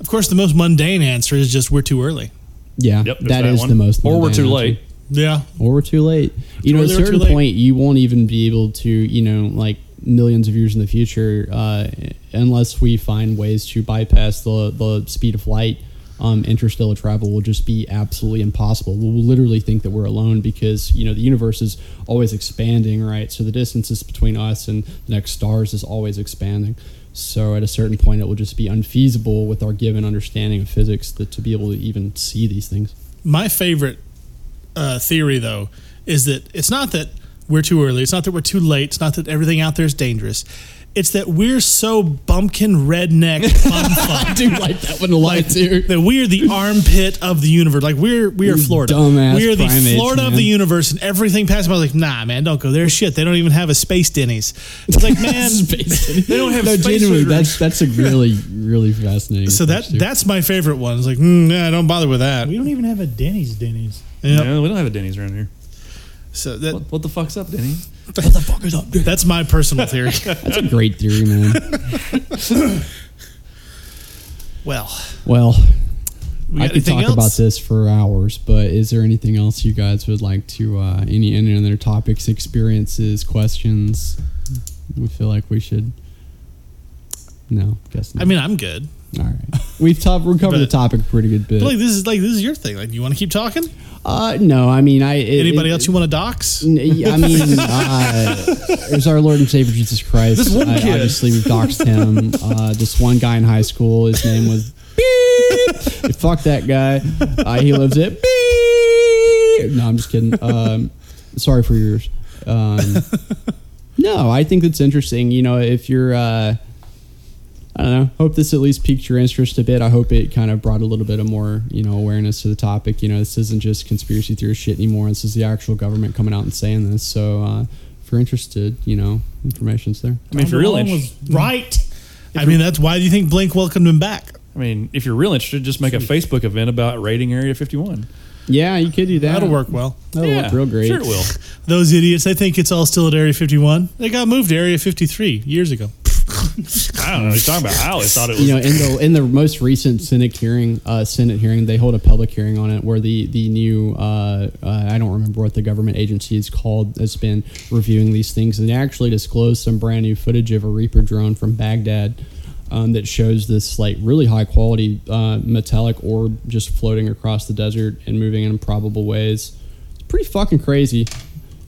[SPEAKER 6] Of course, the most mundane answer is just "We're too early."
[SPEAKER 3] Yeah,
[SPEAKER 1] Yep, there's
[SPEAKER 3] that
[SPEAKER 1] that
[SPEAKER 3] is
[SPEAKER 1] one.
[SPEAKER 3] the most.
[SPEAKER 1] Or we're
[SPEAKER 3] mundane
[SPEAKER 1] too
[SPEAKER 3] answer.
[SPEAKER 1] late.
[SPEAKER 6] Yeah.
[SPEAKER 3] or we're too late. You know,
[SPEAKER 6] Or
[SPEAKER 3] at a
[SPEAKER 6] they were
[SPEAKER 3] certain
[SPEAKER 6] too late.
[SPEAKER 3] point, you won't even be able to, you know, like millions of years in the future, uh, unless we find ways to bypass the the speed of light. Um, interstellar travel will just be absolutely impossible. We'll literally think that we're alone because you know the universe is always expanding, right? So the distances between us and the next stars is always expanding. So at a certain point, it will just be unfeasible with our given understanding of physics that to be able to even see these things.
[SPEAKER 6] My favorite uh, theory, though, is that it's not that we're too early. It's not that we're too late. It's not that everything out there is dangerous. It's that we're so bumpkin redneck bumfuck
[SPEAKER 3] do like that one a lot too.
[SPEAKER 6] that we are the armpit of the universe. Like we're we are
[SPEAKER 3] You
[SPEAKER 6] Florida.
[SPEAKER 3] dumbass
[SPEAKER 6] we are the
[SPEAKER 3] primates,
[SPEAKER 6] Florida of
[SPEAKER 3] man.
[SPEAKER 6] the universe, and everything passing by. Like nah, man, don't go there. Shit, they don't even have a space Denny's. It's like man, they don't have
[SPEAKER 3] no,
[SPEAKER 6] space.
[SPEAKER 3] genuinely,
[SPEAKER 6] refrigerators.
[SPEAKER 3] that's that's a really really fascinating.
[SPEAKER 6] so that
[SPEAKER 3] question.
[SPEAKER 6] that's my favorite one. It's like mm, nah, don't bother with that.
[SPEAKER 4] We don't even have a Denny's. Denny's.
[SPEAKER 6] Yep.
[SPEAKER 1] No, we don't have a Denny's around here.
[SPEAKER 6] So that
[SPEAKER 1] What, what the fuck's up, Denny?
[SPEAKER 6] that's my personal theory.
[SPEAKER 3] That's a great theory, man.
[SPEAKER 6] well,
[SPEAKER 3] Well,
[SPEAKER 6] we
[SPEAKER 3] I could
[SPEAKER 6] got anything
[SPEAKER 3] talk
[SPEAKER 6] else?
[SPEAKER 3] about this for hours, but is there anything else you guys would like to uh, any any other topics, experiences, questions? We feel like we should. No, guess not.
[SPEAKER 6] I mean, I'm good.
[SPEAKER 3] all right, we've top we covered the
[SPEAKER 6] But-
[SPEAKER 3] topic a pretty good bit.
[SPEAKER 6] But like this is like this is your thing. Like, you want to keep talking?
[SPEAKER 3] uh, no, I mean, I it-
[SPEAKER 6] Anybody
[SPEAKER 3] it-
[SPEAKER 6] else you want to dox?
[SPEAKER 3] N- I mean, uh, there's our Lord and Savior Jesus Christ.
[SPEAKER 1] This one
[SPEAKER 3] I,
[SPEAKER 1] kid.
[SPEAKER 3] Obviously, we've doxed him. Uh, this one guy in high school, his name was Beep. Fuck that guy. Uh, he lives at Beep. No, I'm just kidding. Um, sorry for yours. Um, no, I think that's interesting. You know, if you're. Uh, I don't know. Hope this at least piqued your interest a bit. I hope it kind of brought a little bit of more, you know, awareness to the topic. You know, this isn't just conspiracy theory shit anymore. This is the actual government coming out and saying this. So, uh, if you're interested, you know, information's there.
[SPEAKER 1] I mean, if you're really,
[SPEAKER 4] Malone
[SPEAKER 1] interested,
[SPEAKER 4] was right.
[SPEAKER 6] I mean, that's why do you think Blink welcomed him back?
[SPEAKER 1] I mean, if you're real interested, just make a Facebook event about raiding Area 51.
[SPEAKER 3] Yeah, you could do that.
[SPEAKER 6] That'll work well.
[SPEAKER 3] That'll
[SPEAKER 1] yeah,
[SPEAKER 3] work Oh, real great.
[SPEAKER 1] Sure, it will.
[SPEAKER 6] Those idiots, they think it's all still at Area 51. They got moved to Area 53 years ago.
[SPEAKER 1] I don't know what you're talking about. I always thought it was.
[SPEAKER 3] you know, in the in the most recent Senate hearing, uh, Senate hearing, they hold a public hearing on it where the the new uh, uh, I don't remember what the government agency is called that's been reviewing these things, and they actually disclosed some brand new footage of a Reaper drone from Baghdad. Um, that shows this like really high quality uh, metallic orb just floating across the desert and moving in improbable ways. It's pretty fucking crazy.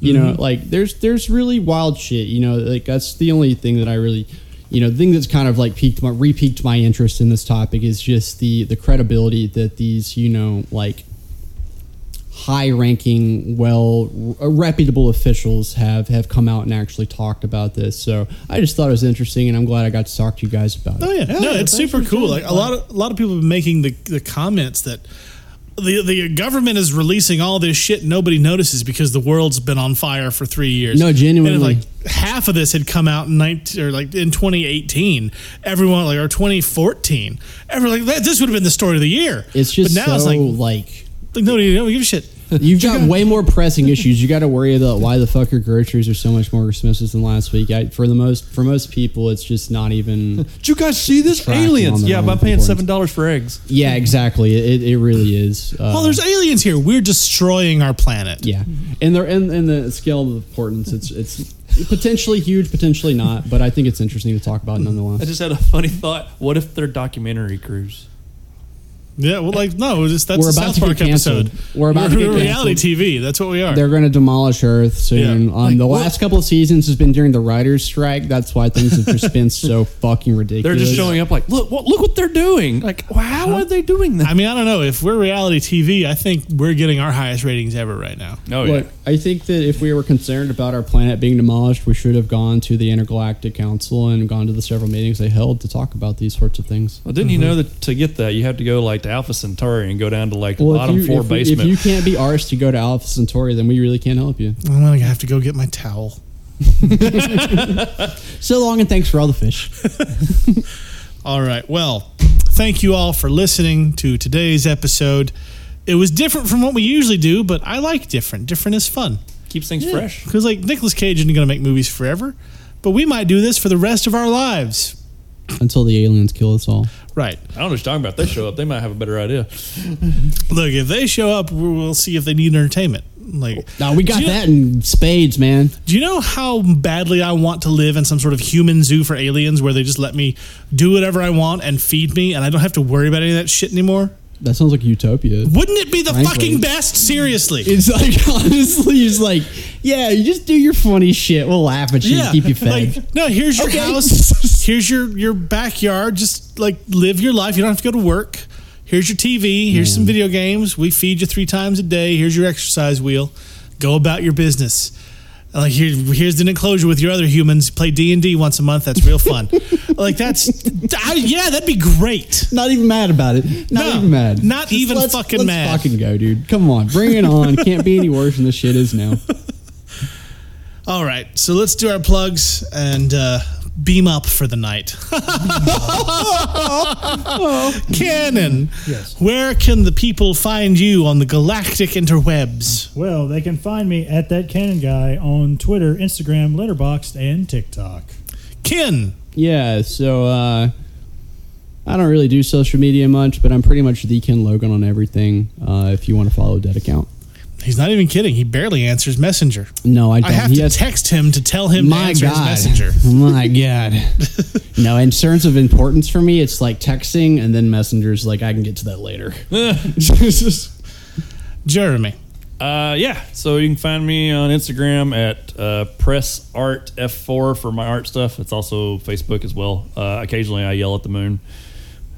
[SPEAKER 3] You know,
[SPEAKER 6] Mm-hmm.
[SPEAKER 3] like there's there's really wild shit. You know, like that's the only thing that I really, you know, the thing that's kind of like piqued my re-piqued my interest in this topic is just the the credibility that these you know like high ranking, well r- reputable officials have have come out and actually talked about this. So I just thought it was interesting, and I'm glad I got to talk to you guys about
[SPEAKER 6] Oh
[SPEAKER 3] it.
[SPEAKER 6] yeah, no, it's super cool. Like a lot of a lot of people have been making the, the comments that the the government is releasing all this shit nobody notices because the world's been on fire for three years.
[SPEAKER 3] No,
[SPEAKER 6] And if,
[SPEAKER 3] genuinely.
[SPEAKER 6] like half of this had come out in 19, or like in 2018. Everyone like or 2014. Everyone like that, this would have been the story of the year.
[SPEAKER 3] It's just
[SPEAKER 6] but now
[SPEAKER 3] so
[SPEAKER 6] it's like,
[SPEAKER 3] like
[SPEAKER 6] like nobody don't give a shit.
[SPEAKER 3] You've got way more pressing issues. You got to worry about why the fuck your groceries are so much more expensive than last week. I, for the most, for most people, it's just not even.
[SPEAKER 1] Did you guys see this?
[SPEAKER 3] Tracking on
[SPEAKER 1] Aliens.
[SPEAKER 3] the
[SPEAKER 1] Yeah, by
[SPEAKER 3] wrong
[SPEAKER 1] paying
[SPEAKER 3] importance.
[SPEAKER 1] $7 for eggs.
[SPEAKER 3] Yeah, exactly. It, it really is. Uh,
[SPEAKER 6] Oh, there's aliens here. We're destroying our planet.
[SPEAKER 3] yeah, and they're in, in the scale of importance. It's it's potentially huge, potentially not. But I think it's interesting to talk about
[SPEAKER 1] I
[SPEAKER 3] nonetheless.
[SPEAKER 1] just had a funny thought. What if they're documentary crews?
[SPEAKER 6] Yeah, well, like no, it's, that's
[SPEAKER 3] We're
[SPEAKER 6] a
[SPEAKER 3] about
[SPEAKER 6] South
[SPEAKER 3] to get
[SPEAKER 6] Park
[SPEAKER 3] canceled.
[SPEAKER 6] episode.
[SPEAKER 3] We're about to get
[SPEAKER 6] reality TV. That's what we are.
[SPEAKER 3] They're going to demolish Earth soon.
[SPEAKER 6] Yeah.
[SPEAKER 3] Um, the
[SPEAKER 6] Like,
[SPEAKER 3] last couple of seasons has been during the writers' strike. That's why things have just been so fucking
[SPEAKER 1] They're
[SPEAKER 3] ridiculous.
[SPEAKER 1] just showing up like, look, what, look what they're doing. Like, wow, how are they doing that?
[SPEAKER 6] I mean, I don't know. If we're reality TV, I think we're getting our highest ratings ever right now.
[SPEAKER 1] Oh,
[SPEAKER 3] Look, I think that if we were concerned about our planet being demolished, we should have gone to the Intergalactic Council and gone to the several meetings they held to talk about these sorts of things.
[SPEAKER 1] Well, didn't you know that to get that you have to go like to Alpha Centauri and go down to like the bottom
[SPEAKER 3] if, you,
[SPEAKER 1] floor
[SPEAKER 3] if, we- if
[SPEAKER 1] basement?
[SPEAKER 3] you can't be ours to go to Alpha Centauri, then we really can't help you.
[SPEAKER 6] I'm gonna have to go get my towel.
[SPEAKER 3] So long and thanks for all the fish.
[SPEAKER 6] All right. Well, thank you all for listening to today's episode. It was different from what we usually do, but I like different. Different is fun
[SPEAKER 1] Keeps things fresh.
[SPEAKER 6] because, like, Nicolas Cage isn't gonna make movies forever, but we might do this for the rest of our lives.
[SPEAKER 3] Until the aliens kill us all.
[SPEAKER 6] Right.
[SPEAKER 1] I don't know what you're talking about. They show up, they might have a better idea.
[SPEAKER 6] Look, if they show up, we- we'll see if they need entertainment. Like,
[SPEAKER 3] No, we got
[SPEAKER 6] Do you-
[SPEAKER 3] that in spades, man.
[SPEAKER 6] Do you know how badly I want to live in some sort of human zoo for aliens where they just let me do whatever I want and feed me and I don't have to worry about any of that shit anymore?
[SPEAKER 3] That sounds like utopia.
[SPEAKER 6] Wouldn't it be the
[SPEAKER 3] Frankly.
[SPEAKER 6] fucking best? Seriously.
[SPEAKER 3] It's like honestly, it's like, yeah, you just do your funny shit. We'll laugh at you and keep you fed.
[SPEAKER 6] Like, no, here's your
[SPEAKER 3] Okay.
[SPEAKER 6] house. Here's your your backyard. Just like live your life. You don't have to go to work. Here's your TV. Here's some video games. We feed you three times a day. Here's your exercise wheel. Go about your business. Like here, here's an enclosure with your other humans. Play D and D once a month. That's real fun. like that's, I, yeah, that'd be great.
[SPEAKER 3] Not even mad about it. Not
[SPEAKER 6] No,
[SPEAKER 3] even mad.
[SPEAKER 6] not even
[SPEAKER 3] let's-
[SPEAKER 6] fucking
[SPEAKER 3] let's
[SPEAKER 6] mad.
[SPEAKER 3] Fucking go, dude. Come on, bring it on. Can't be any worse than this shit is now.
[SPEAKER 6] All right, so let's do our plugs and uh, beam up for the night. Canon,
[SPEAKER 4] Yes.
[SPEAKER 6] where can the people find you on the galactic interwebs?
[SPEAKER 4] Well, they can find me at that cannon guy on Twitter, Instagram, Letterboxd, and TikTok.
[SPEAKER 6] Kin,
[SPEAKER 3] Yeah, so uh, I don't really do social media much, but I'm pretty much the Ken Logan on everything. Uh, if you want to follow that account,
[SPEAKER 6] he's not even kidding. He barely answers Messenger.
[SPEAKER 3] no, I
[SPEAKER 6] I
[SPEAKER 3] don't.
[SPEAKER 6] have
[SPEAKER 3] He
[SPEAKER 6] to
[SPEAKER 3] has-
[SPEAKER 6] text him to tell him to
[SPEAKER 3] my
[SPEAKER 6] answer
[SPEAKER 3] God,
[SPEAKER 6] his Messenger.
[SPEAKER 3] my God. No, in terms of importance for me, it's like texting and then messengers. Like I can get to that later. Jesus.
[SPEAKER 6] Jeremy,
[SPEAKER 1] Uh, yeah, so you can find me on Instagram at uh, Press Art F4 for my art stuff. It's also Facebook as well. Uh, occasionally, I yell at the moon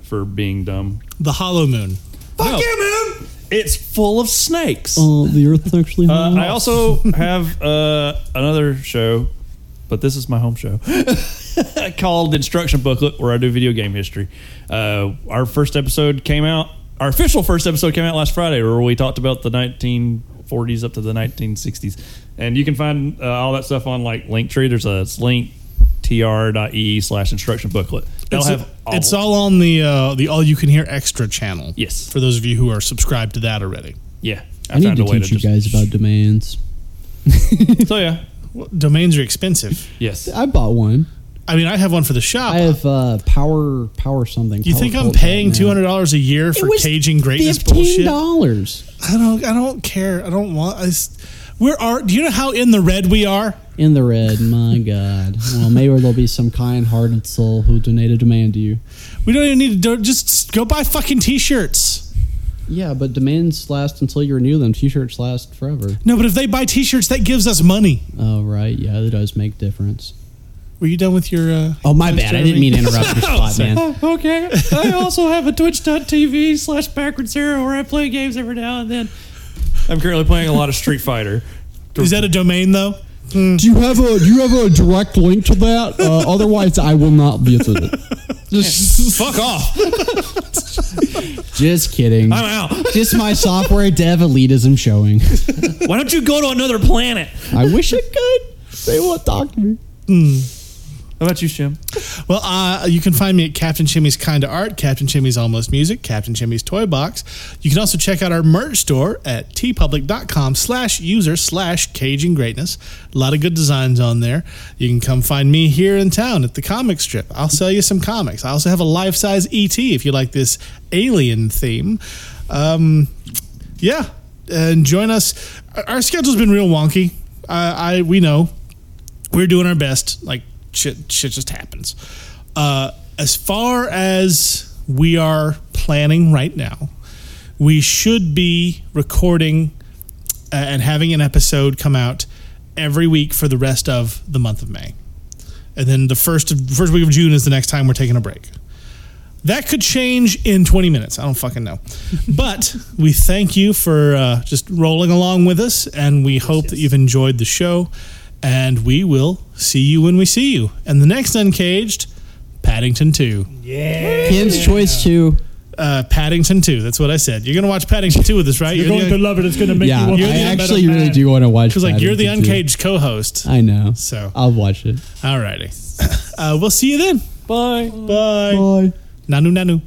[SPEAKER 1] for being dumb.
[SPEAKER 6] the Hollow Moon.
[SPEAKER 1] Fuck you, moon! It's full of snakes.
[SPEAKER 3] Oh, the Earth's actually.
[SPEAKER 1] Uh, I also have uh, another show, but this is my home show called Instruction Booklet, where I do video game history. Uh, our first episode came out, our official first episode came out last Friday, where we talked about the 1940s up to the 1960s. And you can find uh, all that stuff on like Linktree. There's a it's linktr.ee slash instruction booklet. They'll
[SPEAKER 6] It's,
[SPEAKER 1] have all,
[SPEAKER 6] it's all on the uh, the all you can hear extra channel.
[SPEAKER 1] Yes.
[SPEAKER 6] for those of you who are subscribed to that already.
[SPEAKER 1] Yeah.
[SPEAKER 3] I need to teach you guys about demands.
[SPEAKER 1] So, yeah.
[SPEAKER 6] Well, domains are expensive.
[SPEAKER 1] Yes.
[SPEAKER 3] I bought one.
[SPEAKER 6] I mean, I have one for the shop.
[SPEAKER 3] I have uh, power, power something.
[SPEAKER 6] you
[SPEAKER 3] Power
[SPEAKER 6] think I'm
[SPEAKER 3] cult right
[SPEAKER 6] paying
[SPEAKER 3] now.
[SPEAKER 6] two hundred dollars a year
[SPEAKER 3] It
[SPEAKER 6] for
[SPEAKER 3] was
[SPEAKER 6] caging greatness
[SPEAKER 3] Fifteen
[SPEAKER 6] bullshit?
[SPEAKER 3] dollars
[SPEAKER 6] I don't. I don't care. I don't want. I, s- we're are. Do you know how in the red we are?
[SPEAKER 3] in the red. My God. Well, maybe there'll be some kind-hearted soul who donated demand to you.
[SPEAKER 6] We don't even need to do, just go buy fucking t-shirts.
[SPEAKER 3] Yeah, but demands last until you renew them. T-shirts last forever.
[SPEAKER 6] No, but if they buy t-shirts, that gives us money.
[SPEAKER 3] Oh right, yeah, that does make difference.
[SPEAKER 6] Were you done with your? Uh,
[SPEAKER 3] Oh my bad, I didn't mean to interrupt your spot, man.
[SPEAKER 1] Oh, Okay. I also have a twitch.tv slash backwards hero where I play games every now and then. I'm currently playing a lot of Street Fighter.
[SPEAKER 6] is that a domain though?
[SPEAKER 3] Do you have a do you have a direct link to that? Uh, otherwise, I will not visit it. Just,
[SPEAKER 1] Fuck off.
[SPEAKER 3] just kidding.
[SPEAKER 1] I'm out.
[SPEAKER 3] Just my software dev elitism showing.
[SPEAKER 1] Why don't you go to another planet?
[SPEAKER 3] I wish I could. They won't talk to me.
[SPEAKER 1] How about you, Shim?
[SPEAKER 6] Well, uh, you can find me at Captain Chimmy's Kinda Art, Captain Chimmy's Almost Music, Captain Chimmy's Toy Box. You can also check out our merch store at tpublic.com slash user slash caging greatness. A lot of good designs on there. You can come find me here in town at the comic strip. I'll sell you some comics. I also have a life-size ET if you like this alien theme. Um, yeah, and join us. Our- Our schedule's been real wonky. I, I we know we're doing our best. Like shit, shit just happens. Uh, as far as we are planning right now, we should be recording uh, and having an episode come out every week for the rest of the month of May, and then the first first week of June is the next time we're taking a break. That could change in 20 minutes. I don't fucking know. But we thank you for uh, just rolling along with us, and we hope that you've enjoyed the show. And we will see you when we see you. And the next Uncaged, Paddington 2.
[SPEAKER 3] Ken's choice too.
[SPEAKER 6] Uh, Paddington 2, that's what I said. You're going to watch Paddington 2 with us, right?
[SPEAKER 4] You're,
[SPEAKER 6] the
[SPEAKER 4] going to
[SPEAKER 6] un-
[SPEAKER 4] love it. It's going to make
[SPEAKER 3] Yeah,
[SPEAKER 4] you want to
[SPEAKER 3] I
[SPEAKER 4] be a better
[SPEAKER 3] actually really
[SPEAKER 4] man.
[SPEAKER 3] do want to watch.
[SPEAKER 6] 'cause, like, you're the
[SPEAKER 3] Paddington Uh, too.
[SPEAKER 6] Uncaged co host.
[SPEAKER 3] I know.
[SPEAKER 6] So.
[SPEAKER 3] I'll watch it.
[SPEAKER 6] Alrighty. Uh, we'll see you then.
[SPEAKER 1] Bye.
[SPEAKER 6] Bye.
[SPEAKER 3] Bye.
[SPEAKER 6] Nanu, nanu.